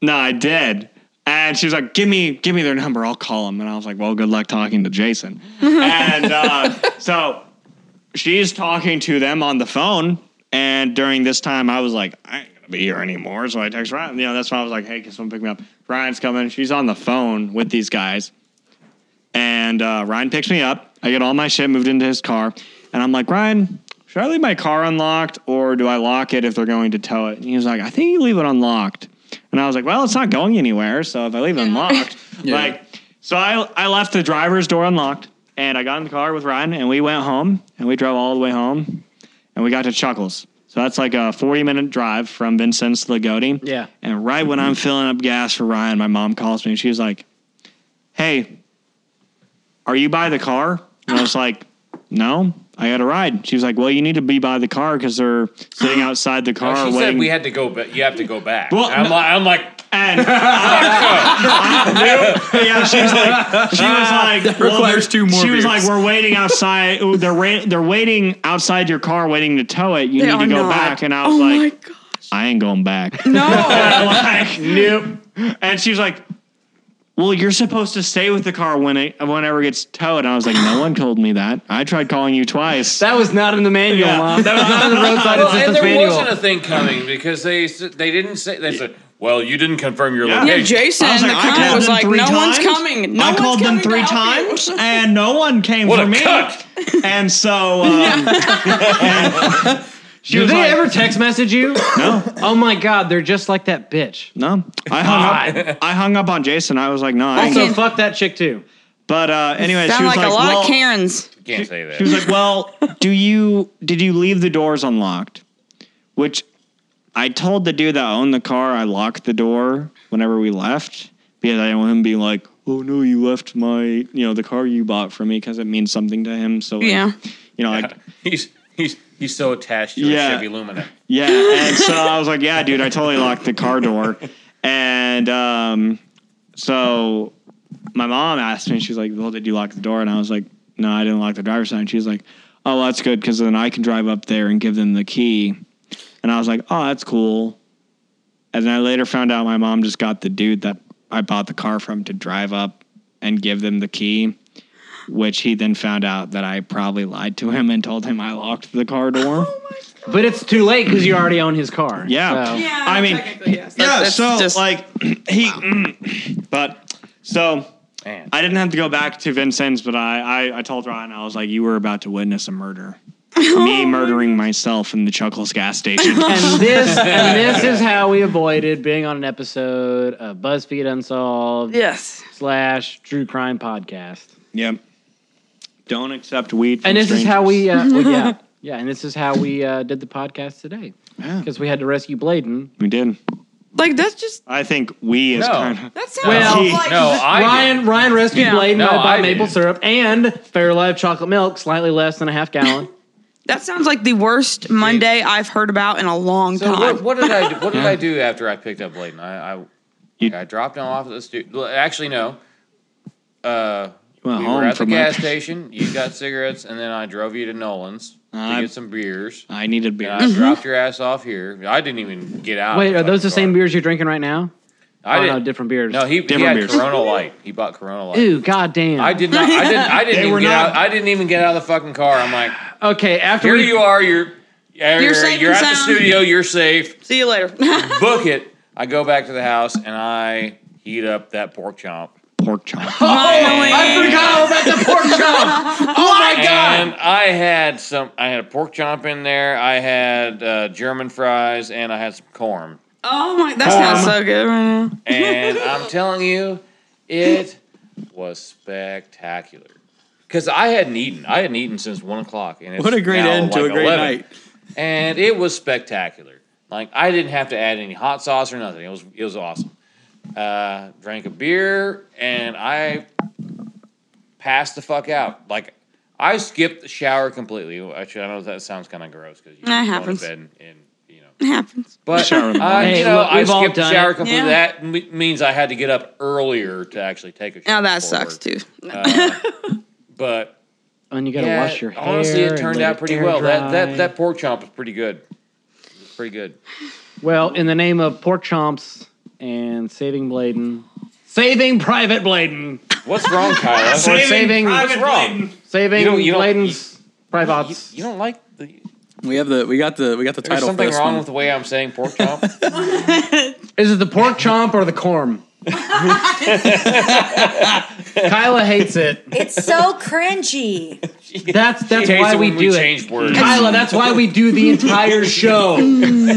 Speaker 4: "No, I did." And she was like, "Give me, give me their number. I'll call them." And I was like, "Well, good luck talking to Jason." and uh, so she's talking to them on the phone. And during this time, I was like, "I ain't gonna be here anymore." So I text Ryan. You know, that's why I was like, "Hey, can someone pick me up?" Ryan's coming. She's on the phone with these guys. And uh, Ryan picks me up. I get all my shit moved into his car, and I'm like, "Ryan, should I leave my car unlocked or do I lock it if they're going to tow it? And he was like, I think you leave it unlocked. And I was like, well, it's not going anywhere. So if I leave it unlocked,
Speaker 3: Yeah.
Speaker 4: like, so I, I left the driver's door unlocked and I got in the car with Ryan and we went home and we drove all the way home and we got to Chuckles. So that's like a 40 minute drive from Vincennes to Lagodi.
Speaker 2: Yeah.
Speaker 4: And right when I'm filling up gas for Ryan, my mom calls me and she's like, Hey, are you by the car? And I was like, No, I got a ride. She was like, Well, you need to be by the car because they're sitting outside the car
Speaker 6: she
Speaker 4: waiting.
Speaker 6: said we had to go, but you have to go back.
Speaker 4: Ah, Well,
Speaker 6: I'm, like, I'm like,
Speaker 4: and yeah, she was like, she was like, well,
Speaker 3: requires
Speaker 4: they're-
Speaker 3: two more
Speaker 4: She was
Speaker 3: beers.
Speaker 4: like, we're waiting outside. They're ra- they're waiting outside your car, waiting to tow it. You
Speaker 5: They
Speaker 4: need
Speaker 5: are
Speaker 4: to go
Speaker 5: not.
Speaker 4: back. And I was
Speaker 5: Oh my
Speaker 4: like,
Speaker 5: god.
Speaker 4: I ain't going back.
Speaker 5: [LAUGHS]
Speaker 4: [LAUGHS]
Speaker 5: No.
Speaker 4: like, nope. And she was like, "Well, you're supposed to stay with the car when it whenever it gets towed." And I was like, "No one told me that. I tried calling you twice."
Speaker 2: That was not in the manual,
Speaker 4: Yeah.
Speaker 2: Mom. That was not in the roadside
Speaker 6: well, and
Speaker 2: assistance
Speaker 6: there
Speaker 2: manual.
Speaker 6: wasn't a thing coming because they s- they didn't say they said, well, you didn't confirm your
Speaker 4: Yeah.
Speaker 5: Yeah,
Speaker 6: location.
Speaker 5: Jason,
Speaker 4: I was like,
Speaker 5: was the
Speaker 4: I
Speaker 5: con
Speaker 4: called
Speaker 5: was
Speaker 4: them
Speaker 5: like,
Speaker 4: three
Speaker 5: no one's
Speaker 4: times.
Speaker 5: coming. No
Speaker 4: I
Speaker 5: one's
Speaker 4: called them
Speaker 5: coming to
Speaker 4: three
Speaker 5: help you." [LAUGHS]
Speaker 4: times, and no one came
Speaker 6: What
Speaker 4: for
Speaker 6: a
Speaker 4: me.
Speaker 6: cunt.
Speaker 4: And
Speaker 5: [LAUGHS]
Speaker 4: so, um, and she
Speaker 2: Do
Speaker 4: was
Speaker 2: they
Speaker 4: like,
Speaker 2: ever text message [COUGHS] you?
Speaker 4: no,
Speaker 2: oh my God, they're just like that bitch.
Speaker 4: no. I hung up. I hung up on Jason. I was like, "No." I ain't
Speaker 2: Also,
Speaker 5: Okay.
Speaker 2: fuck that chick too.
Speaker 4: But uh, anyway, she
Speaker 5: Sound
Speaker 4: was
Speaker 5: like,
Speaker 4: like,
Speaker 5: a lot
Speaker 4: well,
Speaker 5: of Karens.
Speaker 6: Can't say that.
Speaker 4: She was like,
Speaker 2: [LAUGHS]
Speaker 4: "Well, do you did you leave the doors unlocked?" Which I told the dude that owned the car I locked the door whenever we left because I didn't want him being like, "Oh no, you left my you know the car you bought for me" because it means something to him. So like,
Speaker 5: Yeah.
Speaker 4: you know, like
Speaker 6: he's he's he's so attached to
Speaker 4: Yeah.
Speaker 6: a Chevy Lumina.
Speaker 4: yeah. And so I was like, "Yeah, dude, I totally locked the car door," and um, so my mom asked me, she was like, "Well, did you lock the door?" And I was like, "No, I didn't lock the driver's side." And she was like, "Oh, well, that's good because then I can drive up there and give them the key." And I was like, "Oh, that's cool." And then I later found out my mom just got the dude that I bought the car from to drive up and give them the key, which he then found out that I probably lied to him and told him I locked the car door.
Speaker 2: But it's too late because you already own his car.
Speaker 4: Yeah.
Speaker 2: So.
Speaker 4: I mean-
Speaker 5: technically, yes.
Speaker 4: yeah,
Speaker 5: That's-
Speaker 4: so
Speaker 5: that's just-
Speaker 4: like [CLEARS THROAT] he, mm, but so
Speaker 6: Man.
Speaker 4: I didn't have to go back to Vincennes, but I, I, I told Ryan, I was like, you were about to witness a murder. Me murdering myself in the Chuckles gas station. [LAUGHS]
Speaker 2: And [LAUGHS] this and this is how we avoided being on an episode of BuzzFeed Unsolved
Speaker 5: yes.
Speaker 2: slash True Crime Podcast.
Speaker 4: yep. Don't accept weed. From
Speaker 2: And this is
Speaker 4: strangers.
Speaker 2: how we, uh, [LAUGHS] well, yeah, yeah, and this is how we uh, did the podcast today
Speaker 4: Yeah,
Speaker 2: because we had to rescue Bladen.
Speaker 4: we did.
Speaker 5: Like that's just
Speaker 4: I think we is
Speaker 6: No.
Speaker 4: kind of.
Speaker 5: that sounds
Speaker 2: Well,
Speaker 5: like
Speaker 6: No, I
Speaker 2: Ryan Ryan rescued
Speaker 5: Yeah.
Speaker 2: Bladen.
Speaker 6: No,
Speaker 2: I bought
Speaker 6: I
Speaker 2: maple
Speaker 6: didn't.
Speaker 2: syrup and Fairlife chocolate milk, slightly less than a half gallon.
Speaker 5: that sounds like the worst Monday I've heard about in a long
Speaker 6: So
Speaker 5: time.
Speaker 6: what, what did I do, what did I do after I picked up Layton? I I,
Speaker 4: You-
Speaker 6: I dropped him off at the studio. Actually, no. Uh,
Speaker 4: went
Speaker 6: we
Speaker 4: home
Speaker 6: were at the
Speaker 4: from
Speaker 6: gas
Speaker 4: up-
Speaker 6: station. You got cigarettes, and then I drove you to Nolan's
Speaker 4: I-
Speaker 6: to get some beers.
Speaker 4: I needed beer.
Speaker 6: And I dropped your ass off here. I didn't even get out.
Speaker 2: [LAUGHS]
Speaker 6: of
Speaker 2: Mm-hmm. Wait, are those the
Speaker 6: fucking
Speaker 2: same
Speaker 6: car.
Speaker 2: beers you're drinking right now?
Speaker 6: I
Speaker 2: oh,
Speaker 6: didn't.
Speaker 2: no, different beers.
Speaker 6: No, he, he
Speaker 4: Different
Speaker 6: had
Speaker 4: beers.
Speaker 6: Corona Light. He bought Corona Light.
Speaker 2: Ooh, goddamn.
Speaker 6: I did not. I
Speaker 2: [LAUGHS]
Speaker 6: didn't. I didn't
Speaker 4: were
Speaker 6: even get
Speaker 4: not-
Speaker 6: out. I didn't even get out of the fucking car. I'm like,
Speaker 2: Okay, after
Speaker 6: here
Speaker 2: we,
Speaker 6: you are. You're you're,
Speaker 5: safe
Speaker 6: you're
Speaker 5: and
Speaker 6: at the
Speaker 5: sound.
Speaker 6: studio. You're safe.
Speaker 5: See you later. [LAUGHS]
Speaker 6: Book it. I go back to the house and I heat up that pork chop.
Speaker 4: Pork chop. [LAUGHS]
Speaker 5: Finally.
Speaker 2: forgot about Oh, the pork [LAUGHS] chop. oh my
Speaker 6: And I had some. I had a pork chop in there. I had uh, German fries and I had some corn.
Speaker 5: Oh my,
Speaker 6: Um,
Speaker 5: that sounds so good right now.
Speaker 3: [LAUGHS]
Speaker 6: And I'm telling you, it was spectacular. Because I hadn't eaten. I hadn't eaten since one o'clock. And it's
Speaker 3: What a great
Speaker 6: now
Speaker 3: end to
Speaker 6: like
Speaker 3: a great
Speaker 6: 11.
Speaker 3: night.
Speaker 6: and it was spectacular. Like I didn't have to add any hot sauce or nothing. It was it was awesome. Uh, drank a beer and I passed the fuck out. Like I skipped the shower completely. Actually, I know that sounds kind of gross because you
Speaker 5: That
Speaker 6: go to
Speaker 5: happens.
Speaker 6: bed and, and you know.
Speaker 5: It happens.
Speaker 6: But
Speaker 4: Shower in the
Speaker 6: I,
Speaker 2: morning.
Speaker 6: you
Speaker 2: Hey,
Speaker 6: know,
Speaker 2: look,
Speaker 6: I
Speaker 2: we've all
Speaker 6: skipped the
Speaker 2: done
Speaker 6: shower
Speaker 2: it.
Speaker 6: completely.
Speaker 5: Yeah.
Speaker 6: That m- means I had to get up earlier to actually take a
Speaker 5: Now
Speaker 6: shower.
Speaker 5: Oh, that
Speaker 6: before
Speaker 5: sucks
Speaker 6: work.
Speaker 5: too.
Speaker 6: Uh, but
Speaker 2: And you gotta
Speaker 6: yeah,
Speaker 2: wash your hair.
Speaker 6: honestly, it
Speaker 2: and
Speaker 6: turned
Speaker 2: let
Speaker 6: out pretty
Speaker 2: air
Speaker 6: well. That
Speaker 2: dry.
Speaker 6: that that pork chop was pretty good. It was pretty good.
Speaker 2: Well, in the name of pork chomps and saving Bladen, saving Private Bladen,
Speaker 6: What's wrong, Kyla?
Speaker 2: or saving
Speaker 6: What's wrong?
Speaker 2: saving
Speaker 6: You don't- you don't-
Speaker 2: Bladen's
Speaker 6: You,
Speaker 2: privates.
Speaker 6: you don't like the.
Speaker 3: We have the we got the we got the
Speaker 6: There's
Speaker 3: title. for
Speaker 6: something
Speaker 3: this
Speaker 6: wrong
Speaker 3: one.
Speaker 6: with the way I'm saying pork chop.
Speaker 2: Is it the pork chomp or the
Speaker 6: [LAUGHS]
Speaker 2: corn? Kyla hates it.
Speaker 4: [LAUGHS]
Speaker 1: It's so cringy.
Speaker 2: That's that's
Speaker 6: hates
Speaker 2: why
Speaker 6: it
Speaker 2: we
Speaker 6: when we
Speaker 2: do
Speaker 6: change
Speaker 2: it.
Speaker 6: words.
Speaker 2: Kyla, that's why we do
Speaker 6: [LAUGHS]
Speaker 2: the entire show.
Speaker 1: Oh,
Speaker 5: So
Speaker 1: you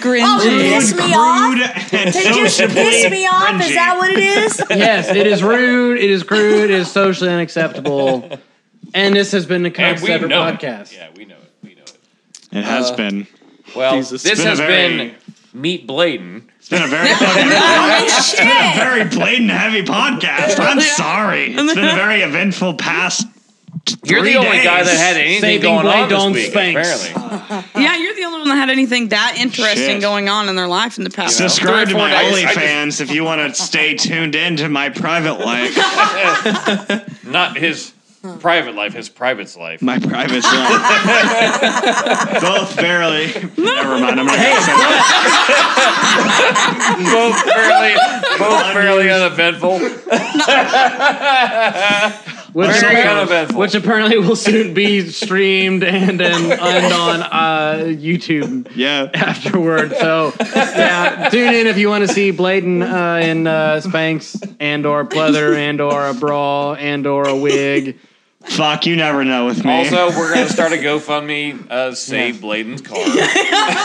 Speaker 5: cringy.
Speaker 1: piss me off?
Speaker 4: and
Speaker 1: Did you piss me off? Is that what
Speaker 4: [LAUGHS]
Speaker 1: it is?
Speaker 2: yes, it is rude. It is crude. It is socially unacceptable. And this has been the
Speaker 6: And
Speaker 2: Comic
Speaker 6: we know
Speaker 2: Sever podcast.
Speaker 6: it. Yeah, we know it. We know it.
Speaker 4: It has been.
Speaker 6: Well,
Speaker 3: Jesus.
Speaker 6: this
Speaker 4: It's been
Speaker 6: has
Speaker 4: a very-
Speaker 6: been Meat Bladen.
Speaker 4: [LAUGHS] It's been a very fucking,
Speaker 1: Holy shit.
Speaker 4: very blatant heavy [LAUGHS] podcast. I'm sorry. It's been a very eventful [LAUGHS] past.
Speaker 6: You're
Speaker 4: Three
Speaker 6: the only guy
Speaker 4: days.
Speaker 6: that had anything
Speaker 2: Saving
Speaker 6: going on this
Speaker 2: Bladon Sphinx.
Speaker 6: week, apparently. [LAUGHS]
Speaker 5: Yeah, you're the only one that had anything that interesting
Speaker 4: Shit.
Speaker 5: going on in their life in the past.
Speaker 4: Subscribe to
Speaker 6: Three or
Speaker 4: my
Speaker 6: four days. I
Speaker 4: OnlyFans if you want to stay tuned in to my private [LAUGHS] life.
Speaker 6: Not his private life, his private's life.
Speaker 4: My [LAUGHS] private life. Both barely. Never mind. I'm not going to say that.
Speaker 6: [LAUGHS] both fairly, both fairly uneventful.
Speaker 2: Which,
Speaker 6: Very
Speaker 2: apparently,
Speaker 6: uneventful.
Speaker 2: which apparently will soon be streamed and
Speaker 6: [LAUGHS]
Speaker 2: then and on uh, YouTube
Speaker 4: Yeah.
Speaker 2: afterward. So yeah, tune in if you want to see Bladen uh, in uh, Spanx and or pleather and or a bra and or a wig.
Speaker 4: Fuck, you never know with me.
Speaker 6: Also, we're going to start a GoFundMe, uh, save Bladen's car.
Speaker 2: Oh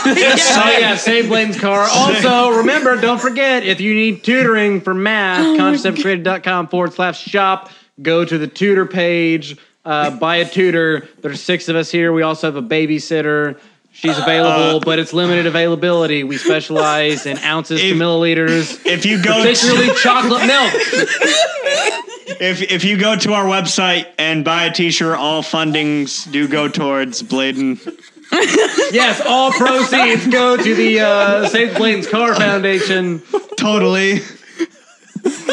Speaker 2: yeah, save Blaine's car. Also, remember, don't forget if you need tutoring for math, conceptcreated.com forward slash shop. Go to the tutor page, uh, buy a tutor. There's six of us here. We also have a babysitter. She's available,
Speaker 4: Uh,
Speaker 2: but it's limited availability. We specialize in ounces to
Speaker 4: If-
Speaker 2: milliliters,
Speaker 4: If you go to,
Speaker 2: particularly chocolate milk.
Speaker 4: if if you go to our website and buy a t-shirt, all fundings do go towards Bladen.
Speaker 2: Yes, all proceeds go to the uh, Save Blaine's Car Foundation.
Speaker 4: [LAUGHS] Totally.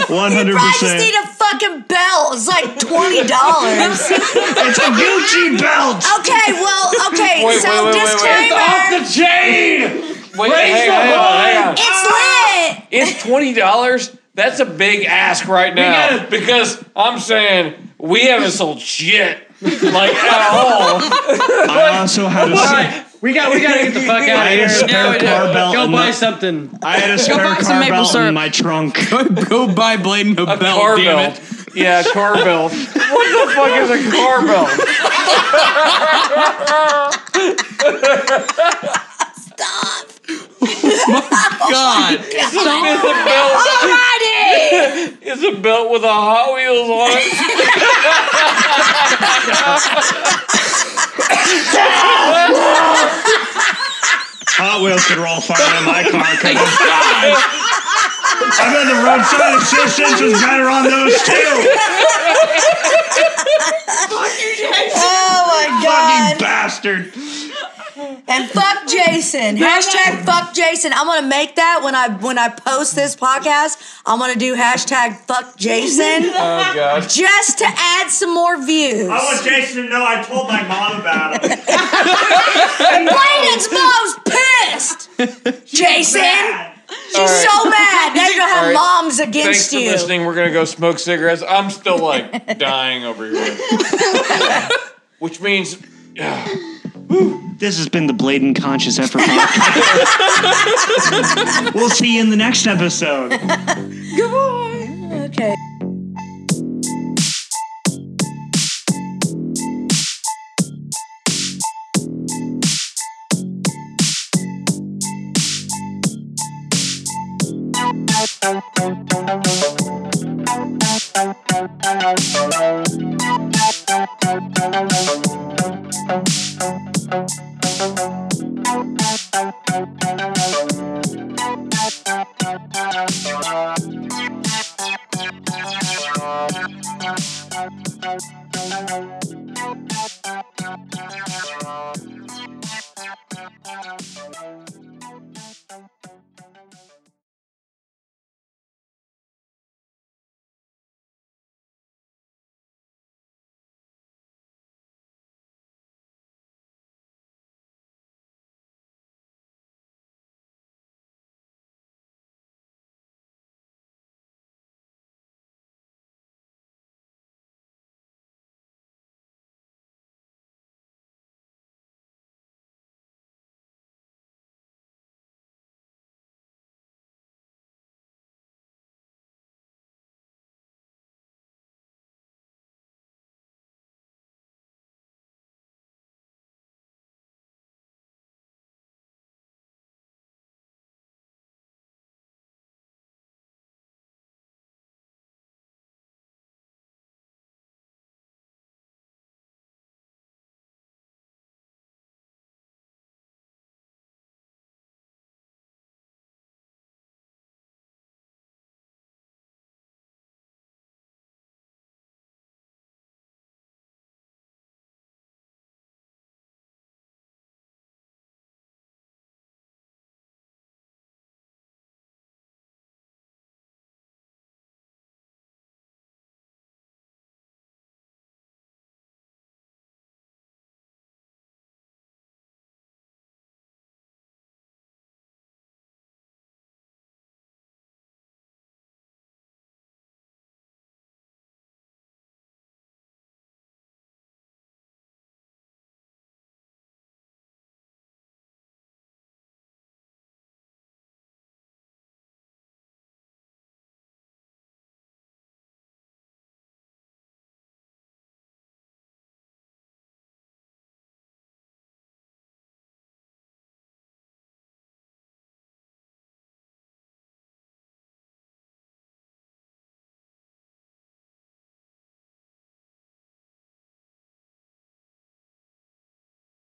Speaker 4: One
Speaker 1: You
Speaker 4: hundred
Speaker 1: probably just need
Speaker 4: percent.
Speaker 1: a fucking belt. It's like twenty
Speaker 4: [LAUGHS]
Speaker 1: dollars.
Speaker 4: It's a Gucci [LAUGHS] belt.
Speaker 1: Okay, well, okay.
Speaker 6: Wait,
Speaker 1: so
Speaker 6: wait, wait, wait, wait.
Speaker 1: disclaimer.
Speaker 6: Wait, hang on, hang on, hang on.
Speaker 1: It's lit.
Speaker 6: It's twenty dollars. That's a big ask right now
Speaker 2: gotta-
Speaker 6: because I'm saying we haven't sold shit like [LAUGHS] at all.
Speaker 4: I also had a,
Speaker 2: All right, we got we got to get the fuck
Speaker 4: I had
Speaker 2: out
Speaker 4: a
Speaker 2: of here.
Speaker 4: spare
Speaker 5: we do.
Speaker 4: car belt.
Speaker 2: Go
Speaker 4: in
Speaker 2: buy
Speaker 4: my-
Speaker 2: something.
Speaker 4: I had a spare
Speaker 5: buy some
Speaker 4: car
Speaker 5: maple
Speaker 4: belt
Speaker 5: syrup.
Speaker 4: in my [LAUGHS] trunk.
Speaker 3: [LAUGHS] Go buy Bladen a,
Speaker 6: A
Speaker 3: belt,
Speaker 6: car
Speaker 3: damn
Speaker 6: belt.
Speaker 3: it.
Speaker 6: Yeah, car belt. What the fuck is a car belt?
Speaker 3: [LAUGHS]
Speaker 1: Stop.
Speaker 3: God.
Speaker 6: It's a belt.
Speaker 1: Alrighty.
Speaker 6: [LAUGHS] It's a belt with a Hot Wheels on it.
Speaker 4: Hot Wheels could roll fire in my car. Cause it's fine. I bet the roadside assistance is better on those two.
Speaker 1: Oh my
Speaker 4: Fucking
Speaker 1: god.
Speaker 4: bastard.
Speaker 1: And fuck Jason. Hashtag fuck Jason. I'm gonna make that when I when I post this podcast. I'm gonna do hashtag fuck Jason
Speaker 6: Oh god.
Speaker 1: just to add some more views.
Speaker 4: I want Jason to know I told my mom about [LAUGHS] him.
Speaker 1: Brayden's mom's
Speaker 4: [LAUGHS]
Speaker 1: pissed. Jason, she's so mad. Now you're gonna have
Speaker 6: All right.
Speaker 1: moms
Speaker 6: Thanks
Speaker 1: against
Speaker 6: for
Speaker 1: you.
Speaker 6: listening. We're gonna go smoke cigarettes. I'm still like [LAUGHS] dying over here, which means
Speaker 4: This has been the Bladen Conscious Effort Podcast. [LAUGHS] we'll see you in the next episode.
Speaker 1: Okay.